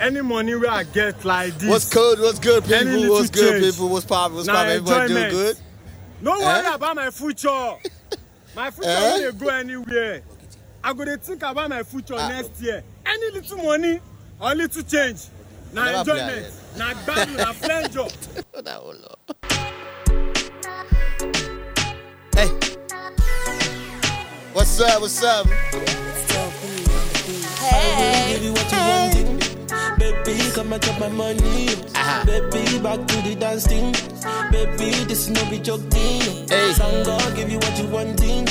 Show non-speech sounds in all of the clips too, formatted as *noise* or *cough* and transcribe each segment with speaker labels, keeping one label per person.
Speaker 1: any money where I get like this.
Speaker 2: What's good? What's good,
Speaker 1: Any
Speaker 2: people?
Speaker 1: little
Speaker 2: What's good,
Speaker 1: change.
Speaker 2: people? What's poppin'? What's
Speaker 1: Nah,
Speaker 2: poppin'? Everybody doing
Speaker 1: enjoyment.
Speaker 2: good?
Speaker 1: No worry
Speaker 2: Eh?
Speaker 1: about my
Speaker 2: *laughs*
Speaker 1: future. My future
Speaker 2: Eh?
Speaker 1: will go anywhere. I go to think about my future
Speaker 2: Ah.
Speaker 1: next year. Any little money or little change. Now
Speaker 2: Never play
Speaker 1: enjoyment. Now value.
Speaker 2: *laughs*
Speaker 1: Now pleasure.
Speaker 2: Hey. What's up? What's up?
Speaker 3: Hey.
Speaker 4: Baby, what you want? Baby, come and chop my money.
Speaker 3: Uh-huh.
Speaker 4: Baby, back to the dance team. Baby, this no be joke thing.
Speaker 2: Hey.
Speaker 4: Thank God, give you what you want. thing.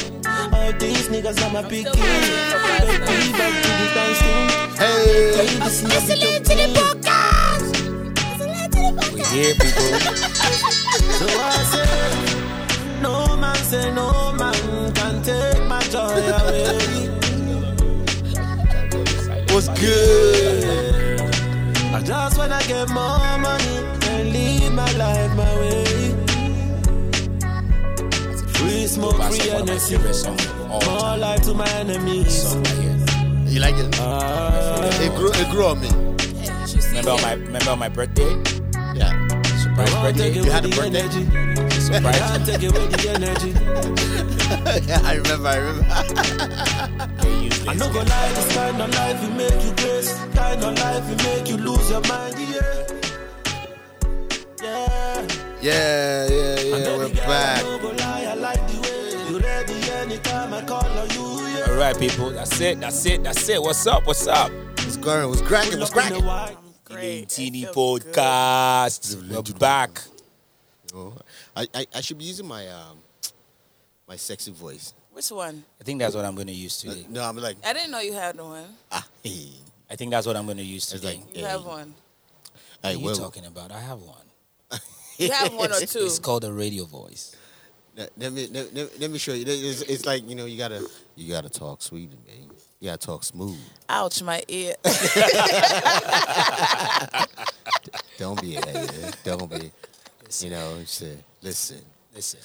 Speaker 4: All these niggas are my picking. Baby, back to the dance team.
Speaker 2: Hey.
Speaker 4: Baby, this no be
Speaker 3: Listening
Speaker 4: joke
Speaker 3: to the
Speaker 4: thing.
Speaker 3: podcast. Listening to the podcast.
Speaker 2: Yeah, people.
Speaker 4: So I say, no man say no man can take my joy away.
Speaker 2: What's good?
Speaker 4: I just wanna get more money and live my life my way. Free smoke, free energy. More life to my enemies.
Speaker 2: You like it?
Speaker 4: Ah,
Speaker 2: It grew, it grew on me.
Speaker 5: Remember on my remember on my birthday?
Speaker 2: Yeah. *laughs*
Speaker 5: Surprise
Speaker 4: I won't
Speaker 5: birthday.
Speaker 4: take
Speaker 2: You had
Speaker 4: away
Speaker 2: a
Speaker 4: the
Speaker 2: birthday?
Speaker 4: energy. *laughs* I
Speaker 5: Surprise.
Speaker 4: can't take away the energy.
Speaker 2: yeah, I remember. I remember.
Speaker 5: They use
Speaker 4: I
Speaker 5: this.
Speaker 4: no go lie, this kind of life will make you grace. Kind of life will make you lose your mind, yeah. Yeah.
Speaker 2: Yeah, yeah, yeah. We're back.
Speaker 4: No go lie, I like the way you ready anytime I call on you, yeah.
Speaker 5: All right, people. That's it. That's it. That's it. What's up? What's up?
Speaker 2: What's going? What's cracking? What's cracking?
Speaker 5: The TD podcast. We're back.
Speaker 2: Oh, I, I, I should be using my um my sexy voice.
Speaker 6: Which one?
Speaker 5: I think that's what I'm going to use today.
Speaker 2: No, I'm like
Speaker 6: I didn't know you had one.
Speaker 2: ah. Hey,
Speaker 5: I think that's what I'm going to use
Speaker 2: It's
Speaker 5: today.
Speaker 2: like-
Speaker 6: You
Speaker 2: Yeah,
Speaker 6: have
Speaker 2: you-
Speaker 6: one.
Speaker 2: hey,
Speaker 5: what are you
Speaker 2: well,
Speaker 5: talking about? I have one.
Speaker 6: You have one or two.
Speaker 5: It's called a radio voice.
Speaker 2: let, let me let, let- let me show you. It's, it's like you know you gotta you gotta talk sweet, man. You gotta talk smooth.
Speaker 6: Ouch, my ear.
Speaker 2: Don't be a hater. Don't be. You know, say, listen.
Speaker 5: Listen.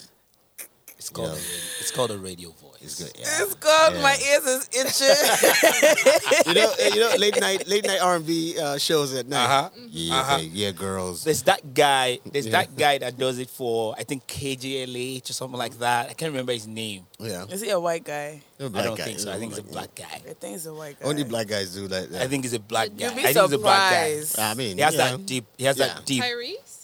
Speaker 5: It's called,
Speaker 2: Yeah.
Speaker 5: a radio, it's called a radio voice.
Speaker 2: It's good. Yeah.
Speaker 6: it's called
Speaker 2: Yeah.
Speaker 6: my ears is itching.
Speaker 2: You know, you know, late night, late night R and B uh, shows at night.
Speaker 5: Uh-huh.
Speaker 2: Yeah,
Speaker 5: Uh-huh.
Speaker 2: babe. yeah, girls.
Speaker 5: There's that guy. There's
Speaker 2: Yeah.
Speaker 5: that guy that does it for I think KJLH or something like that. I can't remember his name.
Speaker 2: Yeah,
Speaker 6: is he a white guy?
Speaker 5: I don't think so. I think he's a black guy.
Speaker 6: I think he's a white guy.
Speaker 2: Only black guys do like that.
Speaker 5: I think he's a black guy.
Speaker 6: You'd be
Speaker 5: I think he's a black guy.
Speaker 6: surprised.
Speaker 2: I mean,
Speaker 5: He has
Speaker 2: yeah.
Speaker 5: that deep. He has
Speaker 2: Yeah.
Speaker 5: that deep
Speaker 7: Tyrese?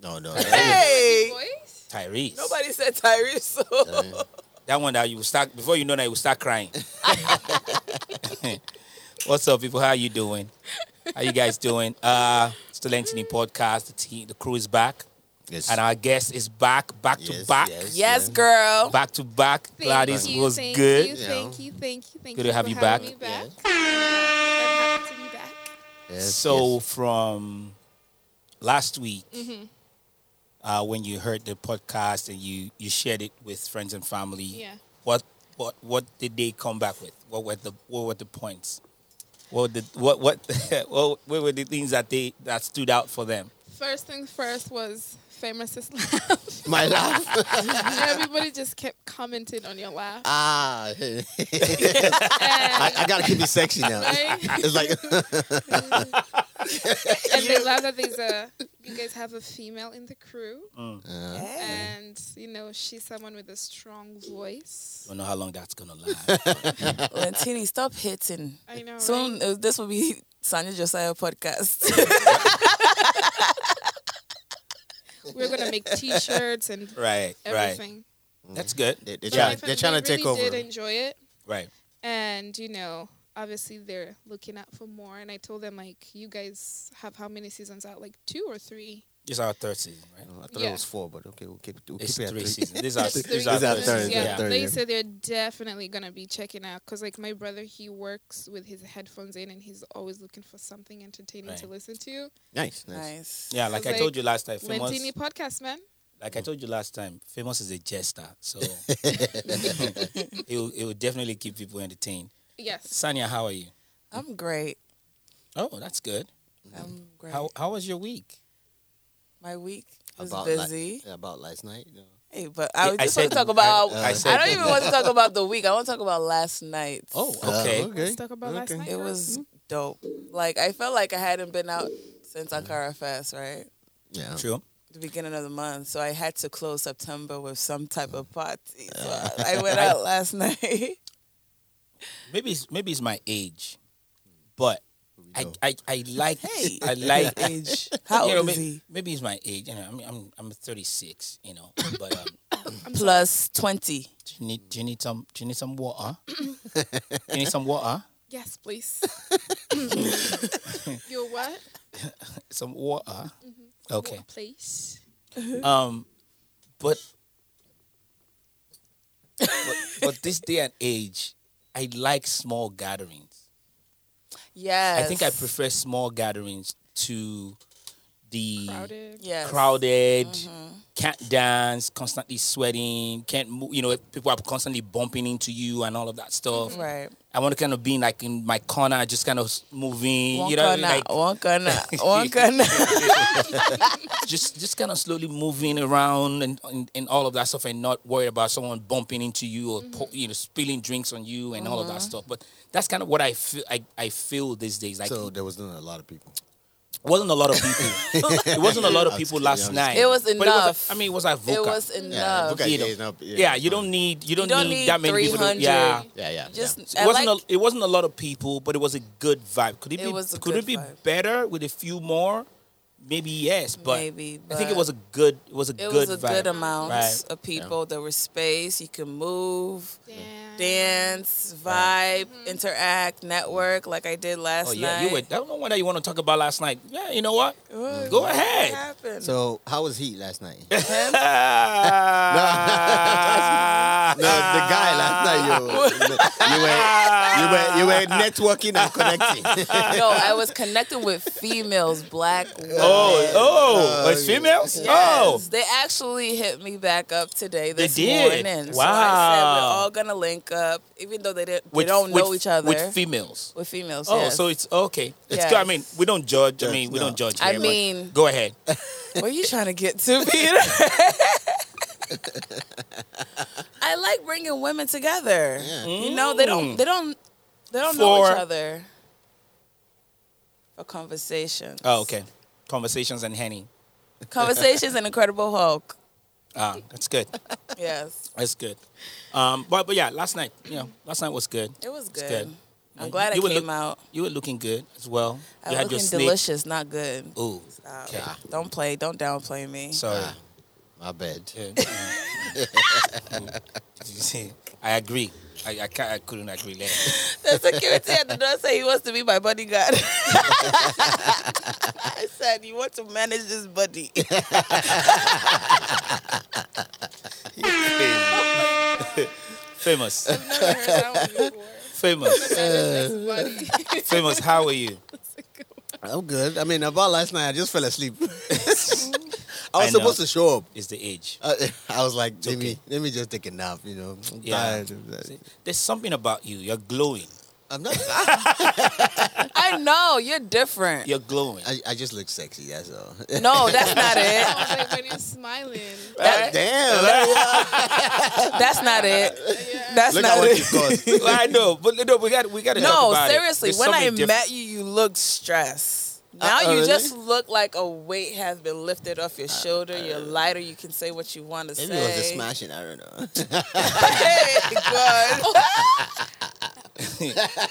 Speaker 2: No,
Speaker 5: *laughs*
Speaker 2: no.
Speaker 6: Hey,
Speaker 7: Voice?
Speaker 5: Tyrese.
Speaker 6: nobody said Tyrese. So.
Speaker 5: That one that you will start before you know that you will start crying. *laughs* What's up, people? How you doing? How you guys doing? Uh, still Anthony podcast. The team, the crew is back,
Speaker 2: Yes.
Speaker 5: and our guest is back, back
Speaker 2: Yes,
Speaker 5: to back,
Speaker 2: yes.
Speaker 6: yes,
Speaker 2: Yeah.
Speaker 6: girl.
Speaker 5: back to back.
Speaker 7: Thank
Speaker 5: Gladys
Speaker 7: you,
Speaker 5: was
Speaker 7: thank
Speaker 5: good.
Speaker 7: You,
Speaker 2: Yeah.
Speaker 7: thank you, thank you, thank
Speaker 5: Good
Speaker 7: you.
Speaker 5: to have
Speaker 7: for
Speaker 5: you
Speaker 7: having
Speaker 5: back.
Speaker 7: Me back. I'm happy to be back.
Speaker 2: Yes,
Speaker 5: so
Speaker 2: yes.
Speaker 5: from last week,
Speaker 7: Mm-hmm.
Speaker 5: uh, when you heard the podcast and you you shared it with friends and family,
Speaker 7: Yeah.
Speaker 5: what what what did they come back with? What were the what were the points? What did what what *laughs* what, what were the things that they that stood out for them?
Speaker 7: First things first was famous is laugh.
Speaker 5: *laughs*
Speaker 2: my laugh.
Speaker 7: *laughs* Everybody just kept commenting on your laugh.
Speaker 2: ah, *laughs* I,
Speaker 7: And,
Speaker 2: I gotta keep it sexy now.
Speaker 7: right?
Speaker 2: It's like *laughs*
Speaker 7: and they love that there's a you guys have a female in the crew,
Speaker 2: uh,
Speaker 7: and you know she's someone with a strong voice.
Speaker 5: Don't know how long that's gonna
Speaker 2: *laughs*
Speaker 5: last.
Speaker 6: Lentini, stop hitting.
Speaker 7: I know.
Speaker 6: Soon
Speaker 7: right?
Speaker 6: uh, this will be Sanya Josiah podcast.
Speaker 7: we're gonna
Speaker 2: *laughs*
Speaker 7: make T-shirts and
Speaker 5: right, right.
Speaker 7: everything.
Speaker 5: That's good.
Speaker 2: they, they're
Speaker 7: But
Speaker 2: trying,
Speaker 7: I-
Speaker 2: they're trying to
Speaker 7: they
Speaker 2: take
Speaker 7: really
Speaker 2: over.
Speaker 7: Did enjoy it.
Speaker 5: Right.
Speaker 7: and you know obviously they're looking out for more and i told them like you guys have how many seasons out like two or three
Speaker 5: This is our third season, right?
Speaker 2: I thought it
Speaker 7: Yeah.
Speaker 2: was four, but okay, we'll keep it. We'll
Speaker 5: It's
Speaker 2: keep it at
Speaker 5: three
Speaker 2: three. *laughs*
Speaker 5: seasons.
Speaker 7: *laughs*
Speaker 5: This is our,
Speaker 7: It's
Speaker 5: this is
Speaker 7: three
Speaker 5: our
Speaker 2: our
Speaker 5: third
Speaker 2: third,
Speaker 5: season.
Speaker 2: yeah.
Speaker 5: Yeah.
Speaker 2: third,
Speaker 7: they
Speaker 2: yeah.
Speaker 7: said they're definitely gonna be checking out because like my brother he works with his headphones in and he's always looking for something entertaining to
Speaker 5: Right.
Speaker 7: listen to
Speaker 2: nice,
Speaker 6: *laughs*
Speaker 2: nice.
Speaker 6: nice.
Speaker 5: Yeah, like I
Speaker 7: Like,
Speaker 5: told you last time, famous.
Speaker 7: lentini podcast man
Speaker 5: like I told you last time, famous is a jester,
Speaker 6: *laughs*
Speaker 5: so it will, it will definitely keep people entertained.
Speaker 7: yes
Speaker 5: Sanya, how are you?
Speaker 6: I'm great.
Speaker 5: Oh, that's good.
Speaker 6: I'm great.
Speaker 5: How how was your week?
Speaker 6: My week was
Speaker 2: About la-
Speaker 6: busy.
Speaker 2: about last night. you know.
Speaker 6: hey, but I,
Speaker 5: Yeah, I
Speaker 6: just want
Speaker 5: said-
Speaker 6: to talk about.
Speaker 5: I
Speaker 6: I,
Speaker 5: said-
Speaker 6: don't
Speaker 5: *laughs*
Speaker 6: even want to talk about the week. I want to talk about last night.
Speaker 5: Oh, okay.
Speaker 2: Uh, okay.
Speaker 7: Let's talk about last night.
Speaker 6: It was dope. Like I felt like I hadn't been out since
Speaker 5: Mm-hmm.
Speaker 6: Ankara Fest, right?
Speaker 2: Yeah.
Speaker 5: True.
Speaker 6: The beginning of the month, so I had to close September with some type of party. So I, I went
Speaker 5: *laughs*
Speaker 6: out last night.
Speaker 5: Maybe it's, maybe it's my age, but I, I, I like
Speaker 6: Hey. *laughs*
Speaker 5: I like *laughs*
Speaker 6: Age. How
Speaker 5: you
Speaker 6: old
Speaker 5: know,
Speaker 6: is
Speaker 5: may-
Speaker 6: he?
Speaker 5: Maybe it's my age. You know, I'm I'm I'm 36. You know, but um, *coughs*
Speaker 6: Plus twenty.
Speaker 5: do you need do you need some do you need some water? you need some water?
Speaker 7: Yes, please. Your what?
Speaker 5: Some water?
Speaker 6: Mm-hmm.
Speaker 5: Okay.
Speaker 7: What place?
Speaker 5: Um, but, but but this day and age, I like small gatherings.
Speaker 6: Yes.
Speaker 5: I think I prefer small gatherings to the
Speaker 7: Crowded.
Speaker 6: yes. Mm-hmm.
Speaker 5: crowded, can't dance, constantly sweating, can't move. You know, people are constantly bumping into you and all of that stuff.
Speaker 6: Right.
Speaker 5: I want to kind of be in, like in my corner, just kind of moving.
Speaker 6: One
Speaker 5: you know, what I mean?
Speaker 6: corner,
Speaker 5: like
Speaker 6: one corner,
Speaker 5: *laughs*
Speaker 6: one corner.
Speaker 5: just just kind of slowly moving around and, and and all of that stuff, and not worry about someone bumping into you or
Speaker 6: Mm-hmm.
Speaker 5: po- you know spilling drinks on you and all of that stuff. But that's kind of what I feel. I, I feel these days. Like
Speaker 2: So there was not a lot of people.
Speaker 5: wasn't a lot of
Speaker 2: *laughs*
Speaker 5: people. it wasn't a lot of people
Speaker 2: I was
Speaker 5: last
Speaker 2: kidding, I
Speaker 5: night.
Speaker 6: It was
Speaker 5: But
Speaker 6: enough.
Speaker 5: I mean, it was like
Speaker 6: It
Speaker 5: vocal.
Speaker 6: was enough.
Speaker 2: Vuka,
Speaker 5: You know.
Speaker 2: no,
Speaker 5: yeah, you don't need you don't,
Speaker 6: don't
Speaker 5: need,
Speaker 6: need
Speaker 5: that many people. To,
Speaker 6: 300.
Speaker 5: yeah.
Speaker 2: Yeah, yeah.
Speaker 6: Just
Speaker 2: yeah.
Speaker 5: So it
Speaker 6: I
Speaker 5: wasn't
Speaker 6: like,
Speaker 5: a, it wasn't a lot of people, but it was a good vibe. Could it,
Speaker 6: It
Speaker 5: be
Speaker 6: was a
Speaker 5: could
Speaker 6: good
Speaker 5: it be
Speaker 6: vibe.
Speaker 5: better with a few more? Maybe yes, but
Speaker 6: Maybe,
Speaker 5: I think it
Speaker 6: but-
Speaker 5: was a good it was a
Speaker 6: it
Speaker 5: good
Speaker 6: was a
Speaker 5: vibe.
Speaker 6: good amount
Speaker 5: Right.
Speaker 6: of people. There was space. You can move,
Speaker 7: Damn.
Speaker 6: dance, vibe, interact, network, like I did last
Speaker 5: Oh yeah,
Speaker 6: night.
Speaker 5: you were. I don't know what you want to talk about last night. Yeah, you know
Speaker 6: *laughs*
Speaker 5: what?
Speaker 6: Ooh,
Speaker 5: Go
Speaker 6: what
Speaker 5: ahead. *laughs*
Speaker 6: happened?
Speaker 2: So how was he last *laughs* night?
Speaker 5: no, *laughs*
Speaker 2: No, the guy last night, you, you were, you were, you *laughs* were networking and *laughs* connecting.
Speaker 6: no, I was connected with females,
Speaker 5: *laughs*
Speaker 6: black women.
Speaker 5: Oh, oh, it's females. Oh,
Speaker 6: Yes, they actually hit me back up today this
Speaker 5: did?
Speaker 6: morning. So I said
Speaker 5: Wow.
Speaker 6: we're all gonna link up, even though they didn't,
Speaker 5: With-
Speaker 6: they don't
Speaker 5: with-
Speaker 6: know each other.
Speaker 5: with females.
Speaker 6: with females.
Speaker 5: Oh,
Speaker 6: yes.
Speaker 5: so it's okay. It's
Speaker 6: Yes.
Speaker 5: good. I mean, we don't judge. I
Speaker 2: Yes,
Speaker 5: mean, we
Speaker 2: no.
Speaker 5: don't judge.
Speaker 6: I
Speaker 5: here, but
Speaker 6: mean-
Speaker 5: go ahead.
Speaker 6: Where you trying to get to, Peter? *laughs* I like bringing women together. You know, they don't, they don't, they don't know
Speaker 5: For-
Speaker 6: each other for conversations.
Speaker 5: Oh, okay. *laughs* Conversations and Henny.
Speaker 6: Conversations and Incredible Hulk.
Speaker 5: Ah, that's good.
Speaker 6: Yes,
Speaker 5: That's good. Um, but but yeah, last night, you know, last night was good.
Speaker 6: it was
Speaker 5: It's
Speaker 6: good.
Speaker 5: good.
Speaker 6: I'm glad I
Speaker 5: You were
Speaker 6: came
Speaker 5: look-
Speaker 6: out.
Speaker 5: You were looking good as well.
Speaker 6: I'm
Speaker 5: you had your
Speaker 6: looking
Speaker 5: snake.
Speaker 6: delicious, not good.
Speaker 5: Ooh,
Speaker 6: Stop.
Speaker 5: okay.
Speaker 6: Don't play. Don't downplay me. *laughs*
Speaker 5: Sorry.
Speaker 2: My bad.
Speaker 5: Yeah. *laughs* Mm. I agree. I I, can't, I couldn't agree less.
Speaker 6: The security at the door said he wants to be my *laughs* bodyguard. I said, You want to manage this
Speaker 5: *laughs*
Speaker 6: buddy.
Speaker 5: *laughs*
Speaker 6: *laughs*
Speaker 5: Famous,
Speaker 7: I've never heard that one before. *laughs*
Speaker 5: famous,
Speaker 7: That's funny.
Speaker 5: famous. How are you?
Speaker 2: I'm good. I mean, about last night, I just fell asleep. *laughs* I was
Speaker 5: I know.
Speaker 2: supposed to show up.
Speaker 5: Is the age?
Speaker 2: I, *laughs* I was like, let me,
Speaker 5: okay.
Speaker 2: let me just take a nap. You know, I'm
Speaker 5: Yeah.
Speaker 2: tired. of that.
Speaker 5: There's something about you. You're glowing.
Speaker 2: I'm not.
Speaker 6: I know, you're different.
Speaker 5: You're glowing.
Speaker 2: I, I just look sexy. That's all. *laughs*
Speaker 6: no, that's not
Speaker 7: I
Speaker 6: it.
Speaker 7: was like, when you're smiling.
Speaker 6: That-
Speaker 2: Damn. That's
Speaker 6: that's not it.
Speaker 7: Yeah.
Speaker 6: That's
Speaker 2: look at
Speaker 6: not
Speaker 2: what
Speaker 6: it.
Speaker 2: you *laughs*
Speaker 5: *laughs*
Speaker 2: got.
Speaker 5: Well, I know, but no, we got we got to talk
Speaker 6: No,
Speaker 5: about it.
Speaker 6: seriously,
Speaker 5: There's
Speaker 6: when I
Speaker 5: something diff-
Speaker 6: met you, you looked stressed. Now you
Speaker 2: Uh-oh, Uh, oh, really? Uh,
Speaker 6: just look like a weight has been lifted off your shoulder. You're lighter. You can say what you want to
Speaker 2: Maybe
Speaker 6: say.
Speaker 2: it was just
Speaker 6: *laughs*
Speaker 2: smashing. I don't *laughs* know.
Speaker 6: Hey,
Speaker 2: *laughs*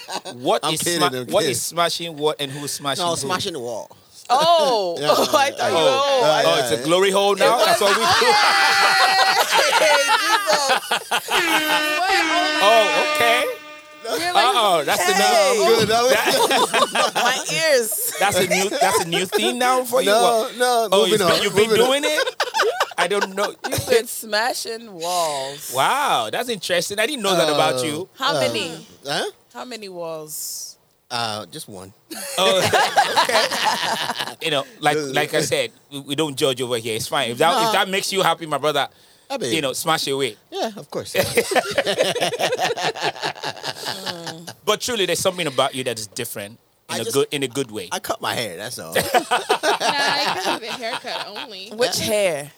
Speaker 6: God.
Speaker 5: What
Speaker 2: I'm
Speaker 5: is
Speaker 2: kidding,
Speaker 5: sma-
Speaker 2: I'm
Speaker 5: what
Speaker 2: kidding.
Speaker 5: is smashing what and who's smashing?
Speaker 2: no,
Speaker 5: who?
Speaker 2: smashing the wall.
Speaker 6: Oh,
Speaker 2: Yeah, Uh,
Speaker 6: oh, I thought you.
Speaker 5: Oh,
Speaker 6: Oh, I-
Speaker 5: oh, it's a glory hole now. That's what we do.
Speaker 2: *laughs*
Speaker 5: Oh, okay. Oh, that's the
Speaker 6: Hey.
Speaker 5: new.
Speaker 2: Good. That was
Speaker 6: Oh,
Speaker 2: *laughs*
Speaker 6: my ears.
Speaker 5: That's a new. That's a new thing now for *laughs* you.
Speaker 2: no,
Speaker 5: What-
Speaker 2: no.
Speaker 5: Oh,
Speaker 2: moving
Speaker 5: you've,
Speaker 2: on.
Speaker 5: you've been
Speaker 2: moving on.
Speaker 5: doing it. I don't know.
Speaker 2: *laughs*
Speaker 6: You've been smashing walls.
Speaker 5: Wow, that's interesting. I didn't know that about you.
Speaker 6: How
Speaker 2: Uh,
Speaker 6: many?
Speaker 2: Huh?
Speaker 6: How many walls?
Speaker 2: Uh, just one. Oh.
Speaker 5: Oh.
Speaker 2: *laughs*
Speaker 5: You know, like like I said, we, we don't judge over here. It's fine. If that if that makes you happy, my brother,
Speaker 2: I mean,
Speaker 5: you know, smash it away.
Speaker 2: Yeah,
Speaker 5: *laughs*
Speaker 2: of course.
Speaker 5: But truly, there's something about you that is different in
Speaker 2: I
Speaker 5: a
Speaker 2: just-
Speaker 5: good in a good way.
Speaker 2: I cut my hair. That's all.
Speaker 7: Nah, I could have a
Speaker 5: *laughs*
Speaker 7: haircut only.
Speaker 6: Which hair?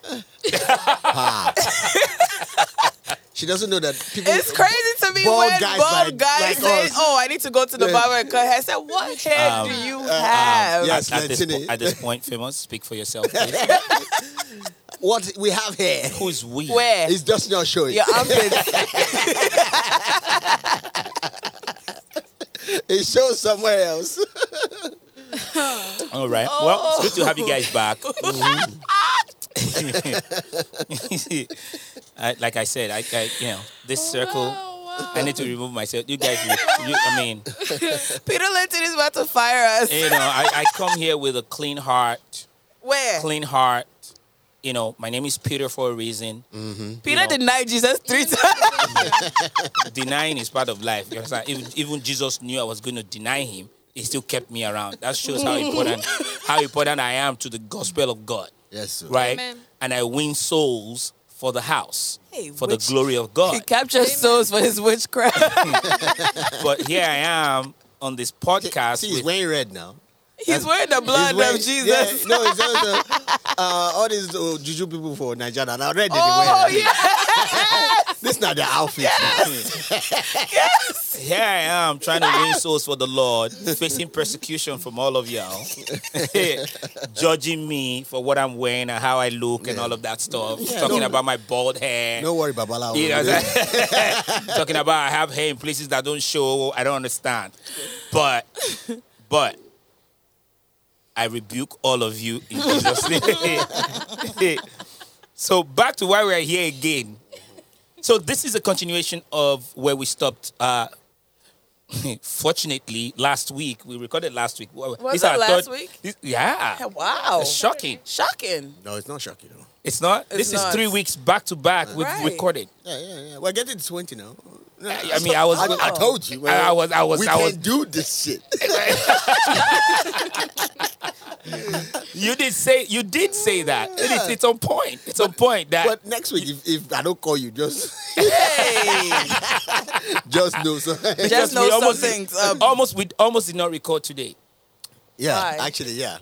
Speaker 2: She doesn't know that people.
Speaker 6: It's crazy to me when bald guys say, "Oh, I need to go to the
Speaker 2: Yeah.
Speaker 6: barber and cut hair." I said, "What hair
Speaker 5: Um,
Speaker 6: do you have?"
Speaker 2: yeah. Yes,
Speaker 5: at, this
Speaker 2: Latina.
Speaker 5: po- at this point, famous, speak for
Speaker 2: *laughs*
Speaker 5: yourself. please.
Speaker 2: What we have here
Speaker 5: Who's we?
Speaker 6: Where
Speaker 2: is just not showing.
Speaker 6: your armpits?
Speaker 2: *laughs* It shows somewhere else.
Speaker 5: All right. Well, it's good to have you guys back. Mm-hmm. *laughs* I, like I said, I, I you know this circle.
Speaker 7: Oh,
Speaker 5: I need to remove myself. You guys, you, you, I mean,
Speaker 6: Peter Linton is about to fire us.
Speaker 5: you know, I, I come here with a clean heart,
Speaker 6: Where
Speaker 5: clean heart. You know, my name is Peter for a reason.
Speaker 6: Peter
Speaker 5: know.
Speaker 6: denied Jesus three times.
Speaker 7: wow.
Speaker 5: Denying is part of life. You understand? Even, even Jesus knew I was going to deny him. He still kept me around. That shows how important, how important I am to the gospel of God.
Speaker 2: Yes, sir.
Speaker 5: right?
Speaker 7: Amen.
Speaker 5: And I win souls for the house,
Speaker 6: Hey,
Speaker 5: for
Speaker 6: which-
Speaker 5: the glory of
Speaker 6: He
Speaker 5: God.
Speaker 6: captured souls for his witchcraft. *laughs*
Speaker 5: but here I am on
Speaker 2: *laughs*
Speaker 5: this podcast.
Speaker 2: See, he's
Speaker 5: with-
Speaker 2: wearing red now.
Speaker 6: He's wearing the blood
Speaker 2: He's wearing-
Speaker 6: of Jesus.
Speaker 2: Yeah, no, it's just uh, uh, all these uh, juju people for Nigeria. Now red. they be
Speaker 6: Oh
Speaker 2: wearing.
Speaker 6: yeah,
Speaker 2: This not their outfit.
Speaker 5: here I am trying
Speaker 2: *laughs*
Speaker 5: to win souls for the Lord, facing persecution from all of y'all, *laughs* judging me for what I'm wearing and how I look and
Speaker 2: Yeah.
Speaker 5: all of that stuff.
Speaker 2: Yeah,
Speaker 5: talking
Speaker 2: no.
Speaker 5: about my bald hair.
Speaker 2: Don't worry, Babala.
Speaker 5: You know what I'm saying? *laughs* Talking about I have hair in places that don't show. I don't understand. But, but, I rebuke all of you in Jesus' *laughs* name. *laughs* so back to why we're here again. So this is a continuation of where we stopped. Uh, *laughs* fortunately, last week we recorded last week. Was
Speaker 6: it last week?
Speaker 5: yeah.
Speaker 6: wow,
Speaker 5: It's shocking.
Speaker 6: shocking.
Speaker 2: No, it's not shocking. though.
Speaker 5: It's not.
Speaker 6: It's
Speaker 5: this
Speaker 6: not.
Speaker 5: is three weeks back to back. We've
Speaker 6: Right.
Speaker 5: recorded.
Speaker 2: Yeah, yeah, yeah. We're getting to 20 now. No,
Speaker 5: I mean, I was.
Speaker 2: I, I told you. man.
Speaker 5: I, I was. I was.
Speaker 2: we
Speaker 5: I
Speaker 2: can't
Speaker 5: was.
Speaker 2: do this
Speaker 5: *laughs*
Speaker 2: shit.
Speaker 5: You did say. You did say that. It is, it's on point. It's on point. That.
Speaker 2: but next week, if, if I don't call you, just
Speaker 6: Hey,
Speaker 2: *laughs* just know. So. *laughs*
Speaker 6: just
Speaker 5: because
Speaker 6: know
Speaker 5: we
Speaker 6: some
Speaker 5: almost
Speaker 6: things.
Speaker 5: did,
Speaker 6: Um,
Speaker 5: *laughs* almost we almost did not record today.
Speaker 2: yeah,
Speaker 6: Why?
Speaker 2: actually, yeah.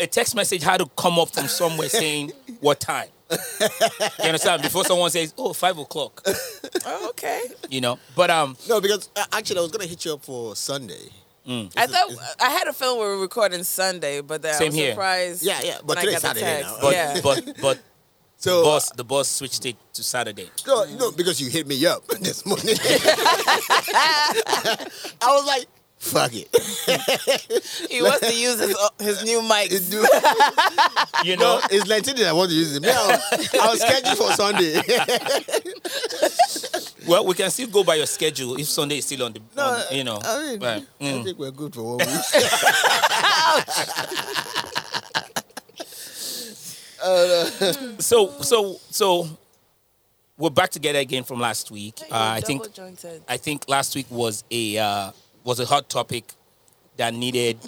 Speaker 5: A text message had to come up from
Speaker 2: *laughs*
Speaker 5: somewhere saying what time. You understand? Before someone says, "Oh, five o'clock,"
Speaker 6: oh, okay.
Speaker 5: you know. But um,
Speaker 2: No, because uh, actually, I was gonna hit you up for Sunday.
Speaker 6: I thought I had a feeling we were recording Sunday, but then I
Speaker 5: Same
Speaker 6: was
Speaker 5: here.
Speaker 6: surprised.
Speaker 2: Yeah, yeah, but
Speaker 6: when I
Speaker 2: today's
Speaker 6: got the
Speaker 2: Saturday
Speaker 6: text.
Speaker 2: now.
Speaker 5: but
Speaker 6: yeah.
Speaker 5: but but
Speaker 2: *laughs* So uh,
Speaker 5: boss, the boss switched it to Saturday.
Speaker 2: No, no, because you hit me up *laughs* this
Speaker 6: *laughs*
Speaker 2: morning. I was like, fuck it.
Speaker 6: he wants to use his, uh, his new mic.
Speaker 2: It's, due- *laughs*
Speaker 5: You know.
Speaker 2: no, it's 19 that I want to use it. Me, I was, I was scheduled for Sunday. *laughs*
Speaker 5: Well, we can still go by your schedule if Sunday is still on the.
Speaker 2: uh,
Speaker 5: on- you know.
Speaker 2: I mean,
Speaker 5: Right.
Speaker 2: I
Speaker 5: Mm.
Speaker 2: think we're good for one week.
Speaker 5: So so so, we're back together again from last week. Uh, I think
Speaker 6: Jointed.
Speaker 5: I think last week was a uh, was a hot topic that needed.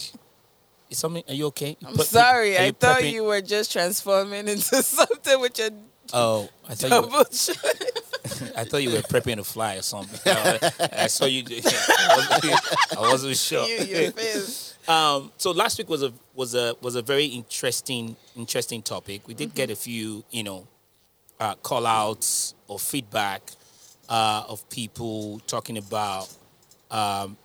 Speaker 5: Is something? Are you okay?
Speaker 6: I'm sorry.
Speaker 5: Are
Speaker 6: I thought
Speaker 5: prepping?
Speaker 6: you were just transforming into *laughs* something with your
Speaker 5: Oh, I thought you. Were,
Speaker 6: double
Speaker 5: *laughs*
Speaker 6: chin.
Speaker 5: I thought you were prepping to fly or something. *laughs* I, saw you. *laughs* I wasn't, I wasn't sure.
Speaker 6: you, your face.
Speaker 5: Um, so last week was a was a was a very interesting interesting topic. We did get a few, you know, uh, call outs or feedback uh, of people talking about, um,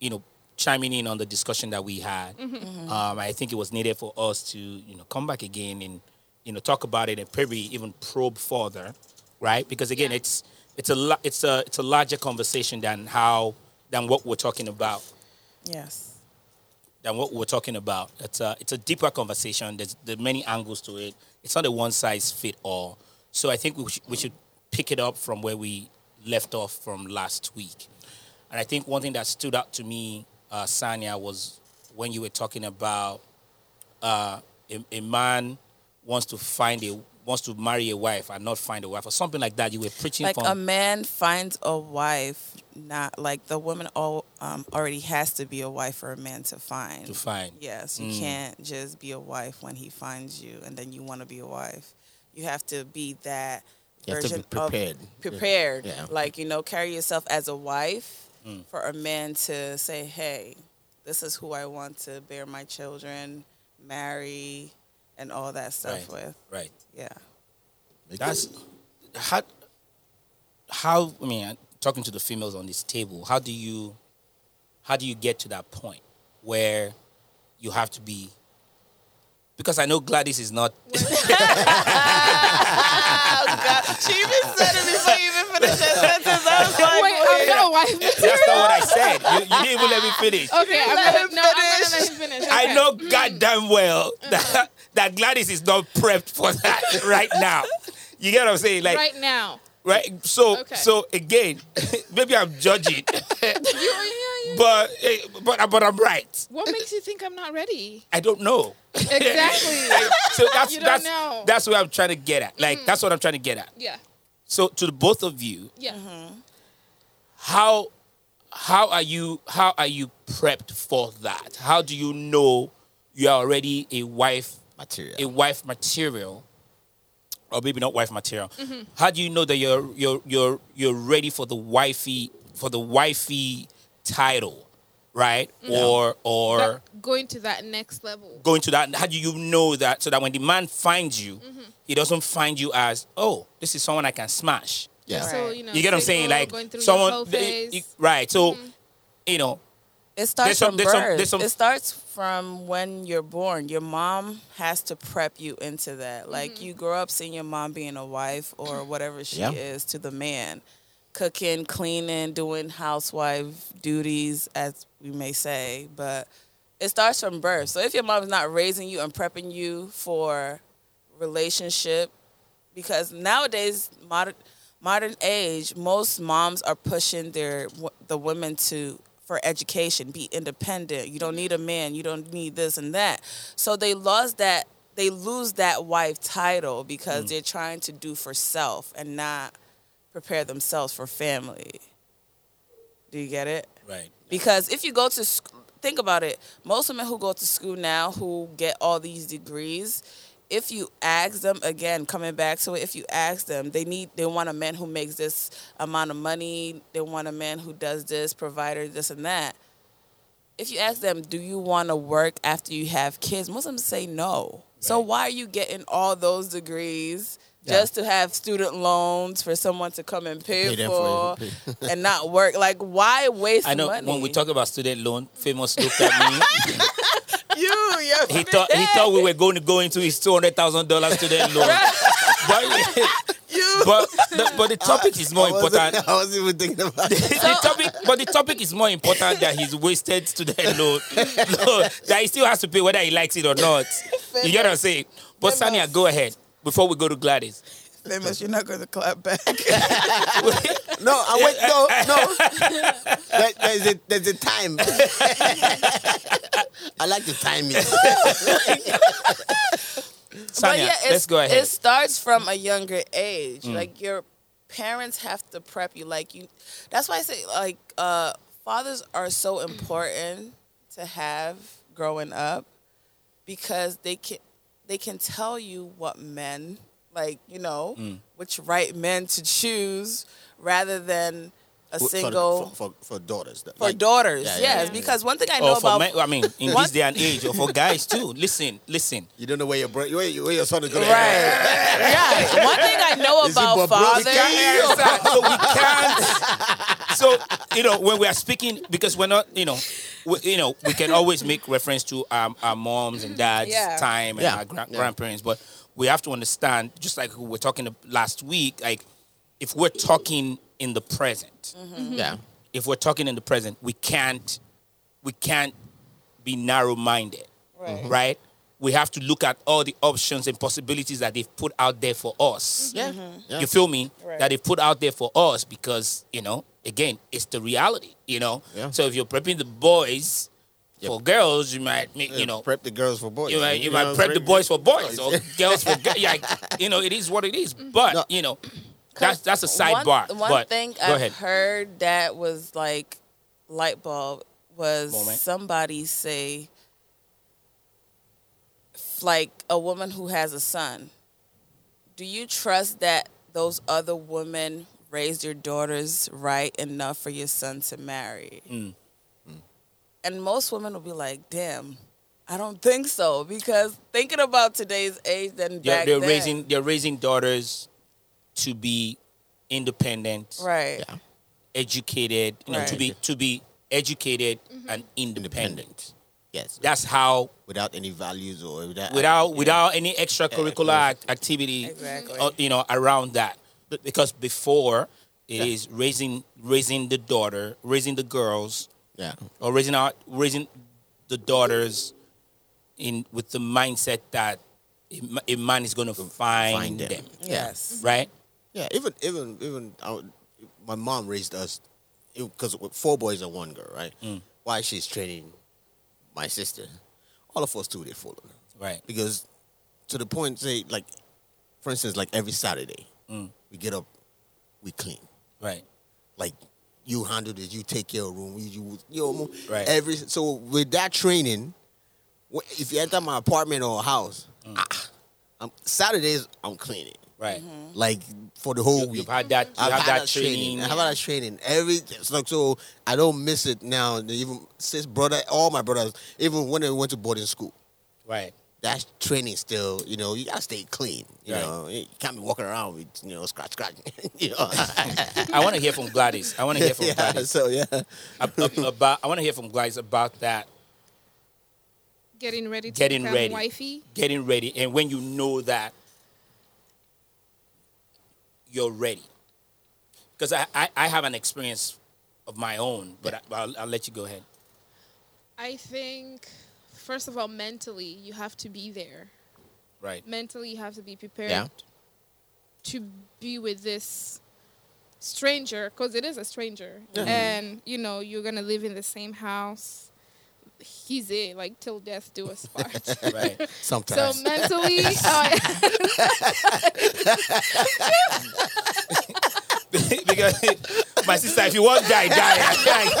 Speaker 5: you know, chiming in on the discussion that we had. Um, I think it was needed for us to, you know, come back again and, you know, talk about it and probably even probe further, right? Because again,
Speaker 7: Yeah.
Speaker 5: it's it's a la- it's a it's a larger conversation than how than what we're talking about
Speaker 6: Yes.
Speaker 5: than what we're talking about. It's a, it's a deeper conversation. There's, there are many angles to it. It's not a one size fit all. So I think we, sh- we should pick it up from where we left off from last week. And I think one thing that stood out to me, uh, Sanya, was when you were talking about uh, a, a man wants to find a wants to marry a wife and not find a wife or something like that. You were preaching
Speaker 6: Like um,
Speaker 5: from
Speaker 6: a man finds a wife, not like the woman all, um, already has to be a wife for a man to find.
Speaker 5: to find.
Speaker 6: Yes,
Speaker 2: Mm.
Speaker 6: you can't just be a wife when he finds you and then you want to be a wife. You have to be that
Speaker 2: You have to
Speaker 6: version
Speaker 2: be prepared. Yeah.
Speaker 6: of prepared.
Speaker 2: Yeah. Mm.
Speaker 6: Like, you know, carry yourself as a wife for a man to say, "Hey, this is who I want to bear my children, marry, and all that stuff
Speaker 5: Right.
Speaker 6: with."
Speaker 5: Right.
Speaker 6: Yeah.
Speaker 5: That's how how I mean, talking to the females on this table, how do you how do you get to that point where you have to be because I know Gladys is not *laughs*
Speaker 6: She even said it before you even finished that sentence. I was like,
Speaker 7: Wait, I'm not a wife material.
Speaker 5: That's not what I said. You, you didn't even let me finish.
Speaker 7: Okay, I'm
Speaker 6: Let
Speaker 7: gonna,
Speaker 6: him
Speaker 7: no, I'm gonna
Speaker 6: finish.
Speaker 7: let him finish.
Speaker 5: I
Speaker 7: Okay. Mm.
Speaker 5: know goddamn well that, that Gladys is not prepped for that *laughs* right now. You get what I'm saying? Like right,
Speaker 7: right now.
Speaker 5: So
Speaker 7: Okay.
Speaker 5: so again, *laughs* maybe I'm judging, *laughs*
Speaker 7: You, Oh, yeah, you,
Speaker 5: but eh, but but I'm right.
Speaker 7: what makes you think I'm not
Speaker 5: *laughs*
Speaker 7: ready?
Speaker 5: I don't know.
Speaker 7: Exactly.
Speaker 5: So that's
Speaker 7: You don't
Speaker 5: that's
Speaker 7: know. Mm-hmm.
Speaker 5: that's what I'm trying to get at. Like that's what I'm trying to get at.
Speaker 7: *laughs* yeah,
Speaker 5: So to the both of you,
Speaker 7: yeah.
Speaker 5: Mm-hmm. how how are you how are you prepped for that? How do you know you are already a wife
Speaker 2: *laughs* Material.
Speaker 5: a wife material, or maybe not wife material.
Speaker 7: Mm-hmm.
Speaker 5: How do you know that you're you're you're you're ready for the wifey for the wifey title, right? Or or
Speaker 7: But going to that next level.
Speaker 5: going to that? How do you know that so that when the man finds you,
Speaker 7: Mm-hmm.
Speaker 5: he doesn't find you as oh this is someone I can smash.
Speaker 2: yeah.
Speaker 7: So
Speaker 6: Right.
Speaker 7: you know,
Speaker 5: You get what I'm saying?
Speaker 7: single,
Speaker 5: Like
Speaker 7: going through your whole
Speaker 5: someone, they-
Speaker 7: phase. Mm-hmm.
Speaker 5: you- right? So you know,
Speaker 6: It starts
Speaker 5: There's some-
Speaker 6: from
Speaker 5: there's some-
Speaker 6: birth.
Speaker 5: there's some-
Speaker 6: it starts from when you're born. Your mom has to prep you into that. Like you grow up seeing your mom being a wife or whatever she
Speaker 2: Yeah.
Speaker 6: is to the man, cooking, cleaning, doing housewife duties, as we may say. But it starts from birth. So if your mom's not raising you and prepping you for relationship, because nowadays modern modern age most moms are pushing their the women to for education be independent you don't need a man you don't need this and that so they lost that they lose that wife title because they're trying to do for self and not prepare themselves for family do you get it
Speaker 5: right?
Speaker 6: because if you go to sc- think about it most women who go to school now who get all these degrees if you ask them again coming back to it if you ask them they need they want a man who makes this amount of money they want a man who does this provider this and that if you ask them do you want to work after you have kids most of them say no so
Speaker 5: Right.
Speaker 6: why are you getting all those degrees just to have student loans for someone to come and pay,
Speaker 2: Pay them
Speaker 6: for,
Speaker 2: for you.
Speaker 6: and not work like why waste
Speaker 5: I know
Speaker 6: money?
Speaker 5: when we talk about student loan, famous looked at me.
Speaker 6: you, yeah,
Speaker 5: he thought he thought we were going to go into his two hundred thousand dollars student loan. but
Speaker 6: you.
Speaker 5: but the, but the topic is more
Speaker 2: I wasn't-
Speaker 5: important.
Speaker 2: *laughs* I wasn't even thinking about it.
Speaker 5: the topic, but the topic is more important that he's wasted student loan, *laughs* loan that he still has to pay whether he likes it or not. You get what I'm saying? But Sania, go ahead before we go to Gladys.
Speaker 6: Famous, you're not going to clap back.
Speaker 2: *laughs*
Speaker 6: *laughs*
Speaker 2: No, I went. *laughs* No, no. There- there's a there's a time. *laughs* I like the timing.
Speaker 5: Sania, let's go ahead.
Speaker 6: It starts from a younger age. Like your parents have to prep you. Like you, that's why I say like uh, fathers are so important to have growing up because they can they can tell you what men like you know which right men to choose rather than a
Speaker 2: For- for-
Speaker 6: *laughs*
Speaker 2: *laughs*
Speaker 6: single
Speaker 2: for, for, for daughters.
Speaker 6: for daughters.
Speaker 2: yeah, yeah,
Speaker 6: yes,
Speaker 2: yeah.
Speaker 6: because one thing I know
Speaker 5: Or for
Speaker 6: about
Speaker 5: men, I mean, in
Speaker 6: What?
Speaker 5: this day and age, or for guys too. Listen, listen.
Speaker 2: You don't know where your bro- where, your- where your son is
Speaker 6: right,
Speaker 2: going.
Speaker 6: yeah. One thing I know
Speaker 2: Is it
Speaker 6: about
Speaker 2: Bobrovsky?
Speaker 6: fathers.
Speaker 2: We can't air
Speaker 5: Yes, sir. so we can't. So you know when we are speaking because we're not you know we, you know we can always make reference to our, our moms and dads
Speaker 6: Yeah.
Speaker 5: time and
Speaker 2: Yeah.
Speaker 5: our gran-
Speaker 2: Yeah.
Speaker 5: grandparents, but we have to understand just like we were talking last week, like if we're talking in the present,
Speaker 6: Mm-hmm.
Speaker 2: Mm-hmm. Yeah.
Speaker 5: if we're talking in the present, we can't we can't be narrow minded,
Speaker 6: Right.
Speaker 5: right? We have to look at all the options and possibilities that they've put out there for us.
Speaker 2: Yeah. Yeah.
Speaker 5: You feel me?
Speaker 6: Right.
Speaker 5: That they put out there for us because, you know, again, it's the reality, you know?
Speaker 2: Yeah.
Speaker 5: So if you're prepping the boys for girls, you might, make, you know,
Speaker 2: prep the girls for boys.
Speaker 5: you might, you
Speaker 2: know,
Speaker 5: might prep the boys for boys or girls
Speaker 2: *laughs*
Speaker 5: for girls. Like, you know, it is what it is. But,
Speaker 2: No.
Speaker 5: you know, that's that's a
Speaker 6: Mm-hmm. One-
Speaker 5: sidebar.
Speaker 6: One,
Speaker 5: but
Speaker 6: thing
Speaker 5: go
Speaker 6: I've
Speaker 5: ahead.
Speaker 6: heard that was like light bulb was
Speaker 5: Moment.
Speaker 6: somebody say like a woman who has a son. Do you trust that those other women raised your daughters right enough for your son to marry?
Speaker 5: Mm.
Speaker 6: And most women will be like, "Damn, I don't think so," because thinking about today's age than
Speaker 5: they're,
Speaker 6: back
Speaker 5: they're
Speaker 6: then,
Speaker 5: raising they're raising daughters to be independent,
Speaker 6: Right.
Speaker 2: Yeah.
Speaker 5: educated, you know, to
Speaker 6: Right.
Speaker 5: be to be educated
Speaker 6: Mm-hmm.
Speaker 5: and independent.
Speaker 2: Yes.
Speaker 5: That's how
Speaker 2: Without any values or without
Speaker 5: without
Speaker 2: yeah.
Speaker 5: without any extracurricular act- activity,
Speaker 6: Exactly.
Speaker 5: uh, you know, around that. But because before it is raising raising the daughter, raising the girls,
Speaker 2: Yeah.
Speaker 5: or raising our raising the daughters in with the mindset that a ma- a man is going to find,
Speaker 2: Find
Speaker 5: them.
Speaker 2: them.
Speaker 6: Yes.
Speaker 5: right?
Speaker 2: Yeah. Even even even I would- my mom raised us because four boys and one girl, right?
Speaker 5: Mm.
Speaker 2: While she's training my sister, all of us two they follow.
Speaker 5: Right.
Speaker 2: because to the point say like for instance like every saturday
Speaker 5: Mm.
Speaker 2: we get up we clean
Speaker 5: Right.
Speaker 2: like you handle this you take your room you, you your room.
Speaker 5: Right.
Speaker 2: every so with that training wh- if you enter my apartment or house
Speaker 5: Mm.
Speaker 2: ah, I'm, saturdays i'm cleaning
Speaker 5: Right.
Speaker 2: like for the whole
Speaker 5: You,
Speaker 2: week
Speaker 5: have had that. You
Speaker 2: Mm-hmm. I've
Speaker 5: have
Speaker 2: had
Speaker 5: that training.
Speaker 2: I've had that training. Every it's like so, I don't miss it now. Even since brother, all my brothers, even when they went to boarding school,
Speaker 5: Right.
Speaker 2: that's training still. You know, you gotta stay clean. You
Speaker 5: Right.
Speaker 2: know, you can't be walking around with you know scratch scratch. *laughs* you know,
Speaker 5: *laughs* I want to hear from Gladys. I want to hear from
Speaker 2: *laughs* yeah.
Speaker 5: Gladys
Speaker 2: So yeah,
Speaker 5: ab- ab- about. I want to hear from Gladys about that
Speaker 7: Getting ready to
Speaker 5: Getting
Speaker 7: become
Speaker 5: ready.
Speaker 7: wifey.
Speaker 5: getting ready, and when you know that you're ready, because I, I I have an experience of my own, but I, I'll, I'll let you go ahead.
Speaker 7: I think, first of all, mentally, you have to be there.
Speaker 5: Right.
Speaker 7: Mentally, you have to be prepared
Speaker 2: Yeah.
Speaker 7: to be with this stranger, because it is a stranger. And, you know, you're going to live in the same house. He's it, like, till death do us part.
Speaker 5: Right. *laughs*
Speaker 2: sometimes.
Speaker 7: So mentally, uh,
Speaker 5: because my sister, if you want die,
Speaker 2: *laughs*
Speaker 5: die. *laughs*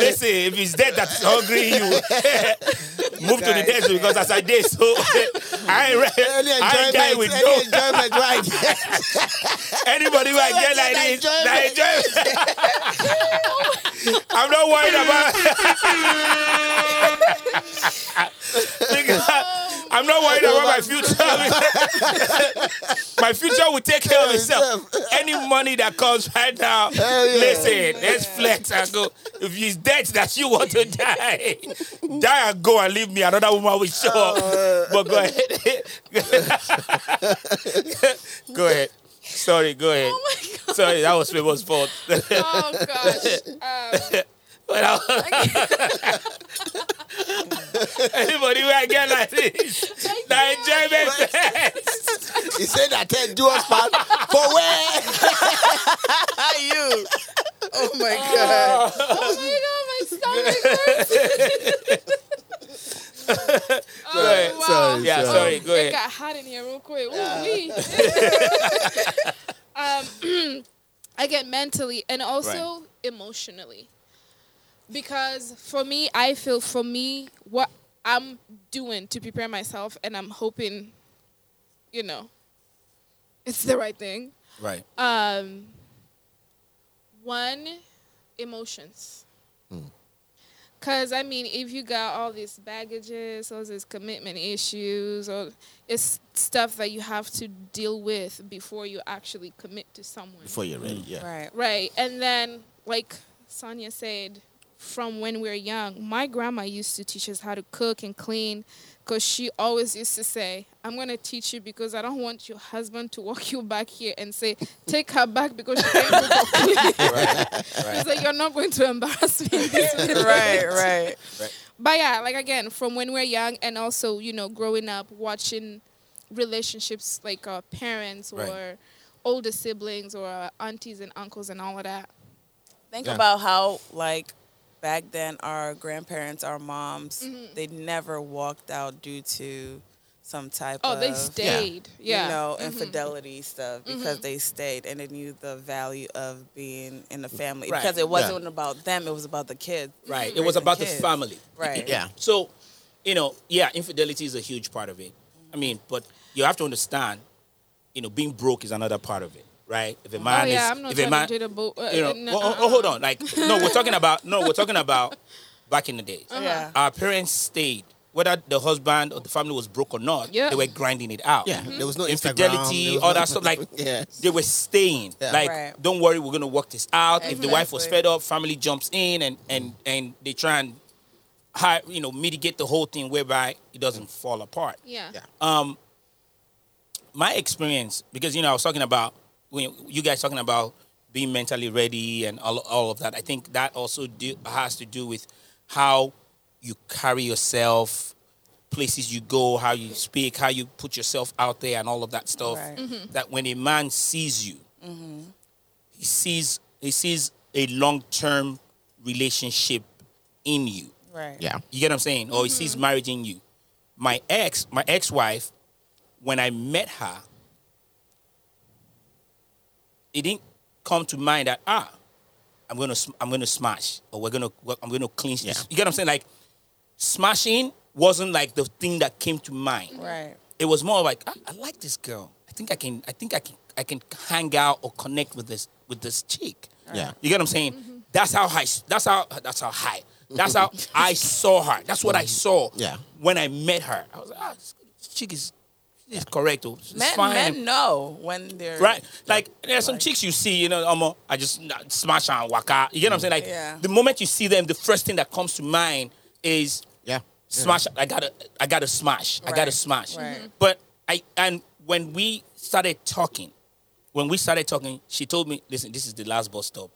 Speaker 5: Listen, if it's dead that's hungry, you *laughs* move to the
Speaker 6: guys,
Speaker 5: dead because as I did, so *laughs* I ain't, re-
Speaker 2: Any
Speaker 5: I ain't die with
Speaker 2: enjoyment, any
Speaker 5: no
Speaker 2: enjoyment,
Speaker 5: *laughs*
Speaker 2: right?
Speaker 5: anybody who I get like
Speaker 2: Any
Speaker 5: this. That enjoy. *laughs* I'm not worried about. *laughs* Nigga, I'm not worried about my future. *laughs* my future will take
Speaker 2: *laughs*
Speaker 5: care of itself. Any money that comes right now, listen, let's flex and go. If it's debt that you want to die, die and go and leave me. Another woman will show up. But go ahead. *laughs* go ahead. Sorry, go ahead. Sorry, that was people's fault.
Speaker 7: *laughs* oh gosh. Um,
Speaker 5: But I- Anybody where I get like this, *laughs* that enjoyment test.
Speaker 2: he said that ten do us part for where?
Speaker 6: Not you. Oh my god.
Speaker 7: oh my god, my stomach hurts.
Speaker 5: Sorry,
Speaker 7: oh, wow.
Speaker 2: sorry,
Speaker 5: *laughs* Yeah, sorry, go
Speaker 7: it
Speaker 5: ahead.
Speaker 7: got hot in here real quick. Ooh, wee. um, I get mentally and also emotionally. Because for me, I feel for me, what I'm doing to prepare myself, and I'm hoping, you know, it's the right thing.
Speaker 5: Right.
Speaker 7: Um, one, emotions. Cause I mean, if you got all these baggages, all these commitment issues, or it's stuff that you have to deal with before you actually commit to someone,
Speaker 2: Before you're ready, yeah.
Speaker 6: Right.
Speaker 7: right? And then, like Sonia said, from when we were young, my grandma used to teach us how to cook and clean, cause she always used to say, "I'm gonna teach you because I don't want your husband to walk you back here and say, take her back because she can't cook." for you." She's like, "You're not going to embarrass me." in this village."
Speaker 6: Right, right.
Speaker 7: But yeah, like again, from when we're young and also, you know, growing up watching relationships like our parents
Speaker 5: Right.
Speaker 7: or older siblings or our aunties and uncles and all of that.
Speaker 6: Think
Speaker 2: Yeah.
Speaker 6: about how like back then our grandparents, our moms, they never walked out due to some type
Speaker 7: Oh,
Speaker 6: of
Speaker 5: Uh,
Speaker 7: they stayed. Yeah.
Speaker 6: you know, infidelity stuff because they stayed and they knew the value of being in the family.
Speaker 5: Right.
Speaker 6: Because it wasn't about them, it was about the kids. Mm-hmm.
Speaker 5: Right. It was about the
Speaker 6: kids.
Speaker 5: family.
Speaker 6: Right.
Speaker 2: Yeah.
Speaker 5: So, you know, yeah, infidelity is a huge part of it. I mean, but you have to understand, you know, being broke is another part of it, right? If a man
Speaker 7: oh yeah,
Speaker 5: is,
Speaker 7: I'm not
Speaker 5: if a
Speaker 7: trying
Speaker 5: man,
Speaker 7: to do the bo- uh,
Speaker 5: you know,
Speaker 7: uh, no,
Speaker 5: oh, oh,
Speaker 7: uh-uh. Uh-huh.
Speaker 5: oh,
Speaker 7: *laughs*
Speaker 5: hold on, like, no, we're talking about, no, we're talking about back in the days.
Speaker 6: Yeah.
Speaker 5: Our parents stayed whether the husband or the family was broke or not,
Speaker 7: Yeah.
Speaker 5: they were grinding it out.
Speaker 2: Yeah, Mm-hmm. there was no
Speaker 5: Infidelity,
Speaker 2: Instagram, there was
Speaker 5: all
Speaker 2: no-
Speaker 5: that stuff.
Speaker 2: *laughs*
Speaker 5: Like
Speaker 2: yes.
Speaker 5: they were staying.
Speaker 2: Yeah.
Speaker 5: Like,
Speaker 6: Right.
Speaker 5: don't worry, we're gonna work this out. If the wife was
Speaker 6: Exactly.
Speaker 5: fed up, family jumps in and and and they try and hi- you know mitigate the whole thing whereby it doesn't fall apart.
Speaker 7: Yeah.
Speaker 2: Yeah.
Speaker 5: My experience, because you know, I was talking about when you guys talking about being mentally ready and all, all of that. I think that also do, has to do with how you carry yourself, places you go, how you speak, how you put yourself out there, and all of that stuff.
Speaker 6: Right.
Speaker 5: That when a man sees you, he sees he sees a long term relationship in you.
Speaker 6: Right.
Speaker 2: Yeah.
Speaker 5: You get what I'm saying? Or he sees marriage in you. My ex, my ex-wife, when I met her, it didn't come to mind that ah, I'm gonna sm- I'm gonna smash or we're gonna we're- I'm gonna clinch
Speaker 2: Yeah.
Speaker 5: this. You get what I'm saying? Like smashing wasn't like the thing that came to mind.
Speaker 6: Right.
Speaker 5: It was more like I, I like this girl. I think I can I think I can I can hang out or connect with this with this chick.
Speaker 2: Yeah.
Speaker 5: You get what I'm saying?
Speaker 6: Mm-hmm.
Speaker 5: That's how high. That's how. That's how high. That's
Speaker 2: *laughs*
Speaker 5: how I saw her. That's what I saw.
Speaker 2: Mm-hmm. Yeah.
Speaker 5: When I met her, I was like, ah, this chick is, she's correct. oh, She's
Speaker 6: Men,
Speaker 5: fine.
Speaker 6: men know when they're
Speaker 5: Right, like there's some chicks you see, you know, um, I just nah, smash her and walk out. You
Speaker 2: Mm.
Speaker 5: get what I'm saying? Like
Speaker 6: Yeah.
Speaker 5: the moment you see them, the first thing that comes to mind is
Speaker 2: Yeah.
Speaker 5: smash. I gotta, I gotta smash. I gotta
Speaker 6: Right,
Speaker 5: smash.
Speaker 6: right. Mhm.
Speaker 5: But I and when we started talking, when we started talking, she told me, "Listen, this is the last bus stop.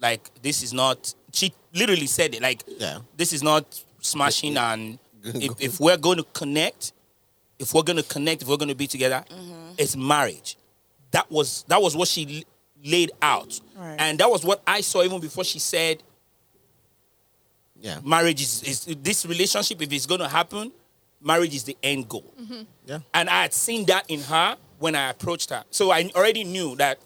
Speaker 5: Like this is not." She literally said it. Like,
Speaker 2: Yeah.
Speaker 5: this is not smashing. And if, if we're going to connect, if we're going to connect, if we're going to be together,
Speaker 6: Mm-hmm.
Speaker 5: it's marriage. That was that was what she l- laid out,
Speaker 6: Right.
Speaker 5: and that was what I saw even before she said
Speaker 2: Yeah.
Speaker 5: marriage is, is this relationship if it's going to happen marriage is the end goal
Speaker 2: Mm-hmm. Yeah.
Speaker 5: and i had seen that in her when i approached her so i already knew that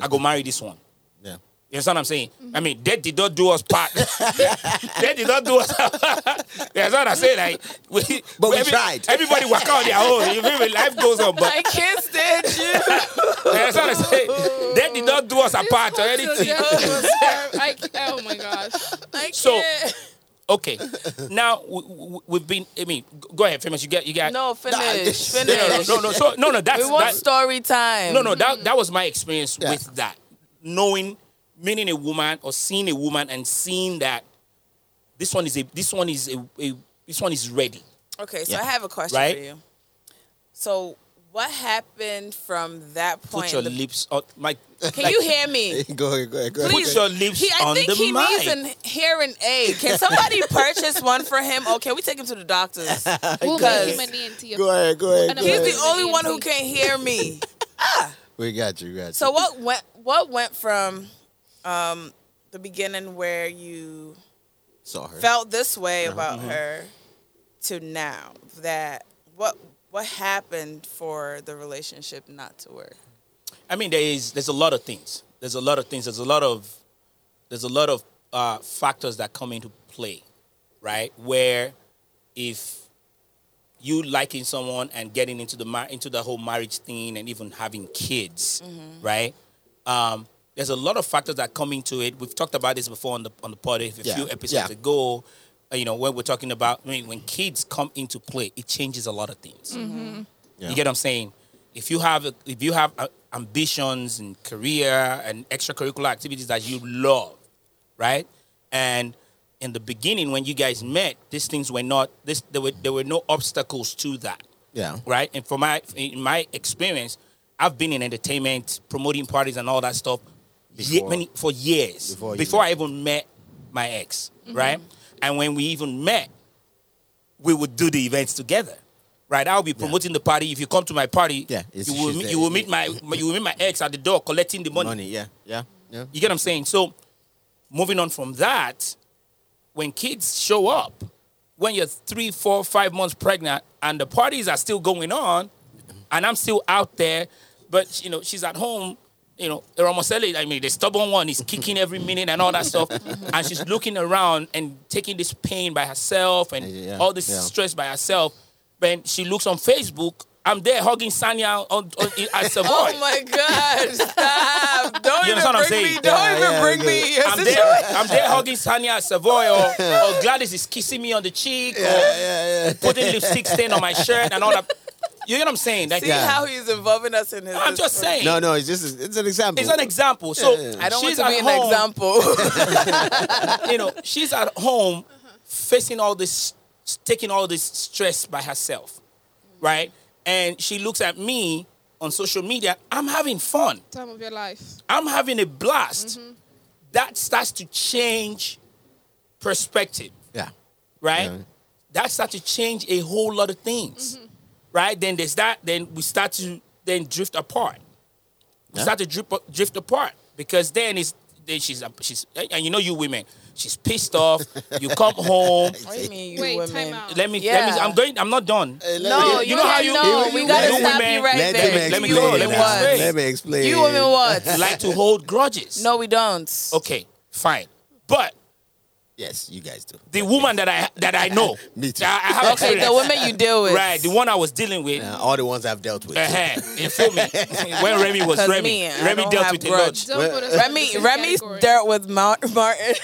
Speaker 5: i go marry this one
Speaker 2: Yeah.
Speaker 5: you understand what I'm saying?
Speaker 2: Mm-hmm.
Speaker 5: I mean, that did not do us
Speaker 2: *laughs*
Speaker 5: part. that did not do us. *laughs* That's what I say. Like, we,
Speaker 2: But we tried.
Speaker 5: Everybody work out their own. You feel me? Life goes on. But
Speaker 6: I kissed it. You.
Speaker 5: that's what I say. That did not do us apart or anything. *laughs*
Speaker 7: Yeah, I, oh my gosh.
Speaker 6: *laughs* I
Speaker 5: So-
Speaker 6: can't.
Speaker 5: Okay. Now we, we, we've been. I mean, g- go ahead, famous. You get. You got.
Speaker 6: no, finish,
Speaker 5: No, *laughs* no,
Speaker 6: finish.
Speaker 5: no, no. So no, no. That's
Speaker 6: *laughs* We want
Speaker 5: that,
Speaker 6: story time.
Speaker 5: no, no. That that was my experience
Speaker 2: Yeah.
Speaker 5: with that. Knowing, meaning a woman or seeing a woman and seeing that this one is a this one is a, a this one is ready.
Speaker 6: Okay, so
Speaker 2: Yeah.
Speaker 6: I have a question
Speaker 5: Right?
Speaker 6: for you. So, what happened from that point?
Speaker 5: Put your
Speaker 6: The-
Speaker 5: lips on my.
Speaker 6: Can you hear me?
Speaker 2: *laughs* Go ahead. Go ahead. Go
Speaker 5: *laughs* Put
Speaker 2: ahead.
Speaker 6: Please.
Speaker 5: your lips
Speaker 6: He, I
Speaker 5: on
Speaker 6: think
Speaker 5: the
Speaker 6: he
Speaker 5: mic.
Speaker 6: needs an hearing aid. Can
Speaker 5: *laughs*
Speaker 6: somebody purchase one for him? Or can we take him to the doctors?
Speaker 7: We'll
Speaker 6: Because-
Speaker 7: make him an auntie.
Speaker 2: Go ahead. Go ahead.
Speaker 7: And
Speaker 2: Go
Speaker 7: I'm
Speaker 6: He's
Speaker 2: ahead.
Speaker 6: the only one who can't hear me.
Speaker 2: we got you. we Got you.
Speaker 6: So what went what went from um, the beginning where you
Speaker 2: saw her.
Speaker 6: felt this way
Speaker 5: Uh-huh,
Speaker 6: about her to now that what what happened for the relationship not to work?
Speaker 5: I mean, there is there's a lot of things. There's a lot of things. There's a lot of there's a lot of uh, factors that come into play, right? Where if you liking someone and getting into the mar- into the whole marriage thing and even having kids, right? Um, there's a lot of factors that come into it. We've talked about this before on the on the pod a
Speaker 2: Yeah,
Speaker 5: few episodes
Speaker 2: yeah.
Speaker 5: ago. uh, You know, when we're talking about I mean, when kids come into play, it changes a lot of things.
Speaker 2: Yeah.
Speaker 5: You get what I'm saying? If you have if you have uh, ambitions and career and extracurricular activities that you love, right? And in the beginning, when you guys met, these things were not this. There were there were no obstacles to that,
Speaker 2: Yeah.
Speaker 5: right? And from my in my experience, I've been in entertainment, promoting parties and all that stuff, ye-
Speaker 2: Before-
Speaker 5: many, for years
Speaker 2: before
Speaker 5: before,
Speaker 2: you-
Speaker 5: I even met my ex, right? And when we even met, we would do the events together. Right, I'll be promoting the party. If you come to my party,
Speaker 2: Yeah, it's-
Speaker 5: you will
Speaker 2: she's
Speaker 5: meet,
Speaker 2: there.
Speaker 5: you will meet my you will meet my ex at the door collecting the money.
Speaker 2: Money. Yeah. Yeah. Yeah.
Speaker 5: You get what I'm saying? So, moving on from that, when kids show up, when you're three, four, five months pregnant, and the parties are still going on, and I'm still out there, but you know she's at home. You know, Ramoseli, I mean, the stubborn one is kicking every minute and all that stuff. and she's looking around and taking this pain by herself and
Speaker 2: Yeah, yeah,
Speaker 5: all this
Speaker 2: yeah.
Speaker 5: stress by herself. When she looks on Facebook I'm there hugging Sanya on, on, in- as a boy.
Speaker 6: Oh my
Speaker 5: *laughs*
Speaker 6: God! Stop! Don't
Speaker 5: You
Speaker 6: even
Speaker 5: understand what I'm
Speaker 6: bring me.
Speaker 5: saying?
Speaker 6: Don't
Speaker 2: Yeah,
Speaker 6: even
Speaker 2: yeah,
Speaker 6: bring
Speaker 2: I
Speaker 6: me. in your
Speaker 5: I'm
Speaker 6: situation.
Speaker 5: there, I'm there hugging Sanya at Savoy, or, or Gladys is kissing me on the cheek, or
Speaker 2: yeah, yeah.
Speaker 5: putting lipstick stain on my shirt, and all that. You know what I'm saying? Like,
Speaker 6: See
Speaker 2: Yeah.
Speaker 6: how he's involving us in his.
Speaker 5: I'm just
Speaker 6: discourse.
Speaker 5: saying.
Speaker 2: No, no, it's just it's an example.
Speaker 5: It's an example. So
Speaker 2: Yeah, yeah.
Speaker 6: I don't
Speaker 5: she's
Speaker 6: want to be
Speaker 5: at
Speaker 6: an
Speaker 5: home, *laughs*
Speaker 6: example.
Speaker 5: You know, she's at home facing all this, taking all this stress by herself, right? And she looks at me on social media. I'm having fun.
Speaker 7: *laughs* Time of your life.
Speaker 5: I'm having a blast.
Speaker 6: Mm-hmm.
Speaker 5: That starts to change perspective,
Speaker 2: Yeah.
Speaker 5: right?
Speaker 2: Yeah.
Speaker 5: That starts to change a whole lot of things,
Speaker 6: Mm-hmm.
Speaker 5: right? Then there's that. Then we start to then drift apart. We
Speaker 2: Yeah.
Speaker 5: start to drift, drift apart because then it's then she's uh, she's eh, and you know you women. She's pissed off.
Speaker 2: *laughs*
Speaker 5: You come home.
Speaker 6: what do you mean, you
Speaker 7: Wait,
Speaker 6: women?
Speaker 7: time out.
Speaker 5: Let me. Let me.
Speaker 6: Yeah.
Speaker 5: I'm going. I'm not done.
Speaker 6: No,
Speaker 5: You
Speaker 6: you,
Speaker 5: know how you-
Speaker 6: no,
Speaker 5: you-
Speaker 6: we
Speaker 5: you
Speaker 6: gotta
Speaker 5: women-
Speaker 6: stop you right
Speaker 5: Let
Speaker 6: there.
Speaker 5: them Let me
Speaker 6: you
Speaker 5: go,
Speaker 6: women
Speaker 5: let me
Speaker 6: want.
Speaker 5: explain.
Speaker 2: Let me explain.
Speaker 6: You women what?
Speaker 5: like to hold grudges.
Speaker 6: no, we don't.
Speaker 5: Okay. Fine. But
Speaker 2: Yes, you guys do.
Speaker 5: the woman that I that I know.
Speaker 2: *laughs* Me too.
Speaker 5: that I, have
Speaker 6: Okay, the
Speaker 5: experience.
Speaker 6: women you deal with.
Speaker 5: Right, the one I was dealing with.
Speaker 2: Uh, all the ones I've dealt with.
Speaker 5: Uh-huh. You feel me? *laughs* when Remy was
Speaker 6: 'Cause
Speaker 5: Remy,
Speaker 6: me, I
Speaker 5: Remy
Speaker 6: don't
Speaker 5: dealt
Speaker 6: have
Speaker 5: with a
Speaker 6: grudge.
Speaker 5: lot.
Speaker 7: Don't put us in the
Speaker 6: Remy,
Speaker 7: same
Speaker 6: Remy's
Speaker 7: category.
Speaker 6: dealt with Mount Martin.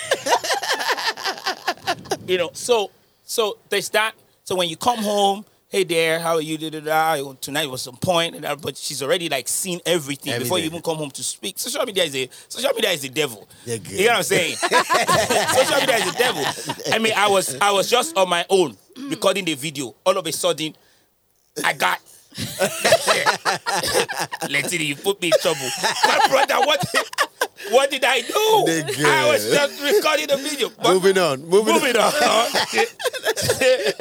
Speaker 5: You know, so so there's that. So when you come home, hey there, how are you? Da, da, da. Tonight was on point, and that, but she's already like seen everything, before you
Speaker 2: Everything.
Speaker 5: even come home to speak. Social media is a social media is the devil.
Speaker 2: They're good.
Speaker 5: You know what I'm saying? *laughs* social media is the devil. I mean, I was I was just on my own recording the video. All of a sudden, I got. *laughs* Letty, you put me in trouble. My brother, what? What did I do?
Speaker 2: Nigga.
Speaker 5: I was just recording the video. But
Speaker 2: Moving on. Moving,
Speaker 5: moving on. *laughs*
Speaker 2: on.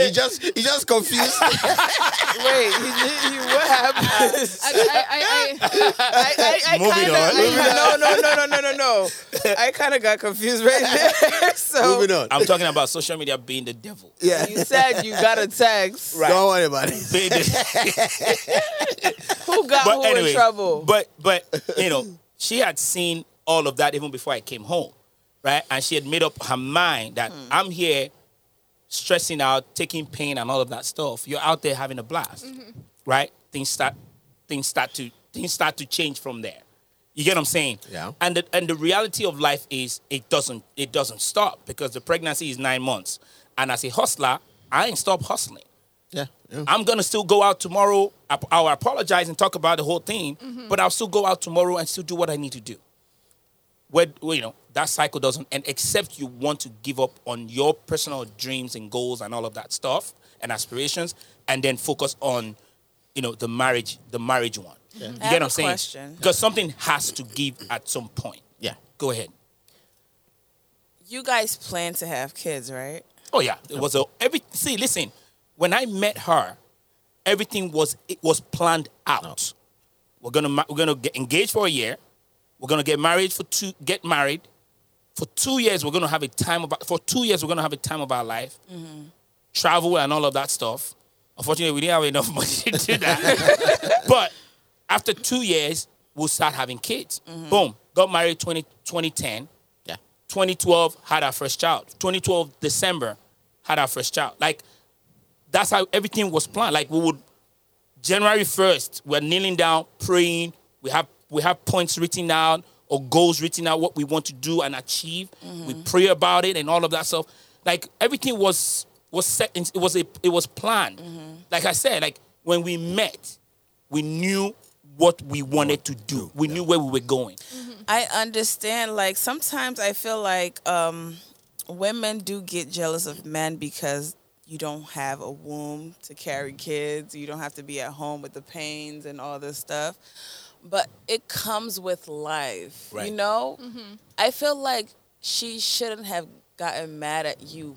Speaker 2: You just you just confused.
Speaker 6: Wait, he, he, what happened?
Speaker 7: I, I, I,
Speaker 6: *laughs* I, I, I kind
Speaker 5: Moving on. Moving
Speaker 6: of no, no, no, no, no, no, no. I kind of got confused right there. *laughs* So
Speaker 2: *laughs* moving on.
Speaker 5: I'm talking about social media being the devil.
Speaker 2: yeah.
Speaker 6: you said you got a text.
Speaker 2: Don't worry about it. *laughs*
Speaker 5: Being the-
Speaker 6: Who got
Speaker 5: but
Speaker 6: who
Speaker 5: anyway,
Speaker 6: in trouble?
Speaker 5: but but you know, she had seen all of that even before I came home, right? And she had made up her mind that
Speaker 6: Hmm.
Speaker 5: I'm here, stressing out, taking pain, and all of that stuff. You're out there having a blast,
Speaker 6: Mm-hmm.
Speaker 5: right? Things start, things start to things start to change from there. You get what I'm saying?
Speaker 2: Yeah.
Speaker 5: And the, and the reality of life is it doesn't it doesn't stop because the pregnancy is nine months, and as a hustler, I ain't stop hustling.
Speaker 2: Yeah. yeah.
Speaker 5: I'm gonna still go out tomorrow. I, I'll apologize and talk about the whole thing,
Speaker 6: Mm-hmm.
Speaker 5: but I'll still go out tomorrow and still do what I need to do. Where well, you know that cycle doesn't end, except you want to give up on your personal dreams and goals and all of that stuff and aspirations, and then focus on, you know, the marriage, the marriage one. You get
Speaker 6: have
Speaker 5: what
Speaker 6: a
Speaker 5: I'm saying?
Speaker 6: question.
Speaker 5: Because something has to give at some point.
Speaker 2: Yeah.
Speaker 5: Go ahead.
Speaker 6: you guys plan to have kids, right?
Speaker 5: Oh yeah, it was a every. See, listen, when I met her, everything was it was planned out. We're gonna ma- we're gonna get engaged for a year. We're gonna get married for two. Get married for two years. We're gonna have a time about for two years. We're gonna have a time of our life, travel and all of that stuff. Unfortunately, we didn't have enough *laughs* money to do that. but after two years, we'll start having kids. Boom. Got married 20, 2010.
Speaker 2: Yeah.
Speaker 5: 2012 had our first child. 2012 December had our first child. Like that's how everything was planned. Like we would January 1st, we're kneeling down, praying. We have we have points written down or goals written out, what we want to do and achieve. We pray about it and all of that stuff. Like everything was was set. In, it was a, it was planned. Like I said, like when we met, we knew what we wanted to do. We knew where we were going.
Speaker 6: I understand. Like sometimes I feel like um, women do get jealous of men because you don't have a womb to carry kids. You don't have to be at home with the pains and all this stuff. But it comes with life,
Speaker 5: Right.
Speaker 6: you know. I feel like she shouldn't have gotten mad at you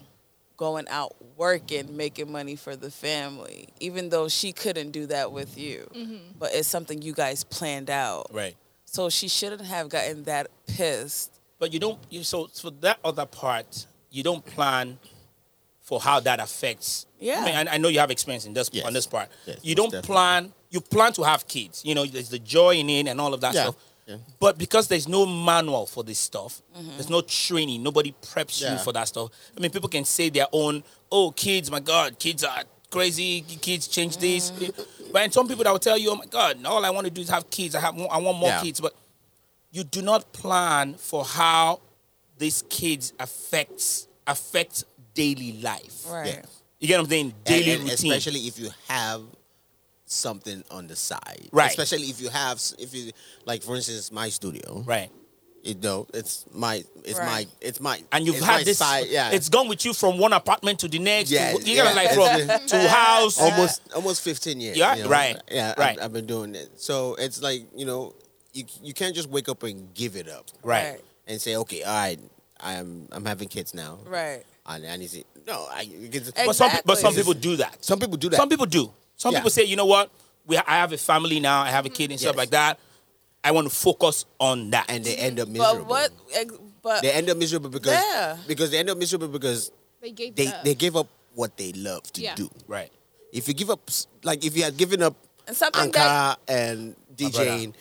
Speaker 6: going out working, making money for the family, even though she couldn't do that with you. But it's something you guys planned out.
Speaker 5: Right.
Speaker 6: So she shouldn't have gotten that pissed.
Speaker 5: But you don't. You, so for that other part, you don't plan for how that affects.
Speaker 6: Yeah.
Speaker 5: I mean, I, I know you have experience in this
Speaker 2: Yes.
Speaker 5: on this part.
Speaker 2: Yes,
Speaker 5: you
Speaker 2: most
Speaker 5: don't
Speaker 2: definitely.
Speaker 5: plan. You plan to have kids. You know, there's the joy in it and all of that
Speaker 2: Yeah.
Speaker 5: stuff.
Speaker 2: Yeah. Mm-hmm.
Speaker 5: But because there's no manual for this stuff, there's no training. Nobody preps you
Speaker 2: Yeah.
Speaker 5: for that stuff. I mean, people can say their own. Oh, kids! My God, kids are crazy kids change this.
Speaker 2: Mm-hmm.
Speaker 5: But and some people that will tell you, oh my God, all I want to do is have kids. I have more, I want more
Speaker 2: Yeah.
Speaker 5: kids. But you do not plan for how these kids affects affect daily life.
Speaker 6: Right.
Speaker 2: Yeah.
Speaker 5: You get what I'm saying?
Speaker 2: And-
Speaker 5: Daily
Speaker 2: and
Speaker 5: routine.
Speaker 2: especially if you have something on the side.
Speaker 5: Right.
Speaker 2: Especially if you have, if you like, for instance, my studio.
Speaker 5: right.
Speaker 2: You know, it's my, it's
Speaker 6: Right.
Speaker 2: my, it's my,
Speaker 5: And you've
Speaker 2: it's my
Speaker 5: had this.
Speaker 2: side. Yeah.
Speaker 5: It's gone with you from one apartment to the next.
Speaker 2: Yeah,
Speaker 5: to, you know,
Speaker 2: *laughs* yeah.
Speaker 5: like from
Speaker 2: It's
Speaker 5: to house.
Speaker 2: almost almost 15 years.
Speaker 5: Yeah,
Speaker 2: you know?
Speaker 5: right,
Speaker 2: Yeah, I've-
Speaker 5: right.
Speaker 2: I've, been doing it. So it's like you know, you you can't just wake up and give it up
Speaker 5: Right.
Speaker 2: and say, okay, all right, I'm I'm having kids now.
Speaker 6: Right.
Speaker 2: And I need to no, I you get-
Speaker 5: But some but some
Speaker 6: Exactly.
Speaker 5: people do that.
Speaker 2: some people do that.
Speaker 5: Some people do. Some
Speaker 2: Yeah.
Speaker 5: people say, you know what? We I have a family now. I have a kid and stuff
Speaker 2: Yes.
Speaker 5: like that. I want to focus on that.
Speaker 2: and they end up miserable.
Speaker 6: But what? ex- But
Speaker 2: They end up miserable because
Speaker 6: Yeah.
Speaker 2: because they end up miserable because
Speaker 7: They gave
Speaker 2: they
Speaker 7: up.
Speaker 2: they give up what they love to
Speaker 7: Yeah.
Speaker 2: do.
Speaker 5: right.
Speaker 2: If you give up, s- like if you had given up
Speaker 6: And something
Speaker 2: Ankara
Speaker 6: that-
Speaker 2: and DJing,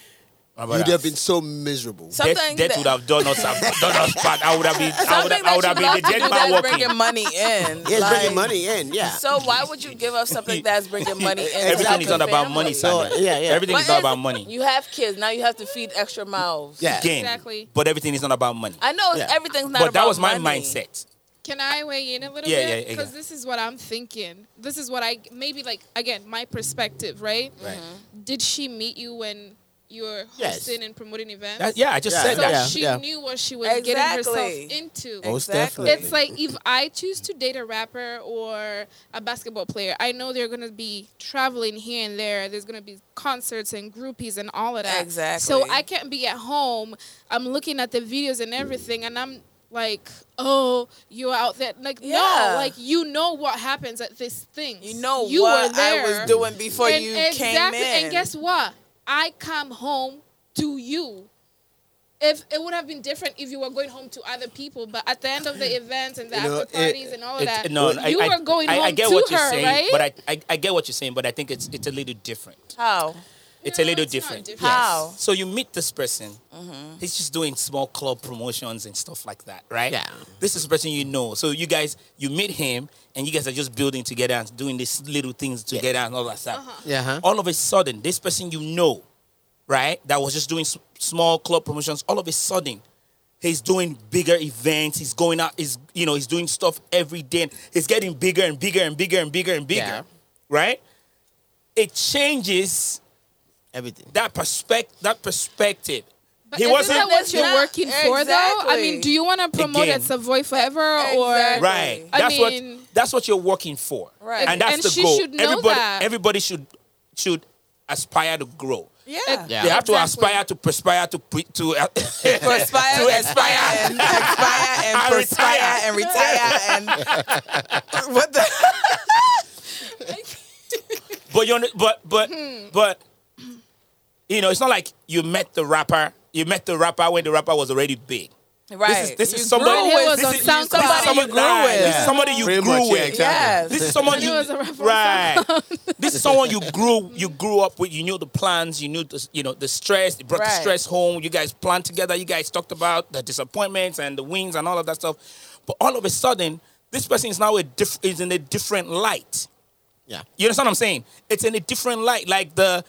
Speaker 5: How about
Speaker 2: you'd
Speaker 5: that?
Speaker 2: have been so miserable.
Speaker 6: Some-
Speaker 5: Death,
Speaker 6: Something
Speaker 5: death
Speaker 6: that-
Speaker 5: would have done us done us bad. I would have been I would
Speaker 6: something
Speaker 5: have, I would have
Speaker 6: that you
Speaker 5: been
Speaker 6: love
Speaker 5: the
Speaker 6: to do
Speaker 5: dead man
Speaker 6: that's
Speaker 5: walking.
Speaker 6: bringing
Speaker 5: *laughs*
Speaker 6: money in.
Speaker 2: yeah, it's
Speaker 6: Like,
Speaker 2: bringing money in. Yeah.
Speaker 6: So why would you give up something that's bringing money in? to help
Speaker 5: Everything is
Speaker 6: your
Speaker 5: not about money,
Speaker 6: family?
Speaker 5: Sandra.
Speaker 2: So, yeah, yeah.
Speaker 5: Everything
Speaker 6: But
Speaker 5: is not
Speaker 6: is-
Speaker 5: about money.
Speaker 6: You have kids now. You have to feed extra mouths.
Speaker 2: yeah.
Speaker 5: Again,
Speaker 7: Exactly.
Speaker 5: But everything is not about money.
Speaker 6: I know it's-
Speaker 2: Yeah.
Speaker 6: everything's not.
Speaker 5: But that
Speaker 6: about
Speaker 5: was my
Speaker 6: money.
Speaker 5: mindset.
Speaker 7: Can I weigh in a little
Speaker 5: Yeah, yeah,
Speaker 7: bit?
Speaker 5: yeah,
Speaker 7: Because
Speaker 5: yeah.
Speaker 7: this is what I'm thinking. This is what I maybe like again my perspective, right?
Speaker 2: Right.
Speaker 6: Mm-hmm.
Speaker 7: Did she meet you when you were
Speaker 2: Yes.
Speaker 7: hosting and promoting events?
Speaker 5: That- yeah, I just
Speaker 2: Yeah,
Speaker 5: said
Speaker 7: so
Speaker 5: that.
Speaker 2: yeah.
Speaker 7: she knew what she was
Speaker 6: Exactly.
Speaker 7: getting herself into.
Speaker 2: Most
Speaker 6: Exactly.
Speaker 2: definitely.
Speaker 7: It's like if I choose to date a rapper or a basketball player, I know they're gonna be traveling here and there. There's gonna be concerts and groupies and all of that.
Speaker 6: Exactly.
Speaker 7: So I can't be at home. I'm looking at the videos and everything, and I'm like, oh, you're out there. Like
Speaker 6: Yeah.
Speaker 7: no, like you know what happens at this thing.
Speaker 6: You know what I was doing before
Speaker 7: And
Speaker 6: you
Speaker 7: exactly,
Speaker 6: came in.
Speaker 7: And guess what? I come home to you if it would have been different if you were going home to other people, but at the end of the events and the
Speaker 2: You know,
Speaker 7: after parties
Speaker 2: it-
Speaker 7: and all
Speaker 5: It-
Speaker 7: that,
Speaker 5: no, I-
Speaker 7: you
Speaker 5: I,
Speaker 7: were going
Speaker 5: I,
Speaker 7: home
Speaker 5: I get
Speaker 7: to
Speaker 5: what
Speaker 7: her,
Speaker 5: you're saying,
Speaker 7: right?
Speaker 5: but I, I, I get what you're saying, but I think it's it's a little different.
Speaker 6: How?
Speaker 5: It's a
Speaker 7: No,
Speaker 5: little
Speaker 7: it's not
Speaker 5: different.
Speaker 7: different.
Speaker 5: Yes.
Speaker 6: How?
Speaker 5: So you meet this person.
Speaker 2: Mm-hmm.
Speaker 5: He's just doing small club promotions and stuff like that, right?
Speaker 2: Yeah.
Speaker 5: This is the person you know. So you guys, you meet him, and you guys are just building together and doing these little things together and all that stuff.
Speaker 2: Yeah, huh?
Speaker 5: All of a sudden, this person you know, right, that was just doing s- small club promotions. All of a sudden, he's doing bigger events. He's going out. He's you know he's doing stuff every day. And he's getting bigger and bigger and bigger and bigger and bigger,
Speaker 2: Yeah.
Speaker 5: right? It changes
Speaker 2: Everything.
Speaker 5: that perspect that perspective.
Speaker 7: But
Speaker 5: he
Speaker 7: isn't
Speaker 5: wasn't
Speaker 7: that what you're
Speaker 6: Not-
Speaker 7: working for, though? I
Speaker 6: exactly.
Speaker 7: mean, do you want to promote
Speaker 5: Again.
Speaker 7: at Savoy forever or
Speaker 6: Exactly.
Speaker 5: right.
Speaker 7: I
Speaker 5: that's what
Speaker 7: mean-
Speaker 5: that's what you're working for,
Speaker 6: Right.
Speaker 5: And that's
Speaker 7: And
Speaker 5: the
Speaker 7: she
Speaker 5: goal.
Speaker 7: should know
Speaker 5: everybody
Speaker 7: that.
Speaker 5: everybody should should aspire to grow.
Speaker 6: Yeah.
Speaker 2: Yeah.
Speaker 5: They have to
Speaker 7: Exactly.
Speaker 5: aspire to perspire to pre- to uh, *laughs*
Speaker 6: Perspire,
Speaker 5: to
Speaker 6: expire,
Speaker 5: aspire.
Speaker 6: and expire, and
Speaker 5: *laughs* I retire.
Speaker 6: perspire, and retire, and what the?
Speaker 5: But you but but
Speaker 7: Hmm.
Speaker 5: but you know, it's not like you met the rapper. You met the rapper when the rapper was already big.
Speaker 6: Right.
Speaker 5: *laughs* This is this
Speaker 6: You
Speaker 5: is somebody.
Speaker 7: grew with-
Speaker 5: this
Speaker 7: was
Speaker 5: is-
Speaker 7: on
Speaker 5: this
Speaker 7: SoundCloud.
Speaker 5: is somebody-
Speaker 6: Somebody you grew
Speaker 5: right, This is
Speaker 6: with.
Speaker 5: somebody you
Speaker 2: Pretty
Speaker 5: grew
Speaker 2: much, yeah,
Speaker 5: with.
Speaker 6: Yes.
Speaker 5: This is someone
Speaker 7: He
Speaker 5: you
Speaker 7: was a rapper on *laughs*
Speaker 5: right. this is someone you grew you grew up with. You knew the plans. You knew the you know the stress. It brought the
Speaker 6: Right.
Speaker 5: stress home. You guys planned together. You guys talked about the disappointments and the wins and all of that stuff. But all of a sudden, this person is now a diff- is in a different light.
Speaker 2: Yeah.
Speaker 5: You understand what I'm saying? It's in a different light. Like the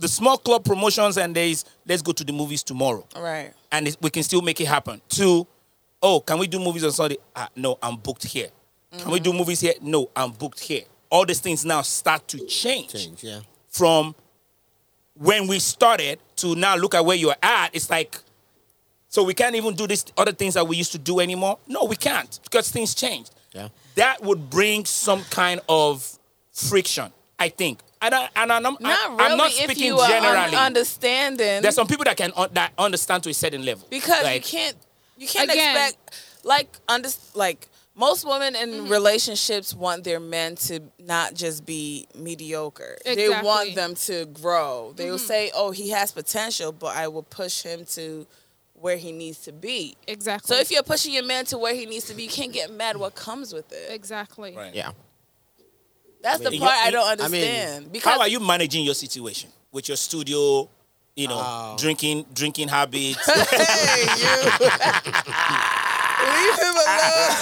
Speaker 5: the small club promotions and there's let's go to the movies tomorrow
Speaker 6: Right.
Speaker 5: and it's, we can still make it happen. Two, oh, can we do movies on Sunday? Ah, no, I'm booked here. Can we do movies here? No, I'm booked here. All these things now start to change,
Speaker 2: Change, yeah.
Speaker 5: from when we started to now look at where you're at. It's like, so we can't even do these other things that we used to do anymore. No, we can't because things changed.
Speaker 2: Yeah.
Speaker 5: That would bring some kind of friction, I think. And, I, and I'm, not
Speaker 6: Not really.
Speaker 5: I'm not
Speaker 6: if
Speaker 5: speaking
Speaker 6: you are
Speaker 5: generally.
Speaker 6: un- understanding,
Speaker 5: There's some people that can un- that understand to a certain level.
Speaker 6: because
Speaker 5: Like,
Speaker 6: you can't, you can't
Speaker 7: Again.
Speaker 6: expect like under like most women in relationships want their men to not just be mediocre. They
Speaker 7: Exactly.
Speaker 6: want them to grow. They will say, "Oh, he has potential, but I will push him to where he needs to be."
Speaker 7: exactly.
Speaker 6: So if you're pushing your man to where he needs to be, you can't get mad what comes with it.
Speaker 7: exactly.
Speaker 5: Right.
Speaker 2: Yeah.
Speaker 6: That's the
Speaker 5: mean,
Speaker 6: part
Speaker 5: you-
Speaker 6: I don't
Speaker 5: I
Speaker 2: mean,
Speaker 6: understand. because *laughs*
Speaker 5: How are you managing your situation with your studio? You know,
Speaker 2: Oh.
Speaker 5: drinking drinking habits.
Speaker 6: *laughs* Hey, you. Leave him alone.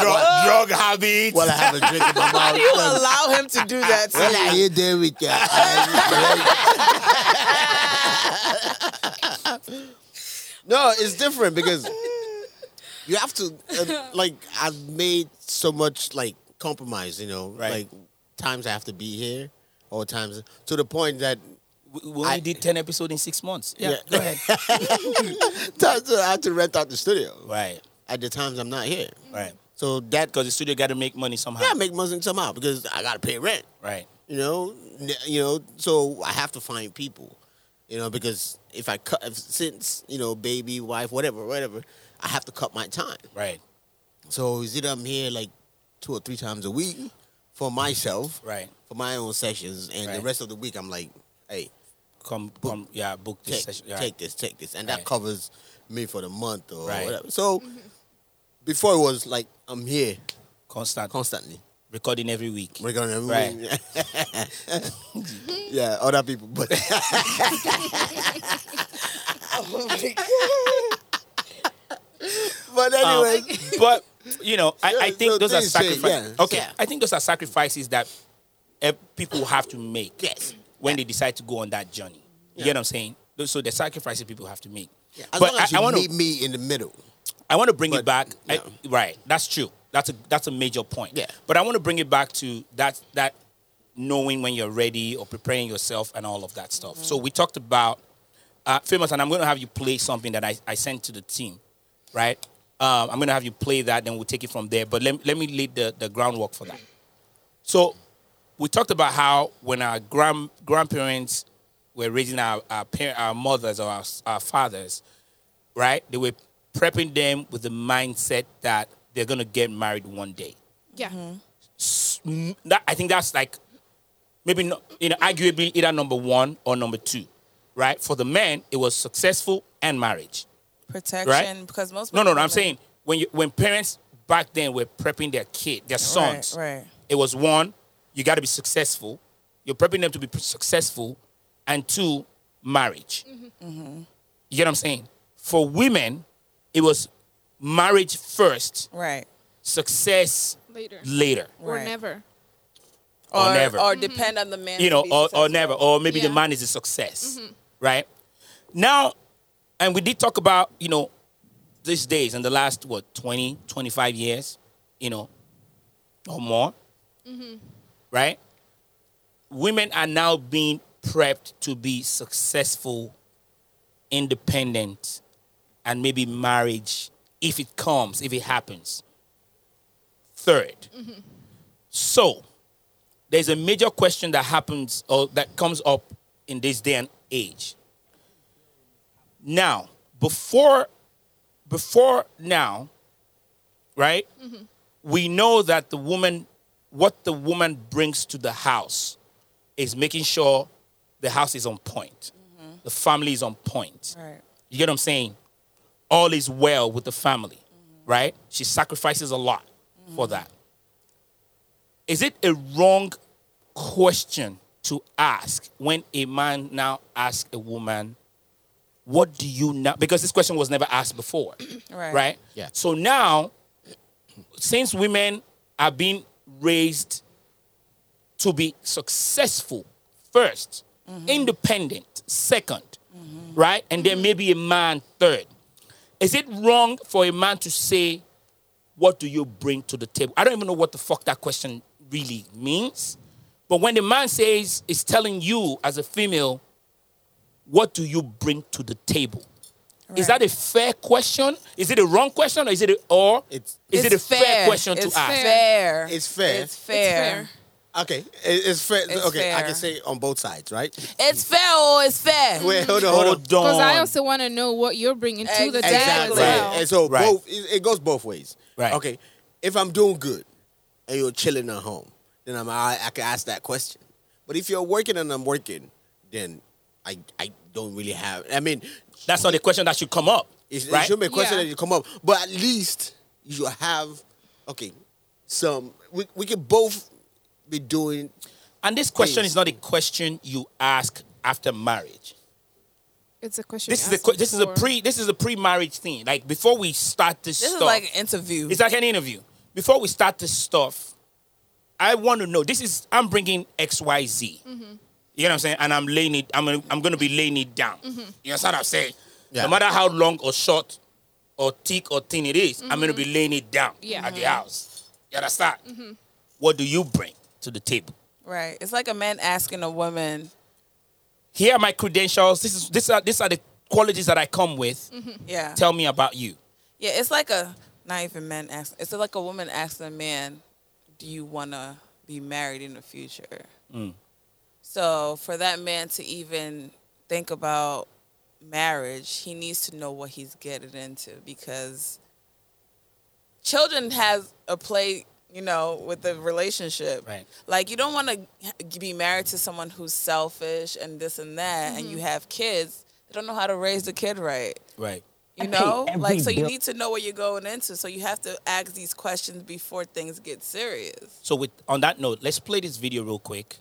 Speaker 5: drug, drug drug habit.
Speaker 2: While I have a drink in
Speaker 6: *laughs*
Speaker 2: my mouth.
Speaker 6: You allow him to do that
Speaker 2: Well,
Speaker 6: to
Speaker 2: I
Speaker 6: you.
Speaker 2: hear there with that. no, it's different because you have to uh, like I've made so much like compromise, you know,
Speaker 5: Right.
Speaker 2: like times I have to be here or times to the point that *laughs*
Speaker 5: We, we only
Speaker 2: I-
Speaker 5: did 10 episodes in six months. Yeah,
Speaker 2: Yeah.
Speaker 5: go ahead.
Speaker 2: *laughs* times that I have to rent out the studio
Speaker 5: right,
Speaker 2: at the times I'm not here.
Speaker 5: right.
Speaker 2: So that
Speaker 5: Because the studio got to make money somehow.
Speaker 2: yeah, I make money somehow because I gotta pay rent.
Speaker 5: right.
Speaker 2: you know N- you know so i have to find people you know because if i cut if, since you know baby wife whatever whatever i have to cut my time
Speaker 5: Right.
Speaker 2: so is it i'm here like two or three times a week for myself
Speaker 5: Mm-hmm. Right.
Speaker 2: for my own sessions and the
Speaker 5: Right.
Speaker 2: rest of the week i'm like hey
Speaker 5: Come,
Speaker 2: Book-
Speaker 5: come. Yeah, book this
Speaker 2: take,
Speaker 5: session. Yeah.
Speaker 2: take this take this and
Speaker 5: Right.
Speaker 2: that covers me for the month or
Speaker 5: Right.
Speaker 2: whatever so before it was like i'm here
Speaker 5: Constant.
Speaker 2: constantly
Speaker 5: recording every week.
Speaker 2: We're gonna remove
Speaker 5: Right.
Speaker 2: it. *laughs* yeah, other people, but *laughs* but
Speaker 5: Um,
Speaker 2: anyway,
Speaker 5: *laughs* but you know, I, I
Speaker 2: Yeah,
Speaker 5: think
Speaker 2: so
Speaker 5: those are
Speaker 2: things change,
Speaker 5: sacrifices.
Speaker 2: yeah.
Speaker 5: Okay,
Speaker 2: Yeah.
Speaker 5: I think those are sacrifices that eh, people have to make
Speaker 2: Yes.
Speaker 5: when they decide to go on that journey. You
Speaker 2: Yeah.
Speaker 5: get what I'm saying? Those- So the sacrifices people have to make.
Speaker 2: as
Speaker 5: but
Speaker 2: long as
Speaker 5: I,
Speaker 2: you
Speaker 5: I want
Speaker 2: meet
Speaker 5: to,
Speaker 2: me in the middle,
Speaker 5: I want to bring it
Speaker 2: but,
Speaker 5: back. I-
Speaker 2: yeah.
Speaker 5: right, that's true. That's a that's a major point.
Speaker 2: Yeah.
Speaker 5: But I want to bring it back to that that knowing when you're ready or preparing yourself and all of that stuff. So
Speaker 2: Mm-hmm.
Speaker 5: we talked about uh, famous, and I'm going to have you play something that I, I sent to the team, right? Um, I'm going to have you play that, then we'll take it from there. But let, let me lead the, the groundwork for that. So we talked about how when our grand, grandparents were raising our our, par- our mothers or our, our fathers, right? They were prepping them with the mindset that they're going to get married one day.
Speaker 7: Yeah.
Speaker 6: Mm-hmm.
Speaker 5: Mm, that, I think that's like maybe no, you know arguably either number one or number two, right? For the man, it was successful and marriage.
Speaker 6: Protection,
Speaker 5: Right?
Speaker 6: because most
Speaker 5: No, no, no.
Speaker 6: women-
Speaker 5: I'm saying when you, when parents back then were prepping their kid, their sons,
Speaker 6: right.
Speaker 5: It was one, you got to be successful. You're prepping them to be p- successful, and two, marriage.
Speaker 6: Mm-hmm.
Speaker 5: Mm-hmm. You get what I'm saying? For women, it was marriage first,
Speaker 6: right,
Speaker 5: success
Speaker 7: Later.
Speaker 5: later,
Speaker 7: Or
Speaker 6: Right.
Speaker 7: never.
Speaker 5: or, never,
Speaker 6: or depend on the man.
Speaker 5: you
Speaker 6: to
Speaker 5: know,
Speaker 6: be
Speaker 5: or, or
Speaker 6: successful. Mm-hmm.
Speaker 5: never, or maybe the
Speaker 7: Yeah.
Speaker 5: man is a success, right? Now, and we did talk about, you know, these days in the last, what, 20, 25 years, you know, or more,
Speaker 6: Mm-hmm.
Speaker 5: right? Women are now being prepped to be successful, independent, and maybe marriage if it comes, if it happens. 3rd So, there's a major question that happens or that comes up in this day and age. Now, before before now, right? We know that the woman what the woman brings to the house is making sure the house is on point. The family is on point.
Speaker 6: Right.
Speaker 5: You get what I'm saying? All is well with the family, right? She sacrifices a lot for that. Is it a wrong question to ask when a man now asks a woman, What do you now? Because this question was never asked before,
Speaker 6: Right.
Speaker 5: right?
Speaker 2: Yeah.
Speaker 5: So now, since women are being raised to be successful 1st independent 2nd right? And then maybe a man third. Is it wrong for a man to say, What do you bring to the table? I don't even know what the fuck that question really means. But when the man says, is telling you as a female, What do you bring to the table? Is
Speaker 6: Right.
Speaker 5: that a fair question? Is it a wrong question or is it a, or
Speaker 2: It's-
Speaker 5: is it a
Speaker 6: It's
Speaker 5: fair, question to
Speaker 6: it's
Speaker 5: ask?
Speaker 6: Fair.
Speaker 2: It's fair.
Speaker 6: It's fair.
Speaker 7: It's
Speaker 2: okay, it- it's fair.
Speaker 6: It's
Speaker 2: okay, I
Speaker 6: fair.
Speaker 2: can say on both sides, right?
Speaker 6: It's fair. Oh, it's fair.
Speaker 2: Wait, hold on, hold on.
Speaker 5: Hold
Speaker 7: Because
Speaker 5: on.
Speaker 7: I also want to know what you're bringing to the table as
Speaker 2: Exactly.
Speaker 7: well.
Speaker 2: And so
Speaker 5: Right.
Speaker 2: both it, it goes both ways.
Speaker 5: Right.
Speaker 2: Okay. If I'm doing good and you're chilling at home, then I'm I, I can ask that question. But if you're working and I'm working, then I I don't really have. I mean,
Speaker 5: That's not the question that should come up.
Speaker 2: it, it
Speaker 5: right?
Speaker 2: should be a question
Speaker 7: Yeah.
Speaker 2: that you come up. But at least you have okay. Some we we can both be doing
Speaker 5: and this question
Speaker 2: Please.
Speaker 5: is not a question you ask after marriage.
Speaker 7: It's a question.
Speaker 5: This
Speaker 7: you
Speaker 5: is a
Speaker 7: asked
Speaker 5: que- this is a
Speaker 7: before.
Speaker 5: pre this is a pre marriage thing. Like before we start this,
Speaker 6: This
Speaker 5: stuff,
Speaker 6: is like an interview.
Speaker 5: Mm-hmm. it's like an interview. before we start this stuff, I want to know. This is I'm bringing X Y Z. You know what I'm saying? And I'm laying it. I'm gonna, I'm going to be laying it down. You understand what I'm saying?
Speaker 2: Yeah.
Speaker 5: No matter how long or short or thick or thin it is, I'm going to be laying it down
Speaker 7: Yeah.
Speaker 5: at the house. You understand? What do you bring to the table?
Speaker 6: Right. It's like a man asking a woman.
Speaker 5: Here are my credentials. This is this are these are the qualities that I come with.
Speaker 6: Yeah.
Speaker 5: Tell me about you.
Speaker 6: yeah. It's like a not even men asking. It's like a woman asking a man, "Do you want to be married in the future?" So for that man to even think about marriage, he needs to know what he's getting into because children has a play, you know, with the relationship.
Speaker 5: Right.
Speaker 6: Like you don't want to be married to someone who's selfish and this and that, and you have kids. They don't know how to raise the kid right.
Speaker 5: Right.
Speaker 6: You know, like so you need to know what you're going into. So you have to ask these questions before things get serious.
Speaker 5: So with on that note, let's play this video real quick.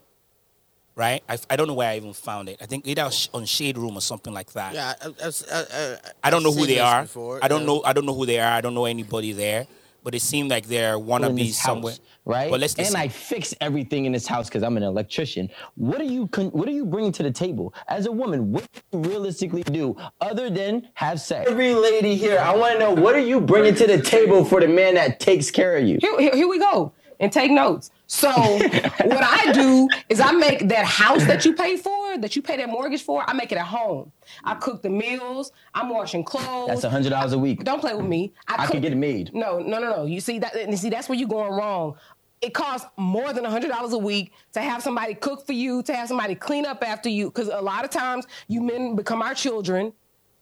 Speaker 5: Right? I, I don't know where I even found it. I think either sh- on Shade Room or something like that.
Speaker 2: Yeah, I, I, I,
Speaker 5: I don't know who
Speaker 2: seen
Speaker 5: they
Speaker 2: this
Speaker 5: are.
Speaker 2: before,
Speaker 5: I don't
Speaker 2: yeah.
Speaker 5: know. I don't know who they are. I don't know anybody there. But it seemed like they're
Speaker 8: in
Speaker 5: wannabe
Speaker 8: this
Speaker 5: somewhere.
Speaker 8: house, right?
Speaker 5: But let's listen.
Speaker 8: and I fix everything in this house because I'm an electrician. What do you con- What do you bring to the table as a woman? What do you realistically do other than have sex? Every lady here, I want to know what are you bringing to the table for the man that takes care of you?
Speaker 9: here, here, here we go and take notes.
Speaker 8: *laughs*
Speaker 9: So what I do is I make that house that you pay for, that you pay that mortgage for, I make it at home. I cook the meals. I'm washing clothes.
Speaker 8: That's a hundred dollars a week.
Speaker 9: Don't play with me.
Speaker 8: I
Speaker 9: cook-
Speaker 8: could get it made.
Speaker 9: No, no, no, no. You see that? And see that's where you're going wrong. It costs more than hundred dollars a week to have somebody cook for you, to have somebody clean up after you. Because a lot of times you men become our children.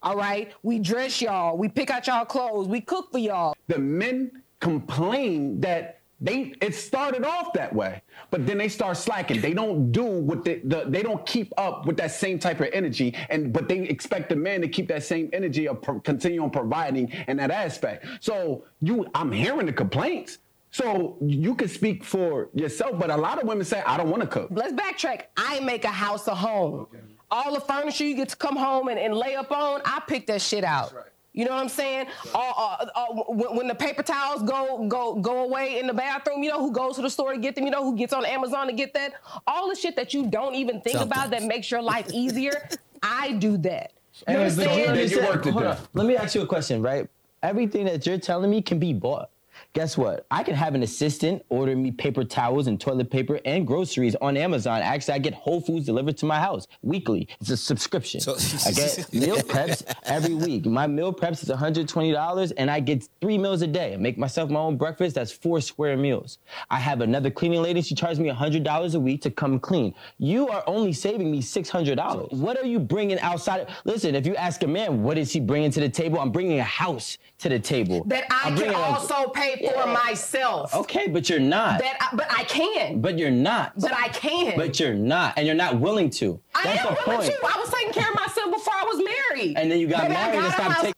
Speaker 9: All right, we dress y'all, we pick out y'all clothes, we cook for y'all.
Speaker 10: the men complain that they it started off that way but then they start slacking they don't do what the, the they don't keep up with that same type of energy and but they expect the man to keep that same energy of pro- continue on providing in that aspect so you i'm hearing the complaints so you can speak for yourself but a lot of women say i don't want to cook
Speaker 9: let's backtrack. I make a house a home. All the furniture you get to come home and, and lay up on, I pick that shit out. You know what I'm saying? All- all- all- when, when the paper towels go go go away in the bathroom, you know who goes to the store to get them. You know who gets on Amazon to get that. All the shit that you don't even think about that makes your life easier, I do that. You
Speaker 8: And
Speaker 9: understand?
Speaker 8: but you
Speaker 10: Then you
Speaker 8: understand-
Speaker 10: worked it
Speaker 8: hold
Speaker 10: down.
Speaker 8: on. Let me ask you a question, right? Everything that you're telling me can be bought. Guess what? I can have an assistant order me paper towels and toilet paper and groceries on Amazon. Actually, I get Whole Foods delivered to my house weekly. It's a subscription.
Speaker 5: So-
Speaker 8: I get meal preps every week. My meal preps is $120 and I get three meals a day. I make myself my own breakfast. That's four square meals. I have another cleaning lady. She charges me $100 a week to come clean. You are only saving me $600. What are you bringing outside? Listen, if you ask a man, what is he bringing to the table? I'm bringing a house to the table.
Speaker 9: that I
Speaker 8: I'm
Speaker 9: can
Speaker 8: bringing a-
Speaker 9: also pay for myself.
Speaker 8: Okay, but you're not.
Speaker 9: That I, but I can.
Speaker 8: but you're not.
Speaker 9: But I can.
Speaker 8: But you're not. And you're not willing to.
Speaker 9: I
Speaker 8: That's
Speaker 9: am
Speaker 8: the
Speaker 9: willing
Speaker 8: point.
Speaker 9: to. I was taking care of myself before I was married.
Speaker 8: And then you got
Speaker 9: Baby, I
Speaker 8: married and
Speaker 9: a
Speaker 8: stopped
Speaker 9: house.
Speaker 8: taking.
Speaker 5: *laughs*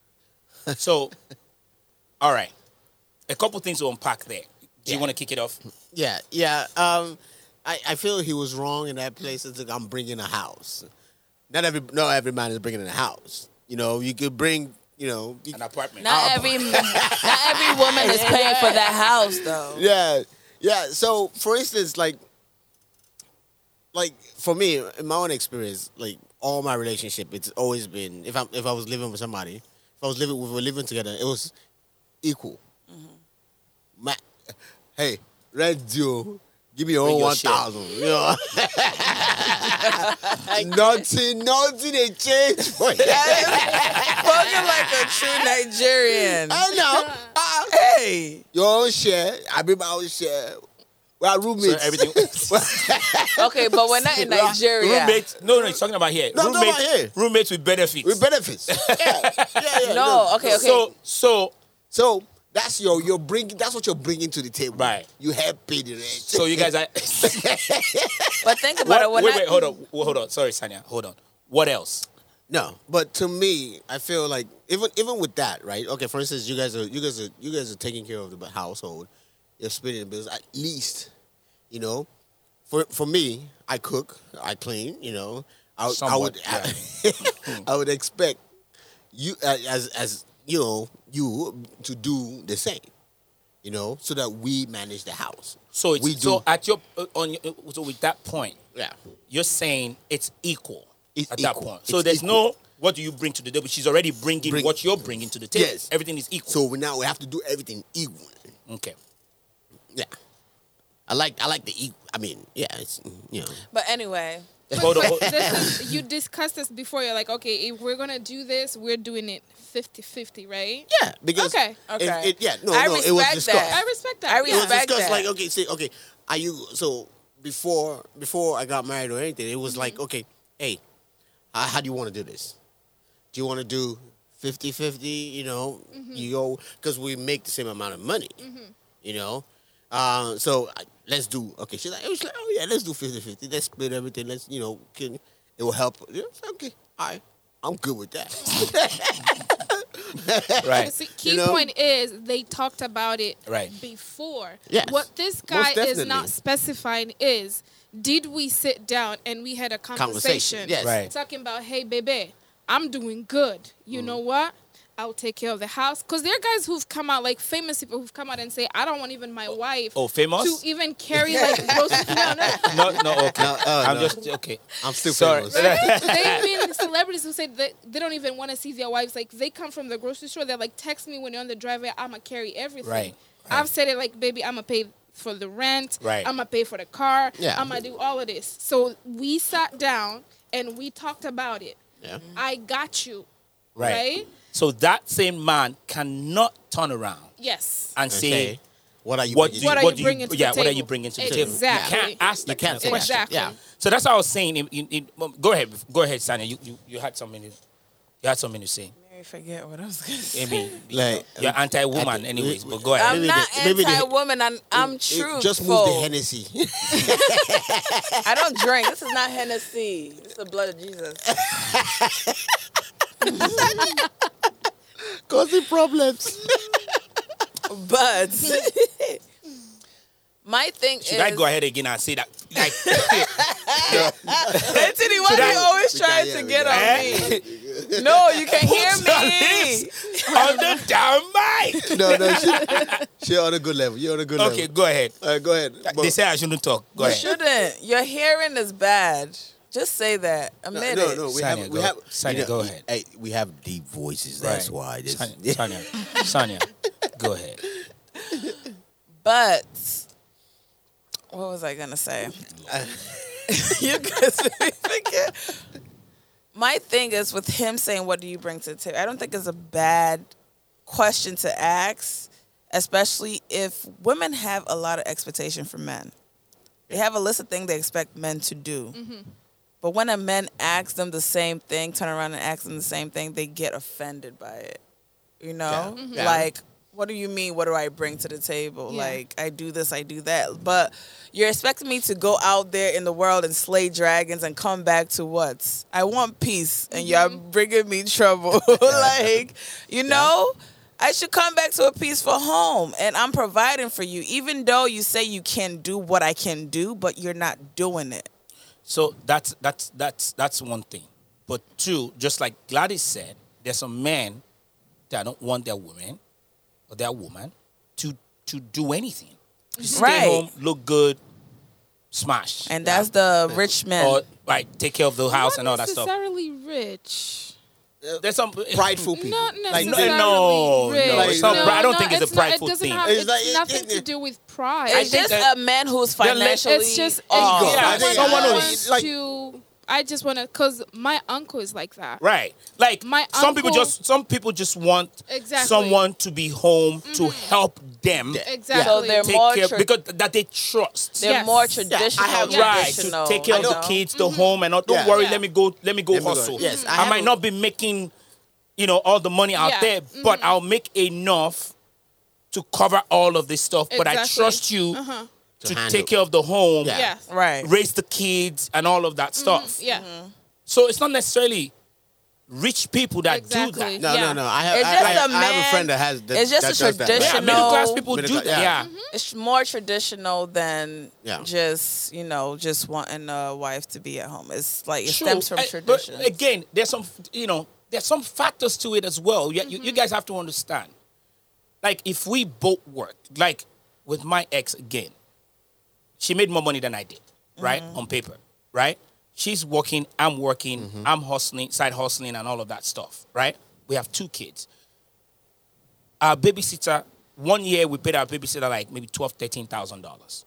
Speaker 5: So, all right. A couple things to unpack there. Do you
Speaker 2: Yeah.
Speaker 5: want to kick it off?
Speaker 2: Yeah, yeah. Um, I, I feel he was wrong in that place. It's like I'm bringing a house. Not every not every man is bringing a house. You know, you could bring. You know, you,
Speaker 5: An apartment. Uh,
Speaker 6: Not every not every woman is paying for that *laughs* house though.
Speaker 2: yeah, yeah. So for instance, like, like for me, in my own experience, like all my relationship, it's always been if I'm if I was living with somebody, if I was living if we were living together, it was equal.
Speaker 5: Mm-hmm.
Speaker 2: My, hey, red duo, give me your own
Speaker 5: your
Speaker 2: one
Speaker 5: share.
Speaker 2: thousand. You know,
Speaker 5: *laughs*
Speaker 2: nothing, nothing they change for *laughs* you.
Speaker 6: Spoken like a true Nigerian.
Speaker 2: I know. Uh,
Speaker 6: Hey.
Speaker 2: your own share, I bring my own share. We are
Speaker 6: uh,
Speaker 2: roommates.
Speaker 5: So uh,
Speaker 2: *laughs*
Speaker 5: everything.
Speaker 6: Okay, but we're not in Nigeria.
Speaker 5: Roommates. No, no, he's talking about here.
Speaker 2: No, I'm talking
Speaker 5: roommates,
Speaker 2: about here.
Speaker 5: roommates with benefits.
Speaker 2: with benefits. yeah, yeah, yeah.
Speaker 6: No, okay, okay.
Speaker 5: So, so,
Speaker 2: So that's your you're bringing. That's what you're bringing to the table.
Speaker 5: Right.
Speaker 2: You help pay the rent.
Speaker 5: so you guys are. *laughs*
Speaker 2: *laughs*
Speaker 6: but uh, think about it.
Speaker 5: what,
Speaker 6: We're
Speaker 5: wait,
Speaker 6: not,
Speaker 5: wait, hold on. Wait, Hold on. Sorry, Sanya. Hold on. What else?
Speaker 2: no, but to me, I feel like even even with that, right? Okay, for instance, you guys are you guys are you guys are taking care of the household. You're splitting the bills at least, you know. For for me, I cook, I clean, you know. I, would- I would
Speaker 5: Somewhat,
Speaker 2: *laughs* I would expect you uh, as as you know you to do the same. you know, so that we manage the house.
Speaker 5: So it's,
Speaker 2: we do.
Speaker 5: so at your uh, on your, uh, so with that point,
Speaker 2: yeah.
Speaker 5: you're saying it's equal
Speaker 2: It's
Speaker 5: at that
Speaker 2: equal.
Speaker 5: point. So
Speaker 2: It's
Speaker 5: there's no
Speaker 2: equal.
Speaker 5: what do you bring to the table? She's already bringing
Speaker 2: Bring-
Speaker 5: what you're bringing to the table.
Speaker 2: Yes.
Speaker 5: Everything is equal.
Speaker 2: So we now we have to do everything equal.
Speaker 5: okay.
Speaker 2: Yeah. I like I like the equal. I mean, yeah, it's you know.
Speaker 6: But anyway,
Speaker 5: Hold on,
Speaker 2: *laughs*
Speaker 5: hold-
Speaker 7: But this is, you discussed this before. You're like, okay, if we're gonna do this, we're doing it 50-50, right?
Speaker 2: Yeah, because
Speaker 7: Okay,
Speaker 2: if
Speaker 6: okay.
Speaker 2: it- yeah, no,
Speaker 6: I
Speaker 2: no, it was
Speaker 6: respect
Speaker 2: discussed.
Speaker 6: that.
Speaker 7: I respect that.
Speaker 6: I
Speaker 2: It was
Speaker 6: respect
Speaker 2: discussed.
Speaker 6: that.
Speaker 2: Like, okay, say, okay, are you so before before I got married or anything? It
Speaker 7: Mm-hmm.
Speaker 2: was like, okay, hey, how, how do you want to do this? Do you want to do 50-50, You know,
Speaker 7: Mm-hmm.
Speaker 2: you go because we make the same amount of money. You know, uh, so I- let's do okay. She's like, it was like, oh yeah, let's do 50-50. Let's split everything. Let's you know, can it will help? You know, it's like, okay, all right, I'm good with that.
Speaker 5: Right.
Speaker 7: See, key
Speaker 2: You know?
Speaker 7: point is they talked about it
Speaker 5: Right.
Speaker 7: before.
Speaker 2: Yes.
Speaker 7: What this
Speaker 2: Most
Speaker 7: guy is
Speaker 2: definitely.
Speaker 7: not specifying is did we sit down and we had a
Speaker 2: Conversation,
Speaker 7: *laughs* conversation,
Speaker 2: yes.
Speaker 5: Right.
Speaker 7: talking about, hey, baby, I'm doing good. You
Speaker 5: Mm.
Speaker 7: know what? I'll take care of the house. Because there are guys who've come out, like famous people who've come out and say, I don't want even my wife
Speaker 5: Oh, famous?
Speaker 7: to even carry
Speaker 5: *laughs*
Speaker 7: like groceries. No, no.
Speaker 5: no, no, okay.
Speaker 2: No, oh,
Speaker 5: I'm
Speaker 2: no.
Speaker 5: just okay.
Speaker 2: I'm still *laughs*
Speaker 5: Sorry.
Speaker 2: famous.
Speaker 7: They've been celebrities who say that they don't even want to see their wives. Like they come from the grocery store. They're like, text me when you're on the driveway. I'ma carry everything.
Speaker 5: Right,
Speaker 7: I've said it like, baby, I'ma pay for the rent.
Speaker 5: Right.
Speaker 7: I'ma pay for the car.
Speaker 2: Yeah.
Speaker 7: I'ma do all of this. So we sat down and we talked about it.
Speaker 2: Yeah.
Speaker 7: I got you.
Speaker 5: Right.
Speaker 7: Right?
Speaker 5: So that same man cannot turn around
Speaker 7: Yes.
Speaker 5: and say,
Speaker 2: Okay. What are you?
Speaker 5: what,
Speaker 2: bringing
Speaker 5: do you,
Speaker 7: What are
Speaker 5: what
Speaker 7: you
Speaker 5: do
Speaker 7: bringing to the
Speaker 5: yeah, what are
Speaker 7: table?
Speaker 5: you bringing to the
Speaker 7: Exactly.
Speaker 5: table? You can't ask that
Speaker 2: You can't
Speaker 5: kind of question.
Speaker 7: Exactly.
Speaker 2: Yeah.
Speaker 5: So that's how I was saying. In, in, in, well, um, go ahead, go ahead, Sanya. You, you, you had something. to- You had something to say.
Speaker 6: I forget what I was gonna say.
Speaker 5: I mean,
Speaker 2: Like
Speaker 5: you're
Speaker 2: *laughs* I
Speaker 5: anti-woman,
Speaker 2: think-
Speaker 5: anyways.
Speaker 2: we-
Speaker 5: But go ahead.
Speaker 6: I'm
Speaker 2: Maybe
Speaker 6: not
Speaker 2: the- maybe the-
Speaker 6: anti-woman. I'm, I'm
Speaker 2: It-
Speaker 6: truthful.
Speaker 2: Just move the Hennessy. *laughs*
Speaker 6: I don't drink. This is not Hennessy. It's the blood of Jesus.
Speaker 2: Causing problems.
Speaker 6: But *laughs* my thing
Speaker 5: Should
Speaker 6: is,
Speaker 5: I go ahead again and say that? Like,
Speaker 6: Anthony, why
Speaker 5: Should
Speaker 6: are
Speaker 5: I-
Speaker 6: you always
Speaker 2: We
Speaker 6: trying
Speaker 2: can't
Speaker 6: to
Speaker 2: hear,
Speaker 6: get
Speaker 2: we
Speaker 6: on me? No, you
Speaker 5: *laughs*
Speaker 6: can't hear
Speaker 5: Put
Speaker 6: me.
Speaker 5: your on the damn mic.
Speaker 2: *laughs* *laughs* no, no,
Speaker 6: *laughs*
Speaker 2: she, she on a good level. You're on a good
Speaker 5: Okay,
Speaker 2: level.
Speaker 5: go ahead.
Speaker 2: All right, go ahead. But-
Speaker 5: They say I shouldn't talk. Go
Speaker 6: You
Speaker 5: ahead.
Speaker 6: shouldn't. Your hearing is bad. Just say that.
Speaker 2: no,
Speaker 6: Admit
Speaker 2: no,
Speaker 6: it.
Speaker 2: no, we
Speaker 5: Sanya,
Speaker 2: have, we
Speaker 5: go-
Speaker 2: have,
Speaker 5: Sanya,
Speaker 2: you know,
Speaker 5: go ahead.
Speaker 2: hey, we have deep voices.
Speaker 5: Right.
Speaker 2: That's why. This,
Speaker 5: Sanya, Sanya, Sanya, go ahead.
Speaker 6: But what was I gonna say? you guys made me forget. My thing is with him saying, "What do you bring to the table?" I don't think it's a bad question to ask, especially if women have a lot of expectation from men. They have a list of things they expect men to do. But when a man asks them the same thing, turn around and ask them the same thing, they get offended by it. You know?
Speaker 2: Yeah. Mhm. Yeah.
Speaker 6: Like, what do you mean? What do I bring to the table?
Speaker 7: Yeah.
Speaker 6: Like, I do this, I do that. But you're expecting me to go out there in the world and slay dragons and come back to what? I want peace, and y'all bringing me
Speaker 5: *laughs*
Speaker 6: trouble. *laughs* like, you know? I should come back to a peaceful home and I'm providing for you, even though you say you can do what I can do, but you're not doing it.
Speaker 5: So that's that's that's that's one thing. But two, just like Gladys said, there's some men that don't want their women or their woman to to do anything. To stay
Speaker 6: Right.
Speaker 5: home, look good, smash.
Speaker 6: And that's the rich man.
Speaker 5: or like take care of the house and all
Speaker 7: Not
Speaker 5: that stuff.
Speaker 7: necessarily rich.
Speaker 5: There's some *laughs*
Speaker 2: prideful people.
Speaker 7: Not
Speaker 5: Like, no,
Speaker 7: necessarily
Speaker 5: no,
Speaker 7: rich.
Speaker 5: no,
Speaker 2: it's not
Speaker 7: No,
Speaker 2: pride.
Speaker 5: I don't
Speaker 7: no,
Speaker 5: think it's a
Speaker 7: not-
Speaker 5: prideful
Speaker 7: it doesn't
Speaker 5: thing.
Speaker 7: Have,
Speaker 2: It's
Speaker 7: it's
Speaker 2: like- it-
Speaker 7: nothing
Speaker 2: it-
Speaker 7: to do with pride.
Speaker 6: It's
Speaker 5: think
Speaker 6: just
Speaker 5: that-
Speaker 6: a man who's
Speaker 5: They're like-
Speaker 6: financially.
Speaker 7: it's just
Speaker 6: off.
Speaker 2: Ego.
Speaker 5: Yeah,
Speaker 2: I think
Speaker 7: someone who
Speaker 2: I think-
Speaker 7: wants
Speaker 2: like-
Speaker 7: to. I just want to, cause my uncle is like that.
Speaker 5: Right. Like
Speaker 7: My
Speaker 5: some people
Speaker 7: uncle-
Speaker 5: just some people just want
Speaker 7: Exactly. Mm-hmm.
Speaker 5: someone to be home to help them
Speaker 7: Exactly.
Speaker 6: So they're
Speaker 5: take
Speaker 6: more
Speaker 5: care
Speaker 6: tra-
Speaker 5: because that they trust.
Speaker 6: they're
Speaker 7: Yes.
Speaker 6: more
Speaker 7: Yeah,
Speaker 6: traditional.
Speaker 2: have
Speaker 6: traditional,
Speaker 5: Right to take care
Speaker 6: you
Speaker 5: of the
Speaker 6: know? Mm-hmm.
Speaker 5: kids, the home, and all. Don't
Speaker 2: Yeah.
Speaker 5: worry.
Speaker 7: Yeah.
Speaker 5: Let me go. Let me go
Speaker 2: Let me go.
Speaker 5: hustle.
Speaker 2: Yes, I
Speaker 5: I,
Speaker 2: have
Speaker 5: might
Speaker 2: a-
Speaker 5: not be making, you know, all the money out
Speaker 7: Yeah.
Speaker 5: there,
Speaker 6: Mm-hmm.
Speaker 5: but I'll make enough to cover all of this stuff. But I
Speaker 7: Exactly.
Speaker 5: trust you
Speaker 6: Uh-huh.
Speaker 2: To
Speaker 5: to
Speaker 2: handle.
Speaker 5: take care of the home,
Speaker 2: Yeah.
Speaker 7: Yes.
Speaker 6: Right.
Speaker 5: raise the kids, and all of that stuff.
Speaker 6: Mm-hmm.
Speaker 7: Yeah.
Speaker 5: So it's not necessarily rich people that do
Speaker 7: Exactly.
Speaker 5: that.
Speaker 2: No,
Speaker 7: Yeah.
Speaker 2: no, no. I have,
Speaker 6: It's
Speaker 2: I,
Speaker 6: just
Speaker 2: I,
Speaker 6: a
Speaker 2: I have
Speaker 6: man-
Speaker 2: a friend that has. That,
Speaker 6: it's just
Speaker 2: that
Speaker 6: a
Speaker 2: does that. Yeah.
Speaker 5: Yeah,
Speaker 6: traditional- Mm-hmm.
Speaker 5: middle class people
Speaker 2: Middle
Speaker 5: do
Speaker 2: class-
Speaker 5: that.
Speaker 2: yeah.
Speaker 5: Yeah.
Speaker 6: It's more traditional than
Speaker 2: Yeah.
Speaker 6: just you know just wanting a wife to be at home. It's like it
Speaker 5: True.
Speaker 6: stems from
Speaker 5: I- but
Speaker 6: tradition.
Speaker 5: again,
Speaker 6: Mm-hmm.
Speaker 5: there's some you know there's some factors to it as well. You, you, you guys have to understand. Like if we both worked, like with my ex again, she made more money than I did, right?
Speaker 6: Mm-hmm.
Speaker 5: On paper, right? She's working, I'm working, I'm hustling, side hustling, and all of that stuff, right? We have two kids. Our babysitter, one year we paid our babysitter like maybe twelve, thirteen thousand dollars.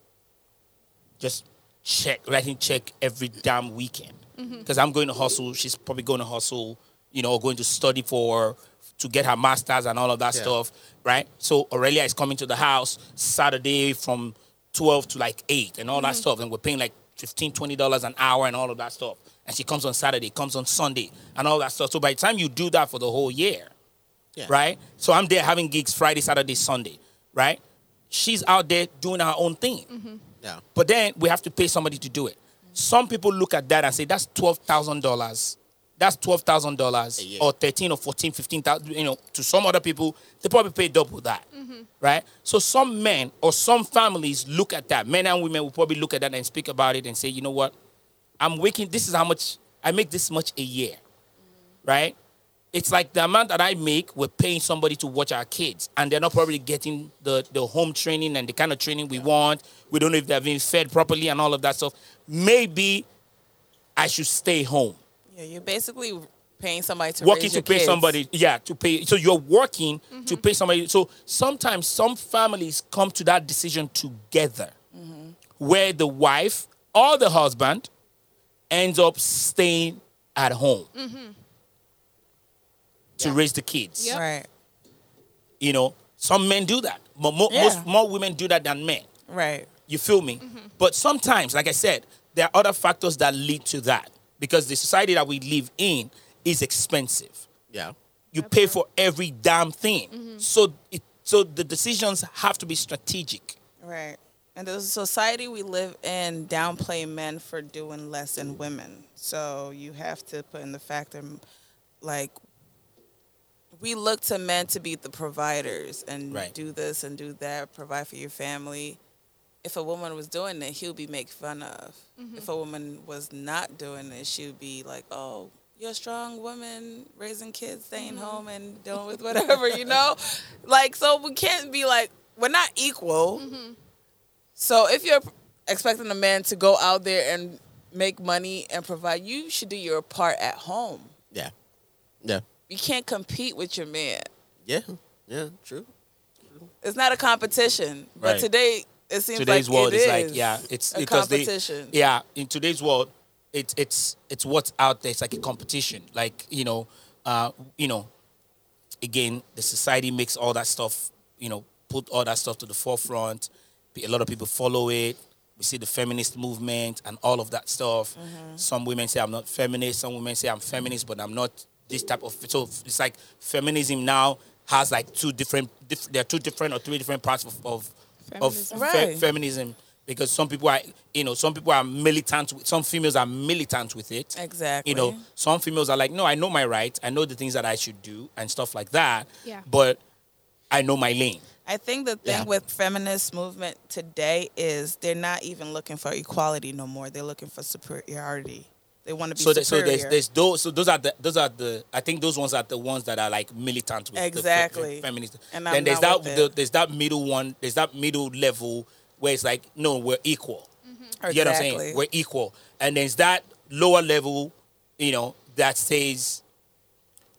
Speaker 5: Just check, writing check every damn weekend. Because I'm going to hustle, she's probably going to hustle, you know, going to study for to get her masters and all of that
Speaker 2: Yeah.
Speaker 5: stuff, right? So Aurelia is coming to the house Saturday from 12 to like 8 and all that stuff. And we're paying like 15 $20 an hour and all of that stuff. And she comes on Saturday, comes on Sunday, and all that stuff. So by the time you do that for the whole year,
Speaker 2: Yeah.
Speaker 5: right? So I'm there having gigs Friday, Saturday, Sunday, right? She's out there doing her own thing.
Speaker 2: Yeah.
Speaker 5: But then we have to pay somebody to do it. Some people look at that and say that's twelve thousand dollars. That's twelve thousand dollars
Speaker 2: year.
Speaker 5: or thirteen or fourteen, fifteen thousand. You know, to some other people, they probably pay double that, right? So some men or some families look at that. Men and women will probably look at that and speak about it and say, you know what, I'm waking. This is how much I make. This much a year, right? It's like the amount that I make, we're paying somebody to watch our kids, and they're not probably getting the, the home training and the kind of training we want. We don't know if they're being fed properly and all of that stuff. Maybe I should stay home,
Speaker 6: Yeah, you're basically paying somebody to
Speaker 5: working
Speaker 6: raise
Speaker 5: to
Speaker 6: your
Speaker 5: pay
Speaker 6: kids. Mm-hmm.
Speaker 5: somebody. Yeah, to pay. So you're working to pay somebody. So sometimes some families come to that decision together,
Speaker 6: Mm-hmm.
Speaker 5: where the wife or the husband ends up staying at home
Speaker 6: Mm-hmm.
Speaker 5: to raise the kids.
Speaker 7: Yep.
Speaker 6: Right,
Speaker 5: You know, some men do that, but mo-
Speaker 6: Yeah.
Speaker 5: most more women do that than men.
Speaker 6: right.
Speaker 5: You feel me? But sometimes, like I said, there are other factors that lead to that because the society that we live in is expensive.
Speaker 2: Yeah.
Speaker 5: You pay for every damn thing, so it, so the decisions have to be strategic.
Speaker 6: Right. And the society we live in downplay men for doing less than women. So you have to put in the factor, like, we look to men to be the providers and
Speaker 5: Right.
Speaker 6: do this and do that, provide for your family. If a woman was doing it, he would be made fun of. If a woman was not doing it, she would be like, oh, you're a strong woman raising kids, staying home and dealing with whatever, you know? Like, so we can't be like, we're not equal. So if you're expecting a man to go out there and make money and provide, you should do your part at home.
Speaker 2: Yeah. Yeah.
Speaker 6: You can't compete with your man.
Speaker 2: Yeah. Yeah. True.
Speaker 6: It's not a competition. But
Speaker 5: Right.
Speaker 6: today it seems
Speaker 5: today's
Speaker 6: like
Speaker 5: world
Speaker 6: it
Speaker 5: is
Speaker 6: is
Speaker 5: like yeah, it's
Speaker 6: a
Speaker 5: because they-
Speaker 6: competition.
Speaker 5: yeah, in today's world, it's it's it's what's out there. It's like a competition. Like you know, uh, you know, again, the society makes all that stuff. You know, put all that stuff to the forefront. A lot of people follow it. We see the feminist movement and all of that stuff.
Speaker 6: Mm-hmm.
Speaker 5: Some women say I'm not feminist. Some women say I'm feminist, but I'm not this type of. So it's like feminism now has like two different. Diff, there are two different or three different parts of of, of fe-
Speaker 7: Feminism.
Speaker 6: Right.
Speaker 5: feminism because some people are you know some people are militant. with- Some females are militant with it.
Speaker 6: Exactly.
Speaker 5: You know, some females are like, no, I know my rights. I know the things that I should do and stuff like that.
Speaker 7: Yeah.
Speaker 5: But I know my lane.
Speaker 6: I think the thing
Speaker 2: Yeah.
Speaker 6: with feminist movement today is they're not even looking for equality no more. They're looking for superiority. They want to be
Speaker 5: So, th- so
Speaker 6: superior.
Speaker 5: there's, there's those. So those are the those are the. I think those ones are the ones that are like militant with the fe-
Speaker 6: Exactly.
Speaker 5: feminist.
Speaker 6: And I'm
Speaker 5: then there's
Speaker 6: not
Speaker 5: that
Speaker 6: with
Speaker 5: the,
Speaker 6: it.
Speaker 5: there's that middle one. There's that middle level where it's like no, we're equal.
Speaker 6: exactly.
Speaker 5: You know what I'm saying? We're equal. And there's that lower level, you know, that says,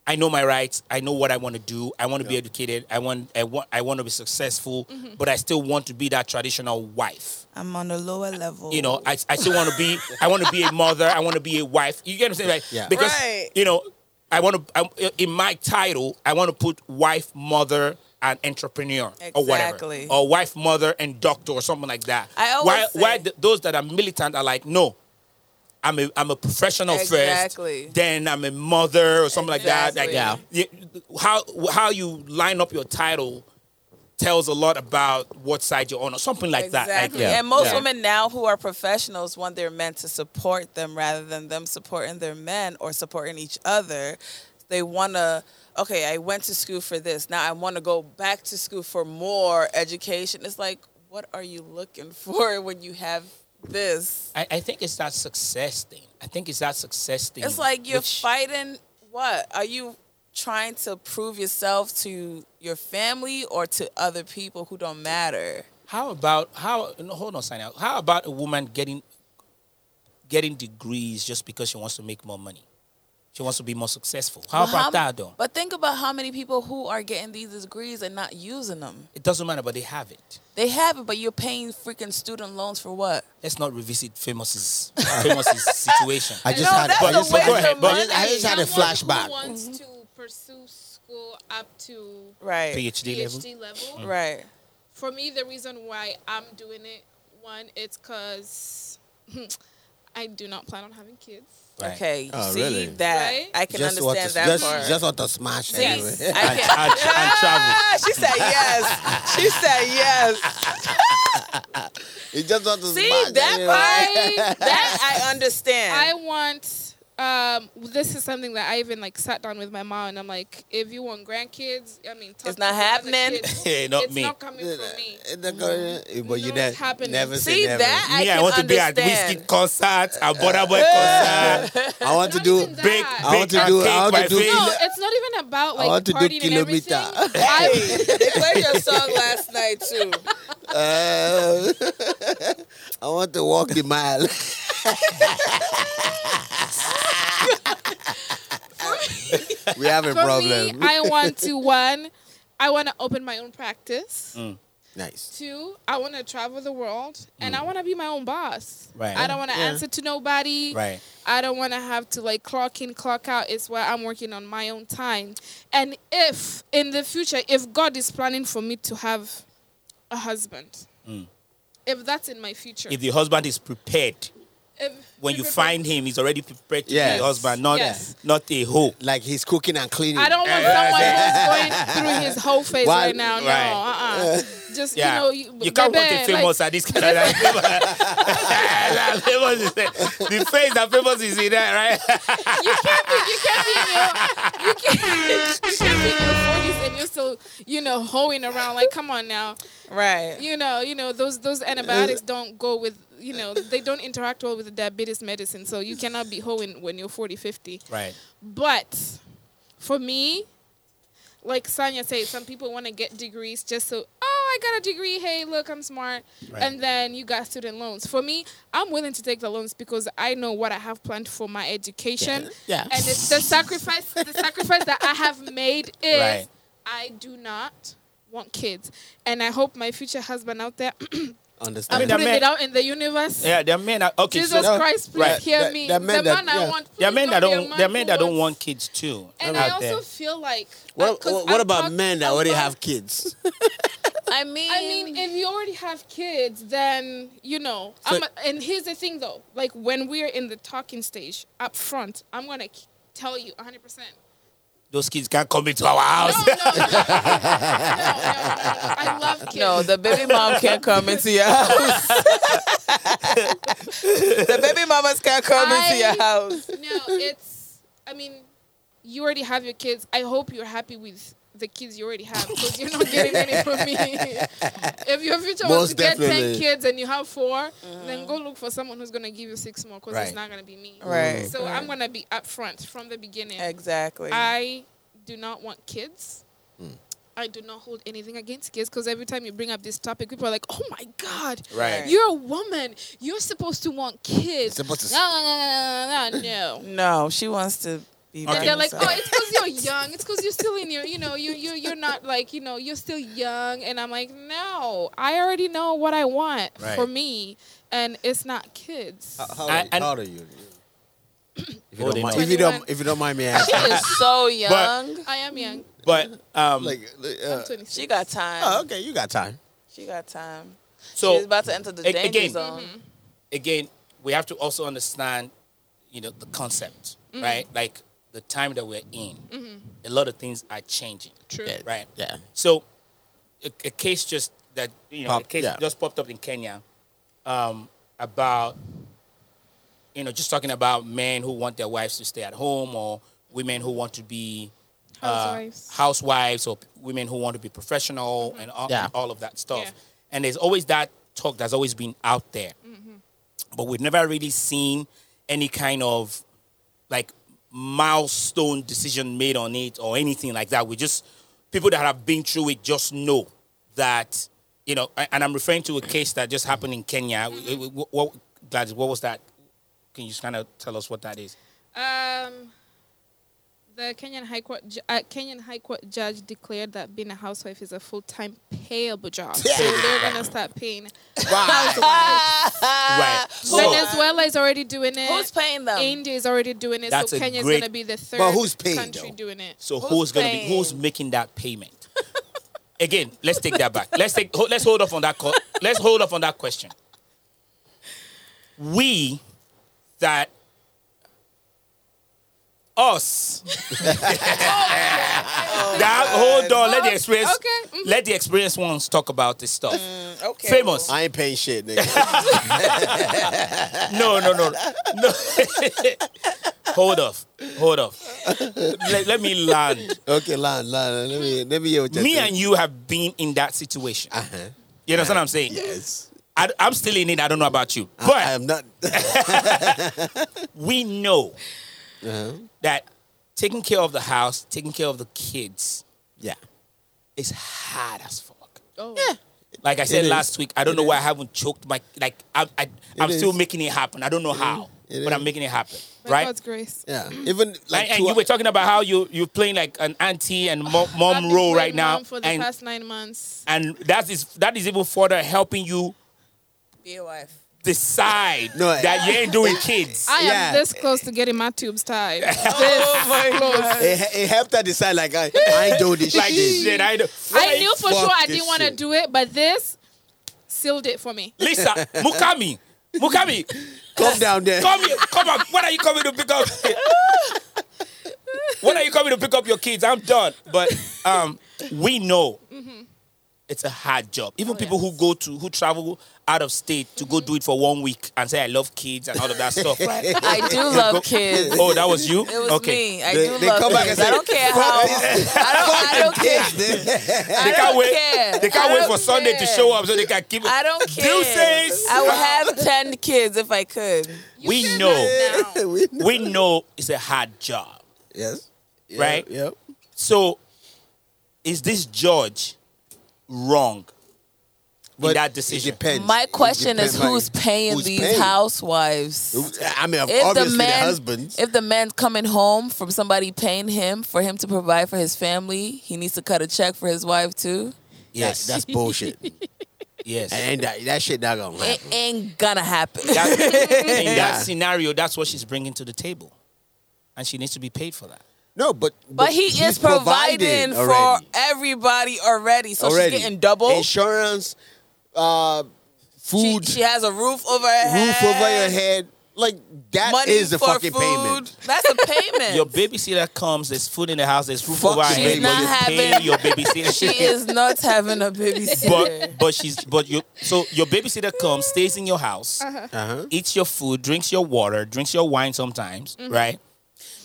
Speaker 5: I know my rights. I know what I want to do. I want to be educated. I want, I want, I want to be successful. But I still want to be that traditional wife.
Speaker 6: I'm on a lower level.
Speaker 5: You
Speaker 2: Oh.
Speaker 5: know, I, I still want to be. I want to be a mother. I want to be a wife. You get what I'm saying? Like,
Speaker 2: Yeah.
Speaker 5: Because
Speaker 6: Right.
Speaker 5: you know, I want to. I, in my title, I want to put wife, mother, and entrepreneur or whatever,
Speaker 6: Exactly.
Speaker 5: or wife, mother, and doctor or something like that.
Speaker 6: I always
Speaker 5: why, why
Speaker 6: say-
Speaker 5: th- those that are militant are like no. I'm a, I'm a professional
Speaker 6: Exactly.
Speaker 5: first, then I'm a mother or something like that. Like,
Speaker 6: Exactly. Yeah.
Speaker 5: you- how how you line up your title tells a lot about what side you're on or something like that. Like,
Speaker 6: Exactly.
Speaker 2: Yeah.
Speaker 6: And most
Speaker 2: Yeah.
Speaker 6: women now who are professionals want their men to support them rather than them supporting their men or supporting each other. They want to, okay, I went to school for this. Now I want to go back to school for more education. It's like, what are you looking *laughs* for when you have this?
Speaker 5: I, I think it's that success thing. I think it's that success thing.
Speaker 6: It's like you're
Speaker 5: which-
Speaker 6: fighting what? Are you trying to prove yourself to your family or to other people who don't matter.
Speaker 5: How about how? No, hold on, sign out. How about a woman getting getting degrees just because she wants to make more money? She wants to be more successful. How
Speaker 6: But
Speaker 5: about
Speaker 6: how-
Speaker 5: that, though?
Speaker 6: But think about how many people who are getting these degrees and not using them.
Speaker 5: It doesn't matter, but they have it.
Speaker 6: They have it, but you're paying freaking student loans for what?
Speaker 5: Let's not revisit Famous's
Speaker 6: *laughs*
Speaker 5: Famous's situation.
Speaker 2: I just
Speaker 6: No,
Speaker 2: had.
Speaker 6: that's
Speaker 2: I
Speaker 6: a
Speaker 2: just,
Speaker 6: waste
Speaker 2: go
Speaker 6: of
Speaker 2: ahead, but I
Speaker 6: money.
Speaker 2: just, I just had a
Speaker 7: Someone
Speaker 2: flashback.
Speaker 7: Who wants to pursue school up to
Speaker 6: Right.
Speaker 5: PhD, level. Mm.
Speaker 7: PhD level.
Speaker 6: Right.
Speaker 7: for me, the reason why I'm doing it, one, it's because *laughs* I do not plan on having kids.
Speaker 2: *laughs*
Speaker 5: Right.
Speaker 6: Okay.
Speaker 2: Oh,
Speaker 6: see
Speaker 2: really?
Speaker 6: that
Speaker 7: Right?
Speaker 6: I can
Speaker 2: Just want
Speaker 6: understand
Speaker 2: to,
Speaker 6: that part.
Speaker 2: just, just want to smash
Speaker 6: See, I
Speaker 2: anyway. *laughs*
Speaker 5: And,
Speaker 6: can.
Speaker 5: and- and travel.
Speaker 6: Ah, she said yes. She said yes.
Speaker 2: You just want to
Speaker 6: See
Speaker 2: smash anyway.
Speaker 6: that part? That I
Speaker 7: I
Speaker 6: understand.
Speaker 7: want. Um, this is something that I even like sat down with my mom and I'm like, if you want grandkids, I mean, talk
Speaker 6: It's not
Speaker 7: to the other
Speaker 6: happening.
Speaker 2: *laughs*
Speaker 7: kids.
Speaker 5: Hey, not
Speaker 7: it's
Speaker 5: me.
Speaker 7: not coming from me.
Speaker 2: Eh, that go- eh, But you
Speaker 7: No, it's
Speaker 2: never,
Speaker 7: happening.
Speaker 2: never say
Speaker 6: See
Speaker 2: never. Uh,
Speaker 6: that I
Speaker 5: Me, I
Speaker 6: can
Speaker 5: want to be at
Speaker 6: understand.
Speaker 5: whiskey concert, a Border
Speaker 2: *laughs*
Speaker 5: Boy concert,
Speaker 2: I want to
Speaker 7: Not
Speaker 2: do.
Speaker 7: even that.
Speaker 5: bake,
Speaker 2: I want
Speaker 5: bake
Speaker 2: to
Speaker 5: and
Speaker 2: do.
Speaker 5: cake
Speaker 2: I want
Speaker 5: by
Speaker 2: to do.
Speaker 5: faith.
Speaker 7: No,
Speaker 2: kilo-
Speaker 7: it's not even about like
Speaker 2: want to do
Speaker 7: partying and everything.
Speaker 2: *laughs* kilometer.
Speaker 7: I,
Speaker 6: They played your song last night too.
Speaker 2: Uh, *laughs* I want to walk
Speaker 7: *laughs*
Speaker 2: the mile. we have a
Speaker 7: for
Speaker 2: problem.
Speaker 7: me, I want to one, I want to open my own practice.
Speaker 2: nice.
Speaker 7: Two, I want to travel the world and I want to be my own boss.
Speaker 5: Mm. Right.
Speaker 7: I don't want to answer to nobody.
Speaker 5: Right.
Speaker 7: I don't want to have to like clock in, clock out. It's why I'm working on my own time. And if in the future, if God is planning for me to have a husband, if that's in my future,
Speaker 5: Mm. If the husband is prepared,
Speaker 7: if-
Speaker 5: when
Speaker 7: if
Speaker 5: you
Speaker 7: it-
Speaker 5: find him, he's already prepared to be
Speaker 2: Yes.
Speaker 5: a husband, not
Speaker 7: Yes.
Speaker 5: not a hoe.
Speaker 2: Like he's cooking and cleaning.
Speaker 7: I don't want
Speaker 5: *laughs*
Speaker 7: someone who's going through his whole phase
Speaker 2: Why-
Speaker 7: right now. No,
Speaker 5: right.
Speaker 7: uh-uh. Just
Speaker 5: Yeah,
Speaker 7: you know, you,
Speaker 5: can't
Speaker 7: babe,
Speaker 5: want a
Speaker 7: like,
Speaker 5: famous at this kind of like, That
Speaker 7: *laughs*
Speaker 5: famous *laughs* is the face that famous is in there, right?
Speaker 7: you can't be you can't be in your you can't, you can't be in your forties and you're still you know hoeing around like come on now
Speaker 6: Right.
Speaker 7: you know you know those those antibiotics don't go with you know they don't interact well with the diabetes medicine so you cannot be hoeing when you're 40 50
Speaker 5: Right.
Speaker 7: but for me like Sanya said, some people want to get degrees just so, oh, I got a degree. Hey, look, I'm smart.
Speaker 5: Right.
Speaker 7: And then you got student loans. For me, I'm willing to take the loans because I know what I have planned for my education.
Speaker 5: Yeah.
Speaker 7: And it's the sacrifice, the sacrifice that I have made
Speaker 5: *laughs*
Speaker 7: is
Speaker 5: Right.
Speaker 7: I do not want kids. And I hope my future husband out there, *clears throat* I'm
Speaker 2: Understand?
Speaker 5: mean, that
Speaker 7: putting
Speaker 5: man-
Speaker 7: it out in the universe.
Speaker 5: Yeah, there are men. That, okay,
Speaker 7: Jesus
Speaker 5: so
Speaker 7: Christ, please
Speaker 5: right.
Speaker 7: hear
Speaker 2: There-
Speaker 7: me.
Speaker 2: there are
Speaker 7: the
Speaker 2: men
Speaker 7: man
Speaker 2: that-
Speaker 7: I
Speaker 2: yeah.
Speaker 7: want,
Speaker 5: there are men
Speaker 7: please
Speaker 5: that
Speaker 7: be a
Speaker 5: don't
Speaker 7: man
Speaker 5: there are men
Speaker 7: who
Speaker 5: that don't
Speaker 7: wants-
Speaker 5: want kids too.
Speaker 7: And
Speaker 5: out
Speaker 7: I also
Speaker 5: there.
Speaker 7: feel like
Speaker 2: What,
Speaker 7: 'cause
Speaker 2: what, what
Speaker 7: I
Speaker 2: about
Speaker 7: talk
Speaker 2: men that already
Speaker 7: about-
Speaker 2: have kids?
Speaker 6: I mean,
Speaker 7: I mean, if you already have kids, then you know. I'm, and here's the thing, though. Like when we're in the talking stage up front, I'm gonna k- tell you 100. percent
Speaker 5: Those kids can't come into our
Speaker 7: No,
Speaker 5: house.
Speaker 7: no, no, no, no, no, no. I love kids.
Speaker 6: no, the baby mom can't come into your house. *laughs* the baby mamas can't come into
Speaker 7: I-
Speaker 6: your house.
Speaker 7: no, it's. I mean, you already have your kids. I hope you're happy with the kids you already have because you're not getting any from me. if your future
Speaker 2: Most
Speaker 7: was to get
Speaker 2: definitely.
Speaker 7: ten kids and you have 4 then go look for someone who's gonna give you six more because
Speaker 5: Right.
Speaker 7: it's not gonna be me.
Speaker 6: Mm-hmm.
Speaker 2: Mm.
Speaker 6: Right.
Speaker 7: So I'm gonna be upfront from the beginning.
Speaker 6: Exactly.
Speaker 7: I do not want kids.
Speaker 2: Mm.
Speaker 7: I do not hold anything against kids because every time you bring up this topic, people are like, "Oh my God,
Speaker 5: Right.
Speaker 7: You're a woman. You're supposed to want kids."
Speaker 2: Supposed to-
Speaker 7: No, no, no, no, no, no,
Speaker 2: *laughs*
Speaker 7: no.
Speaker 6: no, she wants to be. by
Speaker 7: And they're like,
Speaker 6: herself.
Speaker 7: "Oh, it's because you're young. It's because you're still in your, you know, you you you're not like, you know, you're still young." And I'm like, "No, I already know what I want
Speaker 5: Right.
Speaker 7: for me, and it's not kids."
Speaker 2: How,
Speaker 5: I- I-
Speaker 2: are you? If you,
Speaker 5: Oh,
Speaker 2: don't
Speaker 5: they
Speaker 2: mind,
Speaker 5: know.
Speaker 2: if you don't,
Speaker 7: 21.
Speaker 2: if you don't mind
Speaker 5: *laughs*
Speaker 2: me asking,
Speaker 6: she is
Speaker 2: *laughs*
Speaker 6: so young.
Speaker 7: I am young.
Speaker 5: But um,
Speaker 2: like, uh,
Speaker 7: I'm 26.
Speaker 6: she got time.
Speaker 2: oh, okay, you got time.
Speaker 6: She got time.
Speaker 5: so
Speaker 6: She's about to enter the
Speaker 5: a-
Speaker 6: danger
Speaker 5: again,
Speaker 6: zone.
Speaker 5: again, we have to also understand, you know, the concept,
Speaker 7: Mm-hmm.
Speaker 5: right? Like the time that we're in. A lot of things are changing.
Speaker 7: True.
Speaker 2: Yeah.
Speaker 5: Right.
Speaker 2: Yeah.
Speaker 5: So, a, a case just that you know,
Speaker 2: Pop-
Speaker 5: a case
Speaker 2: yeah.
Speaker 5: just popped up in Kenya um, about you know just talking about men who want their wives to stay at home or women who want to be uh,
Speaker 7: Housewives.
Speaker 5: housewives or women who want to be professional and all,
Speaker 2: Yeah.
Speaker 5: all of that stuff.
Speaker 7: Yeah.
Speaker 5: And there's always that talk that's always been out there, but we've never really seen any kind of like milestone decision made on it or anything like that. We just people that have been through it just know that you know. a- And I'm referring to a case that just happened in Kenya. It- it- What, what, Gladys, what was that? Can you just kind of tell us what that is?
Speaker 7: Um, the Kenyan High Court ju- uh, Kenyan High Court judge declared that being a housewife is a full time payable
Speaker 2: *laughs*
Speaker 7: job, so they're gonna start paying
Speaker 2: Ah,
Speaker 7: housewives.
Speaker 5: right.
Speaker 7: Venezuela is already doing it.
Speaker 6: Who's paying them?
Speaker 7: India is already doing it,
Speaker 5: That's
Speaker 7: so
Speaker 5: a
Speaker 7: Kenya's
Speaker 5: great-
Speaker 7: gonna be the third
Speaker 2: But who's paying,
Speaker 7: country
Speaker 2: though?
Speaker 7: doing it.
Speaker 5: So who's,
Speaker 6: Who's
Speaker 5: gonna be who's
Speaker 6: paying?
Speaker 5: making that payment? *laughs* Again, let's take that back. Let's take ho- let's hold off on that. Co- let's hold off on that question. We that us that hold on. Let the experience.
Speaker 7: okay, mhm.
Speaker 5: Let the experienced ones talk about this stuff.
Speaker 6: Mm,
Speaker 5: Mm.
Speaker 6: Okay.
Speaker 5: Famous.
Speaker 2: I ain't paying shit, nigga.
Speaker 5: *laughs* no, no, no, no. *laughs* hold off. Hold off. Let- let me land.
Speaker 2: okay, line, line. Let me let me hear what you
Speaker 5: Me and you have been in that situation.
Speaker 2: uh
Speaker 5: You understand what I'm saying?
Speaker 2: Yes.
Speaker 5: I, am still in it. I don't know about you, but
Speaker 2: I am not. *laughs*
Speaker 5: we know
Speaker 2: Uh-huh.
Speaker 5: that taking care of the house, taking care of the kids,
Speaker 2: yeah.
Speaker 5: is hard as fuck.
Speaker 7: Oh,
Speaker 5: Like I said
Speaker 2: It
Speaker 5: last
Speaker 2: is.
Speaker 5: week, I don't know why I haven't choked my like. I, I I'm
Speaker 2: It
Speaker 5: still
Speaker 2: is.
Speaker 5: making it happen. I don't know how,
Speaker 2: It
Speaker 5: but I'm
Speaker 2: is.
Speaker 5: making it happen.
Speaker 7: by
Speaker 5: Right.
Speaker 7: God's grace.
Speaker 2: Yeah. Even like
Speaker 5: and, and
Speaker 2: two-
Speaker 5: you were talking about how you you're playing like an auntie and mom,
Speaker 7: I've
Speaker 5: mom
Speaker 7: been
Speaker 5: role
Speaker 7: with
Speaker 5: right now,
Speaker 7: mom for the
Speaker 5: and
Speaker 7: past nine months.
Speaker 5: and that is that is even further helping you
Speaker 6: Be a *laughs* wife.
Speaker 5: decide
Speaker 2: No, I-
Speaker 5: that you ain't doing kids.
Speaker 7: I am
Speaker 2: Yeah.
Speaker 7: this close to getting my tubes tied.
Speaker 5: *laughs*
Speaker 2: Oh it, it helped her decide like I, I ain't doing this
Speaker 5: *laughs* like
Speaker 2: shit.
Speaker 5: shit, I, know.
Speaker 7: I knew for
Speaker 2: Fuck
Speaker 7: sure I
Speaker 2: this
Speaker 7: didn't want to
Speaker 2: shit.
Speaker 7: do it, but this sealed it for me.
Speaker 5: Lisa, Mukami, Mukami,
Speaker 2: Come down there. *laughs*
Speaker 5: come here, come on. What are you coming to pick up? what are you coming to pick up your kids? I'm done. But um, we know
Speaker 6: Mm-hmm.
Speaker 5: it's a hard job.
Speaker 6: Oh,
Speaker 5: Even people who go to who travel out of state to go do it for one week and say I love kids and all of that stuff.
Speaker 6: I do love kids.
Speaker 5: *laughs* Oh, that was you.
Speaker 6: It was
Speaker 5: okay.
Speaker 6: me. I
Speaker 2: They-
Speaker 6: do
Speaker 2: they
Speaker 6: love
Speaker 2: come back
Speaker 6: kids.
Speaker 2: and say,
Speaker 6: I don't care how. I don't. I don't care.
Speaker 5: *laughs* They
Speaker 6: I
Speaker 5: can't
Speaker 6: don't
Speaker 5: wait.
Speaker 6: care.
Speaker 5: They can't
Speaker 6: I
Speaker 5: wait
Speaker 6: don't
Speaker 5: for Sunday to
Speaker 6: care.
Speaker 5: show up so they can keep it.
Speaker 6: I don't care.
Speaker 5: Deuces.
Speaker 6: I would have ten kids if I could.
Speaker 5: we know.
Speaker 2: we know.
Speaker 5: We know it's a hard job.
Speaker 2: Yes. Yep,
Speaker 5: Right?
Speaker 2: Yep.
Speaker 5: So, is this judge wrong in that
Speaker 2: It
Speaker 5: decision?
Speaker 2: depends.
Speaker 6: My
Speaker 2: It
Speaker 6: question is,
Speaker 2: depends, like,
Speaker 6: who's paying
Speaker 2: who's
Speaker 6: these
Speaker 2: paying?
Speaker 6: housewives?
Speaker 2: I mean,
Speaker 6: If
Speaker 2: obviously
Speaker 6: the
Speaker 2: the,
Speaker 6: man,
Speaker 2: husbands.
Speaker 6: if the man's coming home from somebody paying him for him to provide for his family, he needs to cut a check for his wife too.
Speaker 2: yes,
Speaker 6: *laughs*
Speaker 2: that's bullshit.
Speaker 5: Yes.
Speaker 2: and that that shit not gonna
Speaker 6: It
Speaker 2: happen.
Speaker 6: ain't gonna happen.
Speaker 5: That- in
Speaker 2: *laughs* Yeah.
Speaker 5: that scenario, that's what she's bringing to the table, and she needs to be paid for that.
Speaker 2: No, but
Speaker 6: But he is
Speaker 2: he's
Speaker 6: providing for
Speaker 2: already.
Speaker 6: everybody already, so
Speaker 2: already
Speaker 6: she's getting double.
Speaker 2: insurance, uh,
Speaker 6: She,
Speaker 2: food,
Speaker 6: she has a roof over her
Speaker 2: roof
Speaker 6: head.
Speaker 2: over your head. Like that
Speaker 6: Money
Speaker 2: is the
Speaker 6: for
Speaker 2: fucking
Speaker 6: food.
Speaker 2: payment.
Speaker 6: That's a
Speaker 2: *laughs*
Speaker 6: payment.
Speaker 5: Your babysitter comes. There's food in the house. There's roof
Speaker 2: Fuck
Speaker 5: over her
Speaker 2: she's
Speaker 5: head.
Speaker 2: not
Speaker 5: But you're paying
Speaker 6: having-
Speaker 5: your
Speaker 2: *laughs*
Speaker 5: babysitter.
Speaker 6: she is not having a babysitter.
Speaker 5: But but she's but you. So your babysitter comes, stays in your house,
Speaker 2: Uh-huh.
Speaker 5: eats your food, drinks your water, drinks your wine sometimes, right?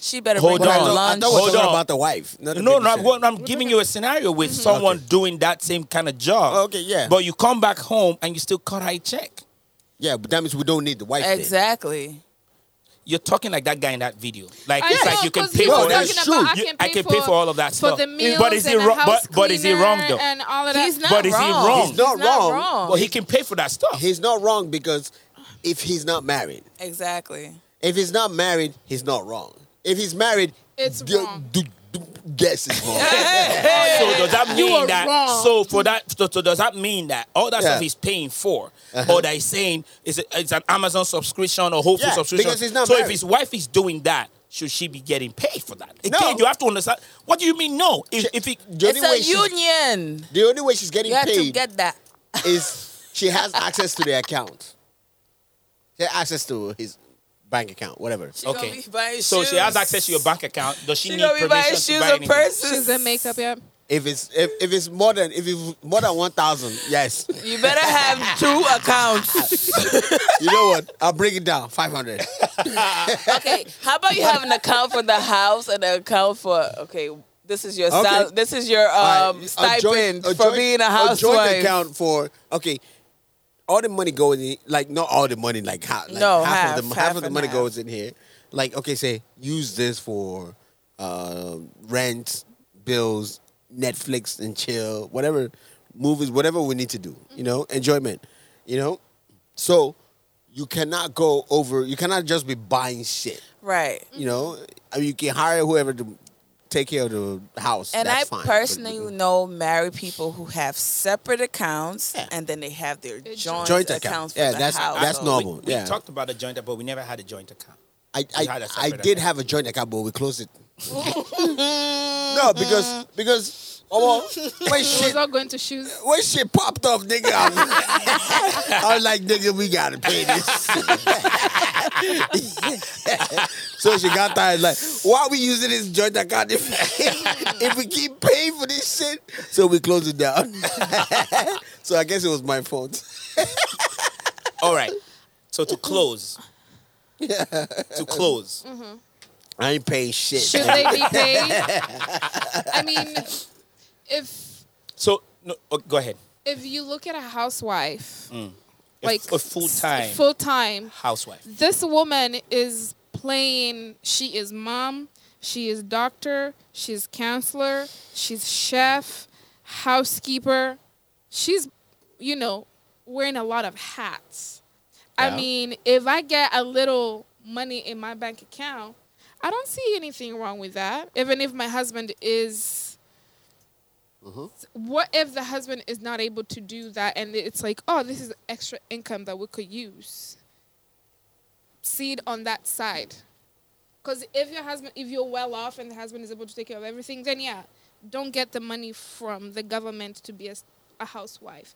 Speaker 6: she better
Speaker 5: Hold
Speaker 6: bring
Speaker 2: But
Speaker 5: on.
Speaker 2: I
Speaker 6: her
Speaker 2: thought, I
Speaker 6: lunch.
Speaker 2: thought we were
Speaker 5: Hold
Speaker 2: talking
Speaker 5: on.
Speaker 2: about the wife. Not the
Speaker 5: No, no, I'm,
Speaker 2: babysitter.
Speaker 5: going- I'm giving you a scenario with someone doing that same kind of job.
Speaker 2: Oh, okay, yeah.
Speaker 5: But you come back home and you still cut her a check.
Speaker 2: Yeah, but that means we don't need the wife. then.
Speaker 6: Exactly.
Speaker 5: You're talking like that guy in that video.
Speaker 7: *laughs*
Speaker 5: Like
Speaker 7: I
Speaker 5: it's
Speaker 7: know,
Speaker 5: like you can
Speaker 7: 'cause
Speaker 5: pay
Speaker 7: he
Speaker 5: for
Speaker 7: was
Speaker 5: all that.
Speaker 2: talking
Speaker 5: shit.
Speaker 2: about,
Speaker 7: I
Speaker 5: You-
Speaker 7: can
Speaker 5: I
Speaker 7: pay
Speaker 5: can pay
Speaker 7: for-
Speaker 5: for all of that
Speaker 7: For
Speaker 5: stuff.
Speaker 7: the meals
Speaker 5: but is it
Speaker 7: and
Speaker 5: wrong?
Speaker 7: the house
Speaker 5: But, but is it
Speaker 7: cleaner
Speaker 5: wrong though?
Speaker 7: And all of that.
Speaker 6: He's not
Speaker 5: But is he
Speaker 6: wrong.
Speaker 5: wrong?
Speaker 2: He's not,
Speaker 6: He's not
Speaker 2: wrong.
Speaker 6: wrong.
Speaker 5: well, he can pay for that stuff.
Speaker 2: He's not wrong because if he's not married,
Speaker 6: Exactly.
Speaker 2: if he's not married, he's not wrong. If he's married,
Speaker 7: It's
Speaker 2: d-
Speaker 7: wrong.
Speaker 2: d- d- guess is
Speaker 6: *laughs*
Speaker 2: wrong.
Speaker 5: so does that
Speaker 7: You
Speaker 5: mean
Speaker 7: are
Speaker 5: that?
Speaker 7: wrong.
Speaker 5: So for that, so, so does that mean that all that
Speaker 2: Yeah. Uh-huh.
Speaker 5: stuff he's paying for, or that he's saying is it, it's an Amazon subscription or Whole Foods
Speaker 2: Yeah,
Speaker 5: subscription?
Speaker 2: because he's not
Speaker 5: so if
Speaker 2: married.
Speaker 5: his wife is doing that, should she be getting paid for that? Again,
Speaker 2: No.
Speaker 5: you have to understand. What do you mean? No, if, if he,
Speaker 2: The only
Speaker 6: it's
Speaker 2: way
Speaker 6: a
Speaker 2: she's-
Speaker 6: union.
Speaker 2: The only way she's getting
Speaker 6: You have to
Speaker 2: paid
Speaker 6: get that.
Speaker 2: is she has access to the account. She has access to his bank account, whatever.
Speaker 6: She
Speaker 5: okay.
Speaker 6: gonna be buying
Speaker 5: so she has
Speaker 6: shoes.
Speaker 5: access to your bank account. Does she,
Speaker 6: She
Speaker 5: need
Speaker 6: gonna be
Speaker 5: permission
Speaker 6: buying
Speaker 5: to
Speaker 6: shoes
Speaker 5: buy
Speaker 6: and
Speaker 5: anything?
Speaker 6: purses.
Speaker 7: She's a makeup, yeah.
Speaker 2: If it's if, if it's more than if it's more than one thousand, yes.
Speaker 6: You better have
Speaker 2: *laughs*
Speaker 6: two accounts.
Speaker 2: You know what? I'll break it down. Five hundred.
Speaker 6: okay, how about you have an account for the house and an account for okay? This is your
Speaker 2: Okay.
Speaker 6: sal- this is your um, stipend for being a housewife.
Speaker 2: joint account for okay. All the money goes in like not all the money like half like
Speaker 6: No,
Speaker 2: half,
Speaker 6: half,
Speaker 2: of the
Speaker 6: half
Speaker 2: half of the
Speaker 6: and
Speaker 2: money
Speaker 6: half.
Speaker 2: goes in here. like okay, say use this for uh, rent, bills, Netflix and chill, whatever movies, whatever we need to do, you know,
Speaker 6: Mm-hmm.
Speaker 2: enjoyment, you know. So you cannot go over. You cannot just be buying shit.
Speaker 6: Right.
Speaker 2: You know, I mean, you can hire whoever to take care of the house.
Speaker 6: And I
Speaker 2: that's fine, but-
Speaker 6: personally know married people who have separate accounts and then they have their joint,
Speaker 2: Joint account.
Speaker 6: accounts for
Speaker 2: Yeah,
Speaker 6: the
Speaker 2: that's-
Speaker 6: house.
Speaker 2: that's normal.
Speaker 5: Oh, We, we
Speaker 2: yeah.
Speaker 5: talked about a joint, account, but we never had a joint account.
Speaker 2: I
Speaker 5: We
Speaker 2: I,
Speaker 5: had a
Speaker 2: I
Speaker 5: separate
Speaker 2: did
Speaker 5: account.
Speaker 2: have a joint account, but we closed it. no, because because oh well, when
Speaker 7: It was
Speaker 2: shit
Speaker 7: all going to shoes.
Speaker 2: when shit popped off, nigga, I was, I was like, nigga, we gotta pay this. so she got tired, like, why we using this joint account if, if we keep paying for this shit? So we closed it down. so I guess it was my fault.
Speaker 5: All right. So to close, to close,
Speaker 2: I ain't paying shit.
Speaker 7: Should they be paid? I mean, if
Speaker 5: So no, oh, go ahead.
Speaker 7: if you look at a housewife,
Speaker 5: A-
Speaker 7: like
Speaker 5: a full-time
Speaker 7: full time,
Speaker 5: housewife.
Speaker 7: this woman is playing. She is mom. She is doctor. She's counselor. She's chef, housekeeper. She's, you know, wearing a lot of hats.
Speaker 5: Yeah.
Speaker 7: I mean, if I get a little money in my bank account, I don't see anything wrong with that. Even if my husband is. What if the husband is not able to do that and it's like, oh, this is extra income that we could use? See it on that side. Because if your husband, if you're well off and the husband is able to take care of everything, then yeah, don't get the money from the government to be a, s- a
Speaker 2: *laughs*
Speaker 7: housewife.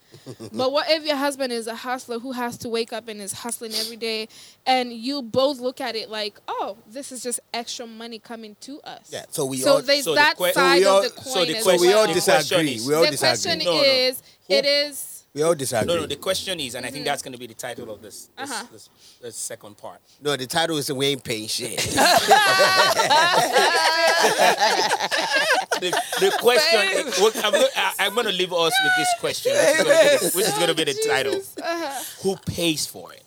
Speaker 7: but what if your husband is a hustler who has to wake up and is hustling every day, and you both look at it like, oh, this is just extra money coming to us.
Speaker 2: Yeah, so we
Speaker 7: so
Speaker 2: all-
Speaker 7: there's
Speaker 5: So the
Speaker 7: that
Speaker 5: que- so
Speaker 7: side
Speaker 2: we all-
Speaker 7: of the
Speaker 2: so
Speaker 7: coin.
Speaker 5: the
Speaker 7: as
Speaker 2: so we all
Speaker 7: well.
Speaker 5: The question
Speaker 2: disagree.
Speaker 5: is-
Speaker 2: We all
Speaker 7: the question
Speaker 2: disagree.
Speaker 5: No, no.
Speaker 7: is, it is
Speaker 2: We all disagree.
Speaker 5: No, no. The question is, and I think that's going to be the title of this this,
Speaker 7: Mm-hmm. Uh-huh.
Speaker 5: this, this second part.
Speaker 2: No, the title is We Ain't
Speaker 6: *laughs*
Speaker 2: Paying Shit.
Speaker 5: The,
Speaker 7: *laughs*
Speaker 5: the question. well, I'm, go- I- I'm going to leave us with this question, which is
Speaker 7: *laughs*
Speaker 5: gonna be the- which is going to be the title.
Speaker 7: Uh-huh.
Speaker 5: Who pays for it?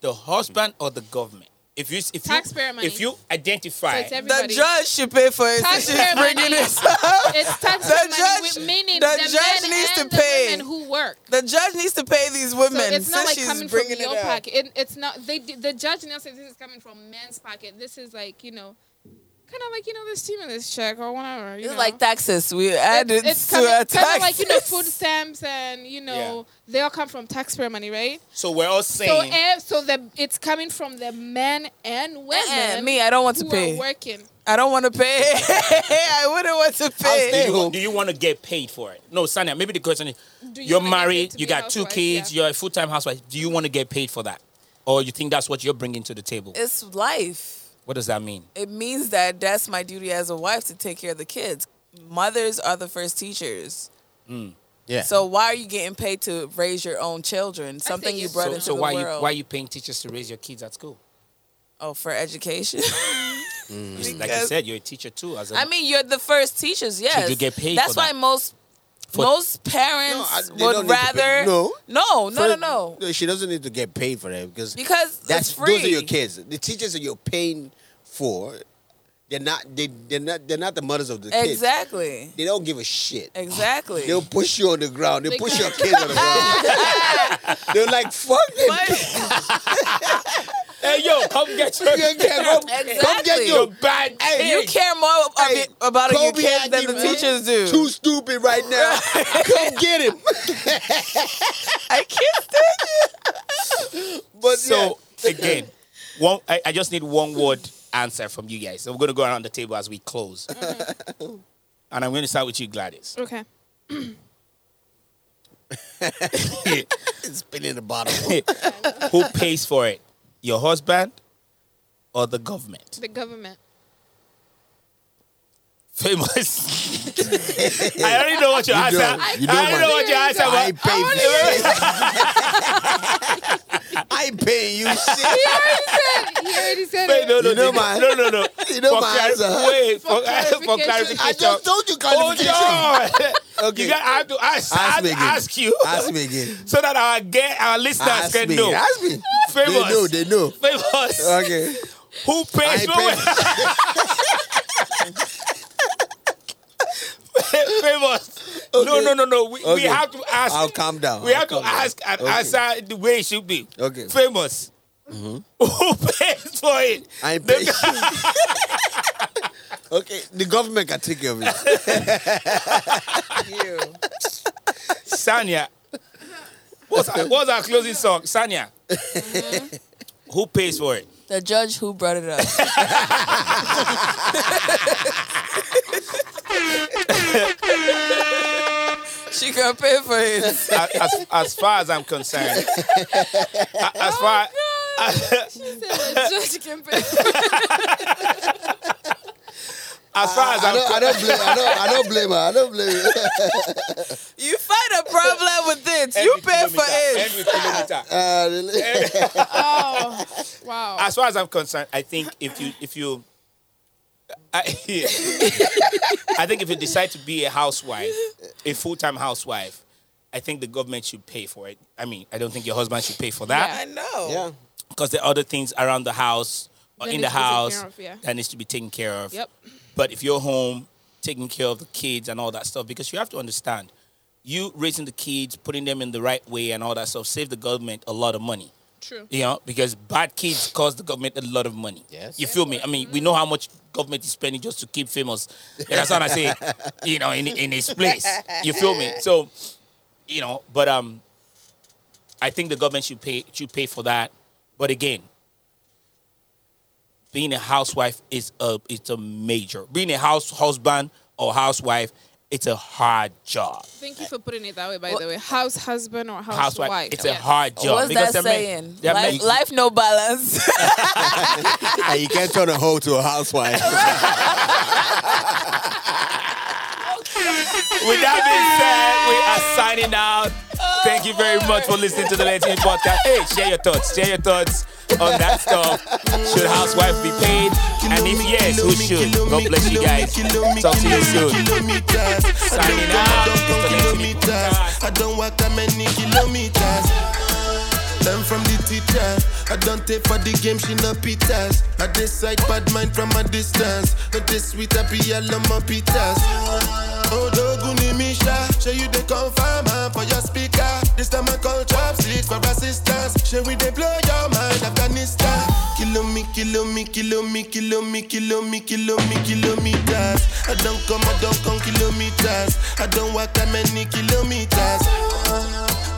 Speaker 5: The husband or the government? If you s- if
Speaker 7: Taxpayer
Speaker 5: you,
Speaker 7: money.
Speaker 5: if you identify,
Speaker 7: so it's
Speaker 6: the
Speaker 7: everybody.
Speaker 6: judge should pay for it. since
Speaker 7: Taxpayer
Speaker 6: She's bringing
Speaker 7: money.
Speaker 6: this
Speaker 7: It's taxpayer
Speaker 6: The
Speaker 7: money,
Speaker 6: judge-
Speaker 7: with- meaning
Speaker 6: the
Speaker 7: the,
Speaker 6: judge
Speaker 7: men
Speaker 6: needs to
Speaker 7: and the
Speaker 6: pay.
Speaker 7: women who work.
Speaker 6: The judge needs to pay these women
Speaker 7: So it's
Speaker 6: since
Speaker 7: not like
Speaker 6: she's
Speaker 7: coming from
Speaker 6: bringing
Speaker 7: your
Speaker 6: it up.
Speaker 7: pocket. It, it's not. They the judge now says this is coming from men's pocket. This is like you know, kind of like you know this stimulus check or whatever. You
Speaker 6: It's
Speaker 7: know.
Speaker 6: like taxes. We added
Speaker 7: it's
Speaker 6: to our
Speaker 7: kind
Speaker 6: taxes.
Speaker 7: of like you
Speaker 6: *laughs*
Speaker 7: know food stamps and you know they all come from taxpayer money, right?
Speaker 5: so we're all
Speaker 7: So
Speaker 5: saying
Speaker 7: eh, so the it's coming from the men and women.
Speaker 6: Uh-uh, me, I don't want to
Speaker 7: who
Speaker 6: pay.
Speaker 7: Are working.
Speaker 6: I don't want to pay. *laughs* I wouldn't want to pay.
Speaker 5: do, you, do you want to get paid for it? No, Sanya. Maybe the question is:
Speaker 7: Do you
Speaker 5: You're
Speaker 7: wanna get paid
Speaker 5: married,
Speaker 7: to
Speaker 5: you
Speaker 7: be a
Speaker 5: got two
Speaker 7: housewife?
Speaker 5: kids,
Speaker 7: Yeah.
Speaker 5: you're a full-time housewife. Do you want to get paid for that, or you think that's what you're bringing to the table?
Speaker 6: It's life.
Speaker 5: What does that mean?
Speaker 6: It means that that's my duty as a wife to take care of the kids. Mothers are the first teachers.
Speaker 5: Mm,
Speaker 2: yeah.
Speaker 6: So why are you getting paid to raise your own children? Something you
Speaker 7: yes.
Speaker 6: brought
Speaker 5: So,
Speaker 6: into
Speaker 5: so
Speaker 6: the
Speaker 5: why
Speaker 6: world.
Speaker 5: you why you paying teachers to raise your kids at school?
Speaker 6: oh, for education. *laughs*
Speaker 5: Like I
Speaker 6: Because-
Speaker 5: said, you're a teacher too. As a,
Speaker 6: I mean, you're the first teachers. Yes,
Speaker 5: you get paid
Speaker 6: That's
Speaker 5: for
Speaker 6: why
Speaker 5: that?
Speaker 6: most
Speaker 5: For-
Speaker 6: most
Speaker 2: No, I-
Speaker 6: parents
Speaker 2: they don't
Speaker 6: would
Speaker 2: need to pay-
Speaker 6: rather
Speaker 2: No.
Speaker 6: no, no, no,
Speaker 2: First-
Speaker 6: no.
Speaker 2: She doesn't need to get paid for that because
Speaker 6: Because
Speaker 2: that's
Speaker 6: it's free.
Speaker 2: those are your kids. The teachers that you're paying for, they're not they they're not they're not the mothers of the kids.
Speaker 6: Exactly.
Speaker 2: They don't give a shit.
Speaker 6: Exactly.
Speaker 2: They'll push you on the ground. They
Speaker 7: They
Speaker 2: push
Speaker 7: got-
Speaker 2: your kids
Speaker 6: *laughs*
Speaker 2: on the ground. They're like, fuck them.
Speaker 5: hey
Speaker 6: *laughs*
Speaker 5: yo, come get your
Speaker 2: *laughs* Come, come get
Speaker 6: Exactly.
Speaker 5: your
Speaker 2: your
Speaker 5: bad
Speaker 2: Hey,
Speaker 6: *laughs* you
Speaker 5: kids.
Speaker 6: care more of
Speaker 2: Hey,
Speaker 6: it- about your
Speaker 2: Kobe
Speaker 6: kids than the
Speaker 2: Adebayo.
Speaker 6: teachers do.
Speaker 2: too stupid right
Speaker 6: *laughs*
Speaker 2: now. come get him. *laughs*
Speaker 6: I can't stand
Speaker 2: But yeah.
Speaker 5: So again, one I, I just need one word answer from you guys. So we're gonna go around the table as we close.
Speaker 6: *laughs*
Speaker 5: and I'm gonna start with you, Gladys.
Speaker 7: Okay.
Speaker 2: it's been in
Speaker 6: *laughs*
Speaker 2: the bottom.
Speaker 5: *laughs* Who pays for it? Your husband or the government?
Speaker 7: The government.
Speaker 2: *laughs*
Speaker 5: Famous. I already know what your answer.
Speaker 2: don't.
Speaker 5: I
Speaker 2: You don't
Speaker 5: already know
Speaker 2: want-
Speaker 5: what your answer
Speaker 2: I
Speaker 5: was.
Speaker 2: ain't paying for shit. *laughs* I ain't paying you shit.
Speaker 7: You already said
Speaker 5: Wait,
Speaker 7: it.
Speaker 5: no, no,
Speaker 2: You know
Speaker 5: no,
Speaker 2: my-
Speaker 5: no, no, no.
Speaker 2: You know
Speaker 5: for
Speaker 2: my
Speaker 5: clar-
Speaker 2: answer.
Speaker 5: Wait, for,
Speaker 7: For
Speaker 5: for,
Speaker 7: clarification.
Speaker 5: clarification.
Speaker 2: I just told you
Speaker 5: Hold
Speaker 2: qualification.
Speaker 5: on.
Speaker 2: Okay.
Speaker 5: *laughs* You got I have to ask, I
Speaker 2: Ask
Speaker 5: have
Speaker 2: me
Speaker 5: to
Speaker 2: again.
Speaker 5: ask you
Speaker 2: Ask me
Speaker 5: *laughs*
Speaker 2: again.
Speaker 5: so that our get our listeners
Speaker 2: Ask
Speaker 5: can
Speaker 2: me.
Speaker 5: know.
Speaker 2: Ask me. Uh, They
Speaker 5: Famous.
Speaker 2: know. They know.
Speaker 5: Famous.
Speaker 2: Okay.
Speaker 5: Who pays
Speaker 2: ain't
Speaker 5: for *laughs* favors? No,
Speaker 2: Okay.
Speaker 5: no, no, no. We, we
Speaker 2: Okay.
Speaker 5: have to ask.
Speaker 2: I'll calm down.
Speaker 5: We
Speaker 2: I'll
Speaker 5: have to
Speaker 2: calm down.
Speaker 5: ask and
Speaker 2: Okay.
Speaker 5: answer the way it should be.
Speaker 2: Okay. Mm-hmm.
Speaker 5: Famous. *laughs* Who pays for it?
Speaker 2: I ain't paying. *laughs* okay, the government can take care
Speaker 5: *laughs*
Speaker 2: of it. *laughs*
Speaker 6: You.
Speaker 5: Sanya. What's our, what's our closing song? Sanya. Who pays for it?
Speaker 6: The judge who brought it up. *laughs* she gonna pay for it.
Speaker 5: As, as, as far as I'm concerned, a- as far
Speaker 7: Judge can pay.
Speaker 5: as far as
Speaker 2: I
Speaker 5: I'm
Speaker 2: don't, I don't blame. I don't. I don't blame her. I don't blame her. *laughs*
Speaker 6: You find a problem with it. You
Speaker 5: every
Speaker 6: pay for it.
Speaker 5: kilometer, every kilometer.
Speaker 2: Uh, really?
Speaker 7: Oh, wow.
Speaker 5: as far as I'm concerned, I think if you if you, I, *laughs* I think if you decide to be a housewife, a full time housewife, I think the government should pay for it. I mean, I don't think your husband should pay for
Speaker 6: I
Speaker 5: that
Speaker 6: know.
Speaker 2: yeah.
Speaker 5: because there are other things around the house or
Speaker 7: That
Speaker 5: in
Speaker 7: needs
Speaker 5: the
Speaker 7: to be taken
Speaker 5: house
Speaker 7: care of, yeah.
Speaker 5: that needs to be taken care of.
Speaker 7: Yep.
Speaker 5: But if you're home taking care of the kids and all that stuff, because you have to understand, you raising the kids, putting them in the right way, and all that stuff, save the government a lot of money.
Speaker 7: True.
Speaker 5: You know, because bad kids cost the government a lot of money.
Speaker 2: Yes.
Speaker 5: You feel me? I mean, we know how much government is spending just to keep famous. And that's what I say, you know, in in his place. You feel me? So, you know, but um I think the government should pay should pay for that. But again, being a housewife is a it's a major. Being a house husband or housewife, it's a hard job.
Speaker 7: Thank you for putting it that way, by the way. House husband or housewife.
Speaker 5: Housewife, it's a
Speaker 7: Yes.
Speaker 5: hard job.
Speaker 6: What's
Speaker 5: because
Speaker 6: that
Speaker 5: there are many-
Speaker 6: saying?
Speaker 5: there are
Speaker 6: life,
Speaker 5: many-
Speaker 6: life no balance.
Speaker 2: And you can't turn a hoe to
Speaker 5: *laughs*
Speaker 2: a housewife.
Speaker 5: With that being said, we are signing out. Thank you very much for listening to the Legend Podcast. Hey, share your thoughts. Share your thoughts on that stuff. Should housewife be paid? And if yes, who should? God bless you guys. Talk to you soon. Signing out. It's the Legend Podcast.
Speaker 4: I don't walk that many kilometers. Learn from the teacher. I don't take for the game, she no pitas. I decide bad mind from a distance. But this sweet happy, I love my pitas. Oh, Doguni Misha, show you the confirm man, for your speaker. This time I call drop six for assistance. Show we they blow your mind, Afghanistan. Kilo me, kilo me, kilo me, kilo me, kilo me, kilo me, kilometers. I don't come, I don't come kilometers. I don't walk that many kilometers.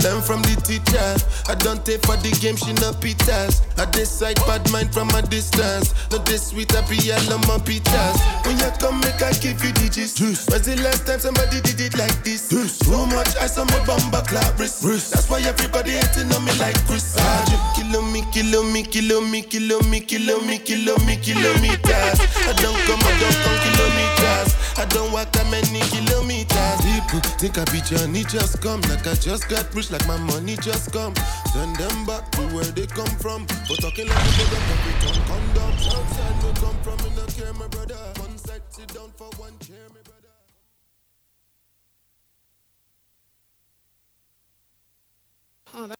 Speaker 4: Learn from the teacher. I don't take for the game, she no pitas. I decide bad mind from a distance. Not this sweet, I be all on my pitas. When you come, make I give you the gist. Was the last time somebody did it like this? Too much ice on my bumper clap wrist. That's why everybody hating on me like Chris. Ah, you Kilo me, kilo me, kilo me, kilo me, kilo me, kilo me, kilometers. I don't come, I don't come kilometers. I don't walk that many kilometers. People think I be Johnny, just come. Like I just got rich, like my money just come. Send them back to where they come from. For talking like a brother, but we come condoms. Outside, no come from, me no care, my brother. One side, sit down for one chair, my brother.
Speaker 7: Oh, that-